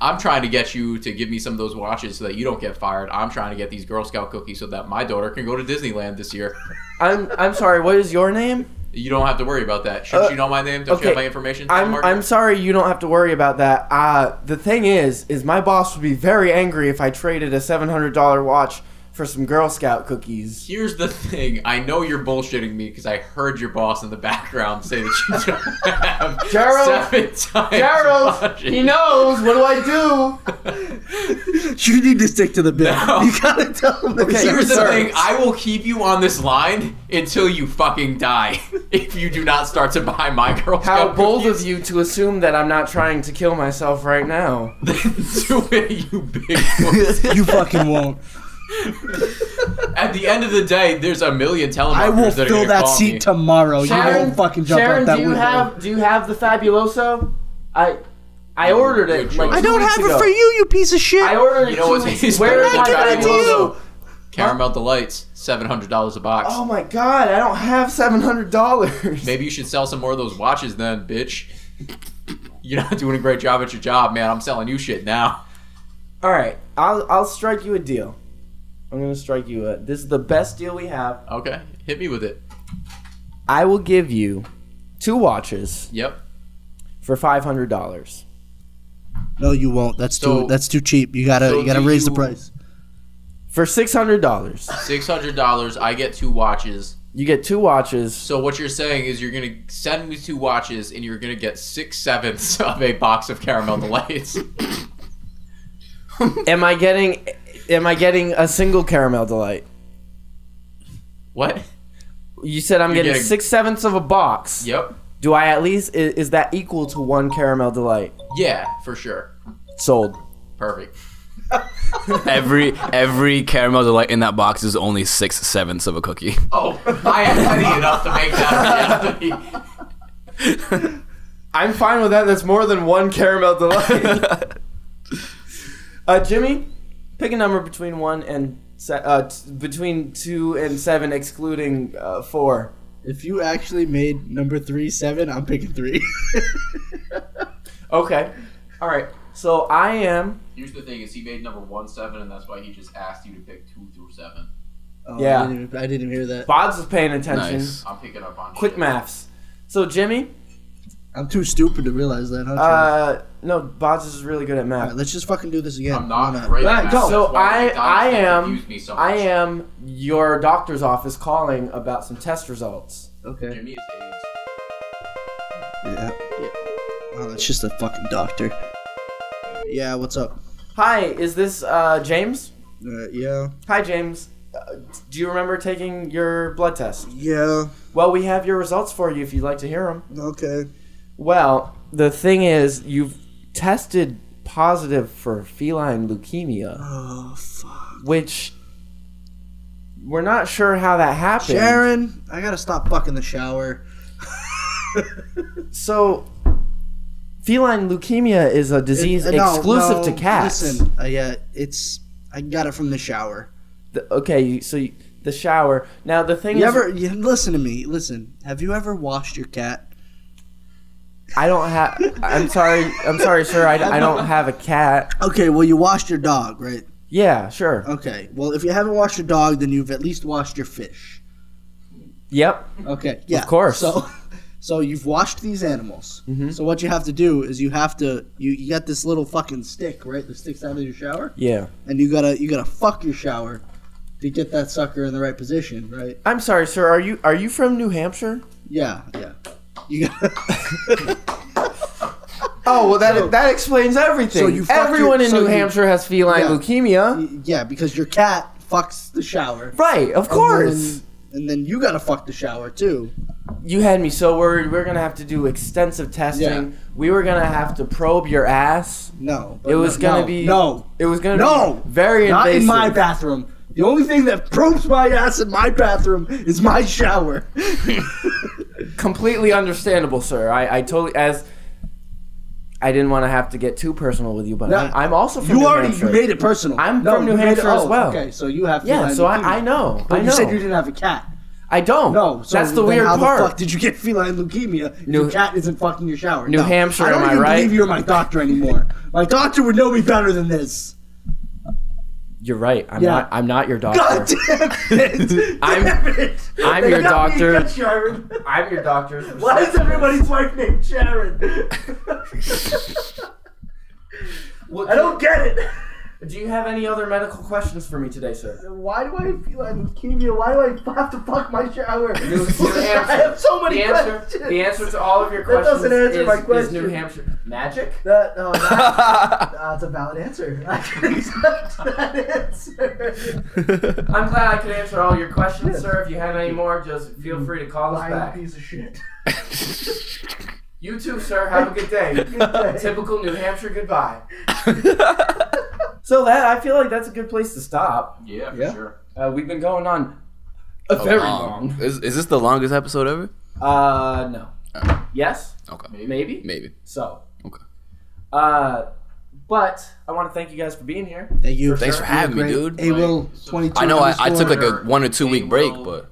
Speaker 2: I'm trying to get you to give me some of those watches so that you don't get fired. I'm trying to get these Girl Scout cookies so that my daughter can go to Disneyland this year.
Speaker 1: I'm I'm sorry. What is your name?
Speaker 2: You don't have to worry about that. Shouldn't
Speaker 1: Uh,
Speaker 2: you know my name? Don't you
Speaker 1: okay.
Speaker 2: have my information?
Speaker 1: I'm
Speaker 2: telemarketer?
Speaker 1: I'm sorry you don't have to worry about that. Uh the thing is, is my boss would be very angry if I traded a seven hundred dollar watch for some Girl Scout cookies.
Speaker 2: Here's the thing. I know you're bullshitting me because I heard your boss in the background say that you don't have
Speaker 1: Gerald!
Speaker 2: seven times
Speaker 1: Gerald,
Speaker 2: watches.
Speaker 1: he knows. What do I do?
Speaker 4: You need to stick to the bit.
Speaker 2: No.
Speaker 4: You gotta tell him.
Speaker 1: Okay,
Speaker 2: Here's the
Speaker 1: Sir.
Speaker 2: thing. I will keep you on this line until you fucking die if you do not start to buy my Girl
Speaker 1: How
Speaker 2: Scout
Speaker 1: bold of you to assume that I'm not trying to kill myself right now.
Speaker 2: cookies. do it, you big. wuss.
Speaker 4: you fucking won't.
Speaker 2: At the end of the day, there's a million telemarketers
Speaker 4: I will
Speaker 2: that are
Speaker 4: fill
Speaker 2: gonna
Speaker 4: that
Speaker 2: call
Speaker 4: seat
Speaker 2: me.
Speaker 4: tomorrow. you
Speaker 1: Sharon,
Speaker 4: won't fucking jump
Speaker 1: Sharon,
Speaker 4: out that
Speaker 1: do you
Speaker 4: window.
Speaker 1: have do you have the Fabuloso? I I ordered it.
Speaker 2: Good
Speaker 1: Like
Speaker 2: choice.
Speaker 1: two
Speaker 4: I don't
Speaker 1: weeks
Speaker 4: have
Speaker 1: ago.
Speaker 4: it for you, you piece of shit.
Speaker 1: I ordered it.
Speaker 2: You know
Speaker 1: two
Speaker 2: what's
Speaker 1: weeks-
Speaker 2: he's
Speaker 1: Where is
Speaker 2: better
Speaker 1: my
Speaker 2: than
Speaker 4: giving it to you.
Speaker 1: Fabuloso?
Speaker 2: Caramel delights, seven hundred dollars a box.
Speaker 1: Oh my god, I don't have seven hundred dollars.
Speaker 2: Maybe you should sell some more of those watches then, bitch. You're not doing a great job at your job, man. I'm selling you shit now.
Speaker 1: All right, I'll I'll strike you a deal. I'm gonna strike you a. This is the best deal we have.
Speaker 2: Okay, hit me with it.
Speaker 1: I will give you two watches
Speaker 2: Yep.
Speaker 1: for five hundred dollars.
Speaker 4: no, you won't. That's
Speaker 2: So-
Speaker 4: too. That's too cheap. You gotta.
Speaker 2: so
Speaker 4: you gotta
Speaker 2: do
Speaker 4: raise the
Speaker 2: you-
Speaker 4: price.
Speaker 1: For six hundred dollars,
Speaker 2: Six hundred dollars. I get two watches.
Speaker 1: you get two watches.
Speaker 2: So what you're saying is you're gonna send me two watches and you're gonna get six sevenths of a box of caramel delights.
Speaker 1: Am I getting? Am I getting a single caramel delight?
Speaker 2: what?
Speaker 1: You said I'm
Speaker 2: You're
Speaker 1: getting,
Speaker 2: getting-
Speaker 1: six sevenths of a box.
Speaker 2: Yep.
Speaker 1: Do I at least i- is, that equal to one caramel delight?
Speaker 2: Yeah, for sure.
Speaker 1: Sold.
Speaker 2: Perfect.
Speaker 3: Every every caramel delight in that box is only six sevenths of a cookie.
Speaker 2: Oh, I have plenty enough to make that a reality.
Speaker 1: I'm fine with that. That's more than one caramel delight. uh, Jimmy, pick a number between one and se- uh, t- between two and seven, excluding uh, four.
Speaker 4: If you actually made number three seven, I'm picking three.
Speaker 1: Okay. All right. So I am.
Speaker 2: Here's the thing: is he made number one seven, and that's why he just asked you to pick two through seven.
Speaker 4: Oh,
Speaker 1: Yeah.
Speaker 4: I didn't, even, I didn't even hear that.
Speaker 1: Bods was paying attention.
Speaker 3: Nice.
Speaker 2: I'm picking up on
Speaker 1: Quick
Speaker 2: shit.
Speaker 1: maths. So Jimmy,
Speaker 4: I'm too stupid to realize that. Huh, Trey?
Speaker 1: uh, no, Bods is really good at
Speaker 4: All
Speaker 1: math.
Speaker 4: right, let's just fucking do this again.
Speaker 2: I'm
Speaker 4: Why
Speaker 2: not great.
Speaker 1: Let
Speaker 2: at
Speaker 1: go.
Speaker 2: math,
Speaker 1: So
Speaker 2: that's why
Speaker 1: I-
Speaker 2: McDonald's
Speaker 1: I am-
Speaker 2: confused Me so much.
Speaker 1: I am your doctor's office calling about some test results.
Speaker 4: Okay.
Speaker 2: Jimmy is AIDS.
Speaker 4: Yeah. Wow, that's just a fucking doctor. Yeah. What's up?
Speaker 1: Hi, is this uh, James?
Speaker 4: Uh, yeah.
Speaker 1: Hi, James. Uh, do you remember taking your blood test?
Speaker 4: Yeah.
Speaker 1: Well, we have your results for you if you'd like to hear them.
Speaker 4: Okay.
Speaker 1: Well, the thing is, you've tested positive for feline leukemia,
Speaker 4: Oh fuck.
Speaker 1: which we're not sure how that happened.
Speaker 4: Sharon, I gotta stop fucking the shower.
Speaker 1: So, feline leukemia is a disease
Speaker 4: Uh, no,
Speaker 1: exclusive
Speaker 4: no,
Speaker 1: to cats.
Speaker 4: Listen, uh, yeah, it's I got it from the shower.
Speaker 1: The- okay, you- so you, the shower. Now, the thing
Speaker 4: You
Speaker 1: is,
Speaker 4: ever you, listen to me? Listen, have you ever washed your cat?
Speaker 1: I don't have. I'm sorry. I'm sorry, sir. I, I don't have a cat.
Speaker 4: Okay, well you washed your dog, right?
Speaker 1: Yeah, sure.
Speaker 4: Okay, well if you haven't washed your dog, then you've at least washed your fish.
Speaker 1: Yep.
Speaker 4: Okay, yeah,
Speaker 1: course.
Speaker 4: So, so you've washed these animals. So what you have to do is you have to you you got this little fucking stick, right? That sticks out of your shower,
Speaker 1: Yeah.
Speaker 4: and you gotta you gotta fuck your shower to get that sucker in the right position, right?
Speaker 1: I'm sorry, sir. Are you are you from New Hampshire?
Speaker 4: Yeah, yeah. You got.
Speaker 1: Oh well, that
Speaker 4: So-
Speaker 1: that explains everything.
Speaker 4: so you fucked
Speaker 1: Everyone
Speaker 4: your-
Speaker 1: in
Speaker 4: so
Speaker 1: New
Speaker 4: you-
Speaker 1: Hampshire has feline
Speaker 4: Yeah.
Speaker 1: leukemia,
Speaker 4: Yeah, because your cat fucks the shower.
Speaker 1: right? Of course.
Speaker 4: And then, and then you gotta fuck the shower too.
Speaker 1: You had me so worried. We were gonna have to do extensive testing.
Speaker 4: Yeah.
Speaker 1: We were gonna have have to probe your ass.
Speaker 4: No. but
Speaker 1: It was
Speaker 4: no,
Speaker 1: gonna
Speaker 4: no,
Speaker 1: be
Speaker 4: No.
Speaker 1: It was gonna
Speaker 4: No.
Speaker 1: be very
Speaker 4: Not
Speaker 1: invasive.
Speaker 4: in my bathroom. The only thing that probes my ass in my bathroom is my shower.
Speaker 1: Completely understandable, sir. I I totally as. I didn't want to have to get too personal with you, but
Speaker 4: No.
Speaker 1: I'm, I'm also from
Speaker 4: you
Speaker 1: New
Speaker 4: already
Speaker 1: Hampshire.
Speaker 4: you made it personal.
Speaker 1: I'm from New
Speaker 4: you made
Speaker 1: Hampshire
Speaker 4: it,
Speaker 1: as
Speaker 4: oh,
Speaker 1: well.
Speaker 4: Okay, so you have
Speaker 1: yeah,
Speaker 4: feline
Speaker 1: so
Speaker 4: leukemia.
Speaker 1: I, I know.
Speaker 4: But
Speaker 1: I
Speaker 4: you
Speaker 1: know.
Speaker 4: said you didn't have a cat.
Speaker 1: I don't.
Speaker 4: No, so
Speaker 1: that's the
Speaker 4: then
Speaker 1: weird
Speaker 4: how
Speaker 1: part.
Speaker 4: the fuck did you get feline leukemia? if
Speaker 1: New-
Speaker 4: your cat isn't fucking your shower.
Speaker 1: New
Speaker 4: No.
Speaker 1: Hampshire,
Speaker 4: I don't
Speaker 1: am I
Speaker 4: even
Speaker 1: right?
Speaker 4: believe you're my doctor anymore. my doctor would know me better than this.
Speaker 1: You're right. I'm
Speaker 4: Yeah.
Speaker 1: not. I'm not your doctor.
Speaker 4: God damn it!
Speaker 1: I'm-
Speaker 4: damn it.
Speaker 1: I'm
Speaker 4: They
Speaker 1: your
Speaker 4: got me
Speaker 1: doctor.
Speaker 4: again, Sharon.
Speaker 1: I'm your doctor.
Speaker 4: Why is everybody's wife named Sharon? I don't get it.
Speaker 1: Do you have any other medical questions for me today, sir?
Speaker 4: Why do I feel I have leukemia? Why do I have to fuck my shower?
Speaker 1: New
Speaker 4: I
Speaker 1: Hampshire.
Speaker 4: have so many
Speaker 1: The answer,
Speaker 4: questions.
Speaker 1: the answer to all of your
Speaker 4: That
Speaker 1: questions
Speaker 4: doesn't answer
Speaker 1: is,
Speaker 4: my
Speaker 1: is New
Speaker 4: question.
Speaker 1: Hampshire magic.
Speaker 4: That, no, that- that's a valid answer. I can accept that answer.
Speaker 1: I'm glad I could answer all your questions, sir. If you have any more, just feel free to call us
Speaker 4: Lying
Speaker 1: back.
Speaker 4: piece of shit.
Speaker 1: You too, sir. Have a good day. Typical New Hampshire goodbye. so that I feel like that's a good place to stop.
Speaker 2: Yeah, for
Speaker 4: Yeah.
Speaker 2: sure.
Speaker 1: Uh, we've been going on a
Speaker 3: Oh,
Speaker 1: very long.
Speaker 3: Is, is this the longest episode ever?
Speaker 1: Uh, no. Yes?
Speaker 3: Okay,
Speaker 1: Maybe?
Speaker 3: maybe.
Speaker 1: So.
Speaker 3: Okay.
Speaker 1: Uh, but I want to thank you guys for being here.
Speaker 4: Thank you.
Speaker 3: Thanks for having me, dude.
Speaker 4: A will twenty two.
Speaker 3: I know I, I took like a
Speaker 2: underscore
Speaker 3: one or two
Speaker 2: A
Speaker 3: week break,
Speaker 2: will
Speaker 3: but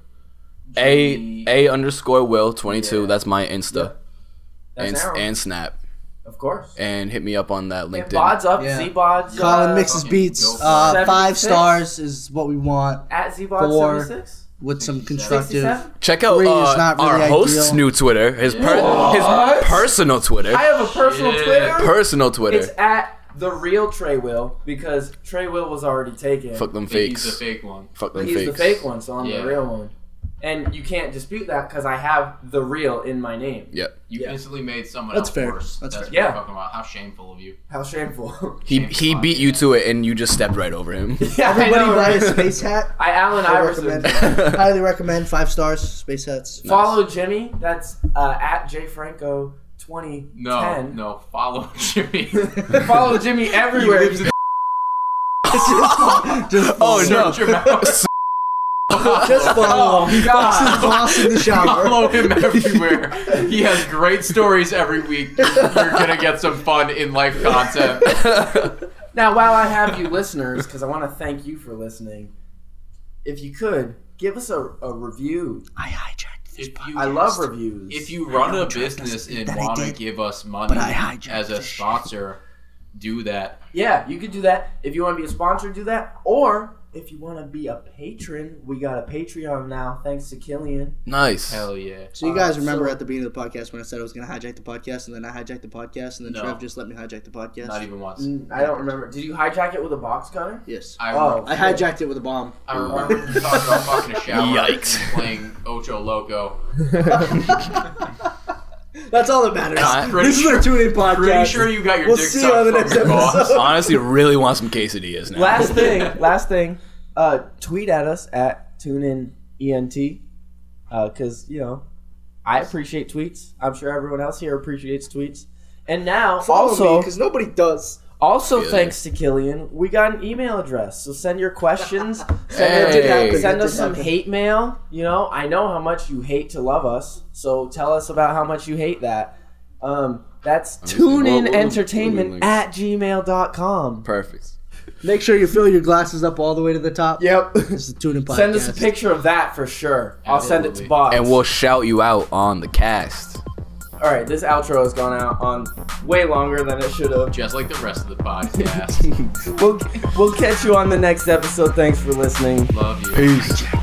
Speaker 3: a
Speaker 2: G-
Speaker 3: a underscore will twenty two.
Speaker 2: Yeah.
Speaker 3: That's my Insta
Speaker 1: That's
Speaker 3: and
Speaker 1: Aaron,
Speaker 3: and Snap
Speaker 1: of course.
Speaker 3: and hit me up on that
Speaker 1: And
Speaker 3: LinkedIn.
Speaker 1: Bods up,
Speaker 4: Yeah.
Speaker 1: Z Bods.
Speaker 4: Colin
Speaker 1: uh,
Speaker 4: mixes
Speaker 2: fucking go
Speaker 4: beats.
Speaker 2: for
Speaker 4: Uh, five
Speaker 1: 76.
Speaker 4: stars is what we want
Speaker 1: At Z Bods
Speaker 4: Four.
Speaker 1: 76?
Speaker 4: with some constructive.
Speaker 1: 67?
Speaker 3: Check out
Speaker 4: Three is
Speaker 3: uh,
Speaker 4: not really
Speaker 3: our host's
Speaker 4: ideal.
Speaker 3: new Twitter, his per- his personal Twitter,
Speaker 1: I have a personal
Speaker 2: Shit.
Speaker 1: Twitter.
Speaker 3: personal Twitter.
Speaker 1: It's at the real Trey Will because Trey Will was already taken.
Speaker 3: Fuck them
Speaker 2: He's
Speaker 3: fakes.
Speaker 2: the fake one.
Speaker 3: Fuck them
Speaker 1: He's
Speaker 3: fakes.
Speaker 1: the fake one, so I'm
Speaker 2: Yeah.
Speaker 1: the real one. And you can't dispute that because I have the real in my name.
Speaker 3: Yep.
Speaker 2: You
Speaker 1: Yeah.
Speaker 2: instantly made someone
Speaker 4: That's
Speaker 2: else
Speaker 4: fair.
Speaker 2: worse.
Speaker 4: That's
Speaker 2: That's
Speaker 1: fair.
Speaker 2: what I'm
Speaker 1: Yeah.
Speaker 2: talking about. How shameful of you.
Speaker 1: How shameful.
Speaker 3: He he beat you to it, and you just stepped right over him.
Speaker 1: yeah,
Speaker 4: Everybody
Speaker 1: I know,
Speaker 4: buy
Speaker 1: right?
Speaker 4: a space hat.
Speaker 1: I Allen
Speaker 4: I
Speaker 1: Iverson.
Speaker 4: recommend. highly recommend five stars space hats.
Speaker 1: Follow Jimmy. That's uh, at jfranco 2010.
Speaker 2: No, no, follow Jimmy.
Speaker 1: Follow Jimmy everywhere.
Speaker 2: lives in-
Speaker 3: oh
Speaker 2: Search him out.
Speaker 4: Just follow.
Speaker 1: Oh,
Speaker 4: him. He
Speaker 1: God.
Speaker 4: fucks his boss in the shower.
Speaker 2: Follow him everywhere. He has great stories every week. You're gonna get some fun in life content.
Speaker 1: Now, while I have you listeners, because I want to thank you for listening, if you could, give us a, a review.
Speaker 4: I hijacked
Speaker 2: If you,
Speaker 1: I love reviews.
Speaker 2: If you run a
Speaker 4: tried to
Speaker 2: business
Speaker 4: say
Speaker 2: and
Speaker 4: that I
Speaker 2: want to
Speaker 4: did,
Speaker 2: give us money
Speaker 4: I hijacked
Speaker 2: as a
Speaker 4: this shit.
Speaker 2: sponsor, do that.
Speaker 1: Yeah, you could do that. If you want to be a sponsor, do that. Or if you want to be a patron, we got a Patreon now, thanks to Killian.
Speaker 3: Nice.
Speaker 2: Hell yeah.
Speaker 4: So you guys
Speaker 1: Uh,
Speaker 4: remember
Speaker 1: so-
Speaker 4: at the beginning of the podcast when I said I was going to hijack the podcast, and then I hijacked the podcast, and then
Speaker 2: No.
Speaker 4: Trev just let me hijack the podcast.
Speaker 2: Not even once.
Speaker 1: Mm, I don't remember. Did you hijack it with a box cutter?
Speaker 4: Yes,
Speaker 2: I,
Speaker 1: Oh.
Speaker 4: I hijacked it with a bomb.
Speaker 2: I remember you talking about fucking a shower
Speaker 3: Yikes.
Speaker 2: and playing Ocho Loco.
Speaker 4: That's all that matters.
Speaker 3: I'm
Speaker 2: pretty
Speaker 4: this is our tune-in podcast.
Speaker 2: Pretty sure you got your
Speaker 4: We'll
Speaker 2: dick
Speaker 4: see you
Speaker 2: sucked
Speaker 4: on the
Speaker 2: from
Speaker 4: next
Speaker 2: your boss.
Speaker 4: episode.
Speaker 3: Honestly, really want some quesadillas now.
Speaker 1: Last thing, last thing. Uh, tweet at us at E TuneInENT because, uh, you know, I appreciate tweets. I'm sure everyone else here appreciates tweets. And now,
Speaker 4: Follow
Speaker 1: also,
Speaker 4: because nobody does.
Speaker 1: Also,
Speaker 3: Yeah.
Speaker 1: thanks to Killian, we got an email address. So send your questions. send,
Speaker 3: Hey. That did
Speaker 4: happen,
Speaker 1: send
Speaker 4: that
Speaker 1: us
Speaker 4: did
Speaker 1: some
Speaker 4: happen.
Speaker 1: hate mail. You know, I know how much you hate to love us. So tell us about how much you hate that. Um, that's
Speaker 3: just saying, what- what-
Speaker 1: tuneinentertainment
Speaker 3: what-
Speaker 1: at gmail.com.
Speaker 3: Perfect.
Speaker 4: Make sure you fill your glasses up all the way to the top.
Speaker 1: Yep.
Speaker 4: This is the tune-in podcast.
Speaker 1: send us a picture of that for sure. I'll send it to
Speaker 2: Absolutely.
Speaker 1: Bob.
Speaker 3: And we'll shout you out on the cast.
Speaker 1: All right, this outro has gone out on way longer than it should have.
Speaker 2: Just like the rest of the podcast.
Speaker 1: We'll, we'll catch you on the next episode. Thanks for listening.
Speaker 2: Love you.
Speaker 3: Peace.